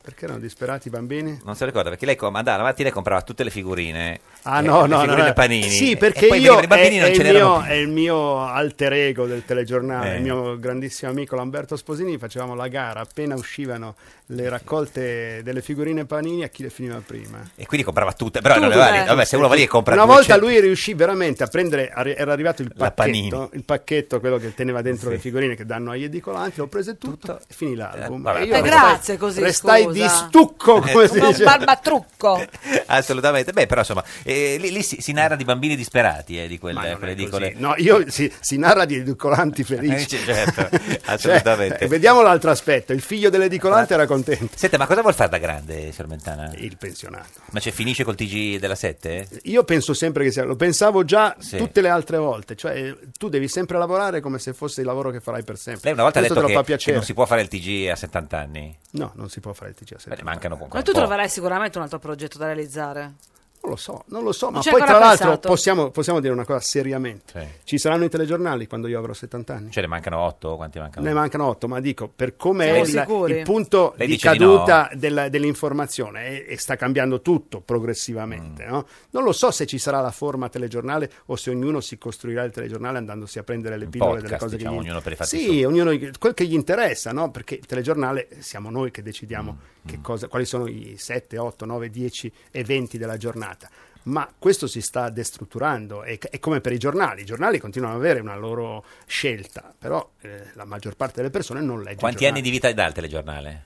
S18: perché erano disperati i bambini?
S2: Non se lo ricorda, perché lei com- andava la mattina e comprava tutte le figurine.
S18: Ah
S2: eh,
S18: no,
S2: le
S18: no,
S2: figurine
S18: no.
S2: panini.
S18: Sì,
S2: e
S18: perché
S2: poi
S18: io
S2: venivano- i bambini
S18: è,
S2: non
S18: è
S2: ce
S18: il
S2: n'erano
S18: mio,
S2: più.
S18: è il mio alter ego del telegiornale,
S2: Eh.
S18: il mio grandissimo amico Lamberto Sposini, facevamo la gara appena uscivano le raccolte delle figurine panini a chi le finiva prima.
S2: E quindi comprava tutte, però non
S18: Tutte.
S2: aveva- vabbè, se uno va lì e compra
S18: Una
S2: 200
S18: volta lui riuscì veramente a prendere, arri- era arrivato il
S2: La
S18: pacchetto,
S2: Panini.
S18: il pacchetto, quello che teneva dentro
S2: Sì.
S18: le figurine che danno agli edicolanti, l'ho preso tutto e finì l'album.
S2: Eh, vabbè,
S18: E
S2: Eh,
S18: restai-
S3: grazie, così,
S18: Restai
S3: scusa.
S18: di stucco, come si
S3: Come un
S18: dice. [laughs]
S3: barbatrucco.
S2: [laughs] Assolutamente, beh, però insomma, eh, lì, lì si, si narra di bambini disperati, eh, di quelle, quelle edicole.
S18: No, io si, si narra di edicolanti felici.
S2: Eh, certo, assolutamente.
S18: [laughs] Cioè, eh, vediamo l'altro aspetto. Il figlio dell'edicolante era contento.
S2: Senta, ma cosa vuol fare da grande, Sormentana?
S18: Il pensionato. Eh,
S2: Ma cioè, finisce col TG della 7?
S18: Io penso sempre che sia, lo pensavo già
S2: Sì.
S18: tutte le altre volte, cioè eh, tu devi sempre lavorare come se fosse il lavoro che farai per sempre.
S2: Lei una volta ha
S18: Questo
S2: detto
S18: te lo
S2: che,
S18: fa
S2: che
S18: piacere.
S2: non si può fare il TG a 70 anni.
S18: No, non si può fare il TG a 70.
S2: Beh, mancano ancora
S3: Ma
S2: un
S3: tu
S2: po'.
S3: troverai sicuramente un altro progetto da realizzare.
S18: Non lo so, non lo so,
S3: Non
S18: ma
S3: ci hai
S18: poi tra
S3: ancora
S18: l'altro
S3: pensato?
S18: possiamo, possiamo dire una cosa seriamente.
S2: Sì.
S18: Ci saranno i telegiornali quando io avrò 70 anni.
S2: Cioè, ne mancano 8? Quanti mancano?
S18: Ne mancano 8, ma dico, per come
S2: Siamo
S18: è il,
S2: sicuri?
S18: il punto
S2: Lei
S18: di
S2: dice di
S18: caduta della- dell'informazione e, e sta cambiando tutto progressivamente.
S2: Mm.
S18: no? Non lo so se ci sarà la forma telegiornale o se ognuno si costruirà il telegiornale andandosi a prendere le pillole delle
S2: podcast,
S18: cose
S2: diciamo,
S18: che gli
S2: ognuno per i fatti
S18: Sì, ognuno quel che gli interessa, no? perché il telegiornale siamo noi che decidiamo
S2: Mm,
S18: che cosa- quali sono i 7, 8, 9, 10 eventi della giornata. Ma questo si sta destrutturando, è, è come per i giornali, i giornali continuano ad avere una loro scelta, però eh, la maggior parte delle persone non legge. i
S2: Quanti
S18: giornali.
S2: anni di vita dà il telegiornale?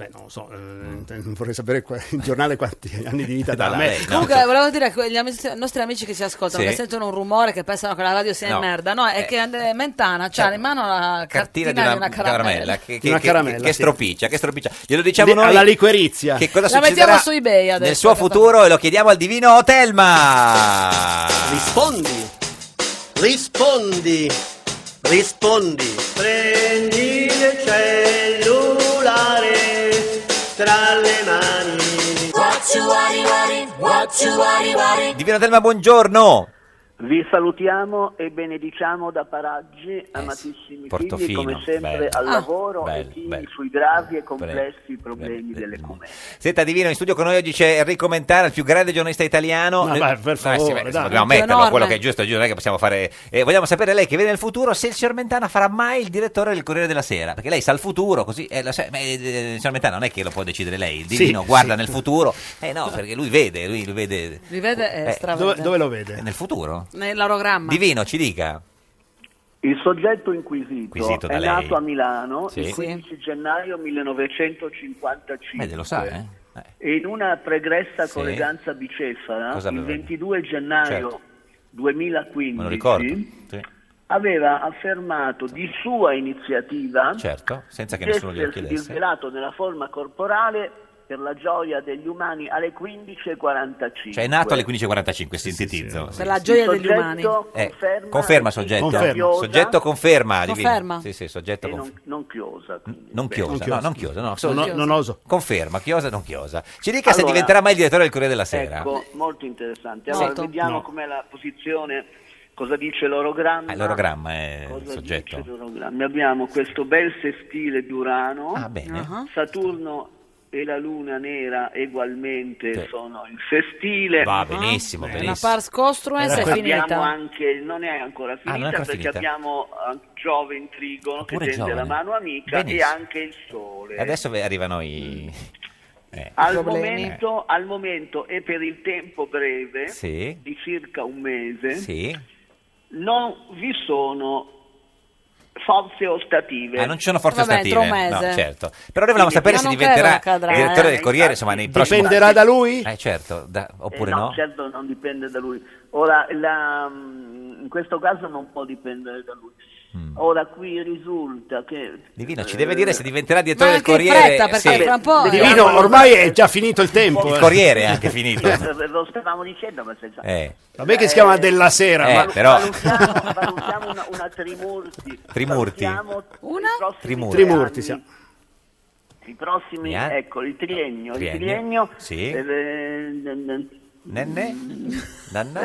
S18: Beh, non lo so, eh, non vorrei sapere qua- il giornale quanti anni di vita
S2: [laughs]
S18: dà
S2: No,
S18: a me.
S2: lei, no. Cioè-
S3: Comunque, volevo dire che gli amici- i nostri amici che ci ascoltano,
S18: Sì.
S3: che sentono un rumore, che pensano che la radio sia
S2: No.
S3: in merda, no, è
S2: Eh. Cioè,
S3: che Andre Mentana c'ha in mano la cartina, di una, caramella.
S2: che,
S18: Una
S2: che-
S18: caramella,
S2: che- che
S18: sì.
S2: stropiccia, che stropiccia. Glielo diciamo
S18: Di-
S2: noi.
S18: alla liquerizia.
S2: Che cosa
S3: La
S2: succederà
S3: mettiamo su eBay adesso.
S2: nel suo futuro e lo chiediamo al divino Telma.
S4: Rispondi, rispondi, rispondi. Prendi il cellulare tra le mani.
S6: What you worry, worry, what you worry, worry.
S2: Divino Telma, buongiorno.
S4: Vi salutiamo e benediciamo da Paraggi, amatissimi figli,
S2: Eh Portofino,
S4: come sempre
S2: bello.
S4: al
S2: Ah.
S4: lavoro e
S2: Bello,
S4: figli
S2: bello.
S4: sui gravi e complessi problemi delle comune.
S2: Senta Divino, in studio con noi oggi c'è Enrico Mentana, il più grande giornalista italiano.
S18: Ma
S2: Nel-
S18: beh, per
S2: Eh,
S18: favore,
S2: beh,
S18: dai.
S2: dobbiamo
S18: Punto
S2: metterlo,
S18: enorme.
S2: quello che è giusto, è giusto, non è che possiamo fare... eh, vogliamo sapere lei che vede nel futuro se il signor Mentana farà mai il direttore del Corriere della Sera, perché lei sa il futuro, così... eh, lo sa- ma, eh, eh, il signor Mentana non è che lo può decidere lei, il
S18: Sì,
S2: Divino
S18: sì.
S2: guarda nel futuro, eh no, perché lui vede, lui lo vede...
S19: Rivede è
S2: Eh,
S19: stravede.
S2: lo vede? Nel futuro?
S19: Nell'orogramma.
S2: Divino, ci dica.
S4: Il soggetto inquisito,
S2: Inquisito da
S4: è
S2: lei.
S4: nato a Milano
S2: Sì.
S4: il 15 gennaio 1955
S2: Beh, lo sa, eh?
S4: e in una pregressa
S2: Sì.
S4: colleganza bicefala
S2: Cosa
S4: il
S2: aveva?
S4: 22 gennaio
S2: Certo. Me lo ricordo. Eh,
S4: 2015
S2: Sì.
S4: aveva affermato di sua iniziativa
S2: Certo, senza che
S4: di
S2: nessuno glielo
S4: essersi
S2: chiedesse.
S4: disvelato nella forma corporale per la gioia degli umani alle 15.45.
S2: Cioè è nato alle 15.45, sintetizzo. Sì,
S19: Per la gioia degli
S4: soggetto
S19: umani.
S2: Eh, conferma, soggetto. Soggetto conferma. Divino.
S19: Conferma.
S2: Sì, sì, soggetto
S4: E non,
S2: conferma.
S4: non chiosa. quindi.
S2: Non
S4: Beh,
S2: chiosa, no, non chiosa, no, solo-
S4: Non- non
S18: oso.
S2: Conferma, chiosa, non chiosa. Ci dica se
S4: Allora,
S2: diventerà mai il direttore del Corriere della Sera.
S4: Ecco, molto interessante. Allora,
S2: Molto.
S4: vediamo
S2: No.
S4: com'è la posizione, cosa dice l'orogramma.
S2: Ah, l'orogramma è il
S4: Cosa
S2: soggetto.
S4: dice l'orogramma? Abbiamo questo bel sestile di Urano,
S2: bene.
S19: Uh-huh.
S2: Ah.
S4: Saturno e la Luna nera ugualmente
S2: Sì.
S4: sono il sestile.
S2: Va benissimo,
S4: Eh,
S2: benissimo.
S19: La pars costruens è
S4: Abbiamo
S19: finita.
S4: anche, non è ancora finita,
S2: Ah, non è ancora
S4: perché
S2: finita. Ah,
S4: abbiamo eh, Giove in trigono che
S2: Pure
S4: tende
S2: Giove.
S4: la mano amica
S2: Benissimo.
S4: e anche il Sole.
S2: Adesso ve- arrivano i... eh.
S4: Mm. Al momento, al momento e per il tempo breve
S2: Sì.
S4: di circa un mese
S2: Eh, Sì.
S4: non vi sono forze ostative.
S2: Ah, non ci sono forze stative. No, certo. Però noi volevamo
S4: Quindi-
S2: sapere
S4: Ma
S2: se
S4: non
S2: diventerà
S4: credo accadrà,
S2: direttore
S4: eh.
S2: del Corriere, insomma, nei prossimi...
S18: Dipenderà da lui?
S2: Eh, certo, da- oppure
S4: Eh,
S2: no?
S4: no, certo non dipende da lui. Ora, la- mm, in questo caso non può dipendere da lui. Ora qui risulta che...
S2: Mm. Divino, ci
S4: eh,
S2: deve dire se diventerà direttore del
S4: anche in
S2: Corriere.
S4: fretta, perché
S2: sì.
S4: fra un po', eh.
S18: Divino, ormai è già finito il tempo.
S2: Il
S18: eh.
S2: Corriere è anche finito.
S4: Lo stavamo dicendo, ma senza...
S2: Eh.
S18: Vabbè che si chiama Della Sera,
S2: Eh,
S18: ma...
S2: però...
S4: Valutiamo, valutiamo una, una Trimurti.
S2: Trimurti.
S4: Valutiamo
S19: Una?
S4: i prossimi
S2: Trimurti.
S4: tre
S18: Trimurti,
S4: anni.
S18: siamo.
S4: I prossimi,
S2: Gna-
S4: ecco, il triennio.
S2: Triennio,
S4: Il triennio.
S2: sì. Eh?
S4: eh,
S2: Nenne? Nanna?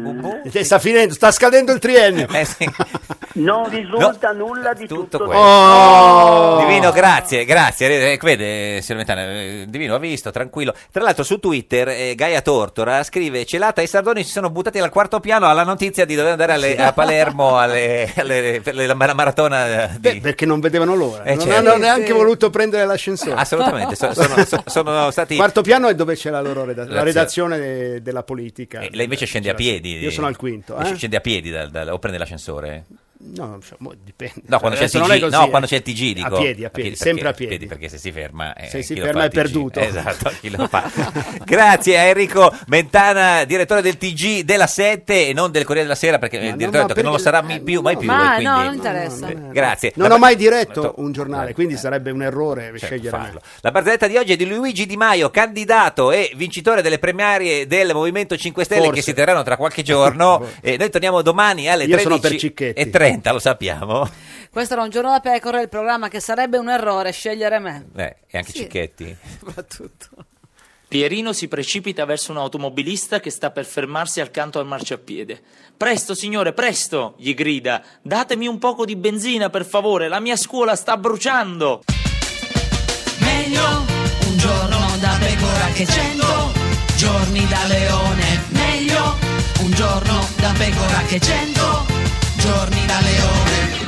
S2: Bubù?
S18: Eh, Sta finendo, sta scadendo il triennio.
S2: Eh, sì.
S4: [laughs] non risulta nulla di tutto,
S2: Tutto questo.
S4: questo.
S18: Oh.
S2: Divino, grazie, grazie. Eh, Vede, eh, signor Mentana, eh, Divino ha visto, tranquillo. Tra l'altro su Twitter eh, Gaia Tortora scrive Celata e Sardoni si sono buttati al quarto piano alla notizia di dover andare alle- a Palermo alle- alle- per la la maratona di...
S18: Beh, perché non vedevano l'ora.
S2: Eh,
S18: non
S2: certo.
S18: hanno
S2: Sì,
S18: neanche
S2: sì.
S18: voluto prendere l'ascensore.
S2: Assolutamente, so- sono,
S18: [laughs]
S2: so- sono stati...
S18: Quarto piano è dove c'è la loro reda- la
S2: Grazie.
S18: redazione de- della politica. Cioè,
S2: Eh, Lei invece scende a piedi.
S18: Io sono al quinto.
S2: Invece
S18: eh?
S2: Scende a piedi dal- dal- o prende l'ascensore?
S18: No, cioè, mo dipende.
S2: No, quando c'è, il
S18: Adesso
S2: TG,
S18: non è così,
S2: no,
S18: eh.
S2: quando c'è il TG dico.
S18: A piedi, a piedi, sempre a
S2: perché-
S18: piedi.
S2: Perché se si ferma... eh,
S18: Se si
S2: chi lo
S18: ferma
S2: fa
S18: è
S2: il TG?
S18: perduto.
S2: Esatto, chi lo fa. [laughs] Grazie a Enrico Mentana, direttore del TG della 7 e non del Corriere della Sera perché eh, il direttore ha
S18: no,
S2: detto che non lo sarà mai più, mai più.
S19: Ma
S2: e
S19: no,
S2: quindi-
S19: non interessa.
S2: Eh, Grazie.
S18: Non
S2: La-
S18: ho mai diretto
S2: Certo.
S18: un
S2: Eh,
S18: giornale, quindi sarebbe un errore scegliere me.
S2: La barzelletta di oggi è di Luigi Di Maio, candidato e vincitore delle primarie del Movimento 5 Stelle
S18: Forse.
S2: che si terranno tra qualche
S18: [laughs]
S2: giorno. e noi torniamo domani alle
S18: Io sono per
S2: 13.30, lo
S18: [laughs]
S2: sappiamo.
S19: Questo era un giorno da pecora, il programma che sarebbe un errore scegliere me.
S2: Eh, e anche
S19: Sì.
S2: Cicchetti.
S5: Pierino si precipita verso un automobilista che sta per fermarsi accanto al marciapiede. Presto, signore, presto! gli grida. Datemi un poco di benzina, per favore, la mia scuola sta bruciando!
S3: Meglio un giorno da pecora che cento giorni da leone. Meglio un giorno da pecora che cento giorni da leone.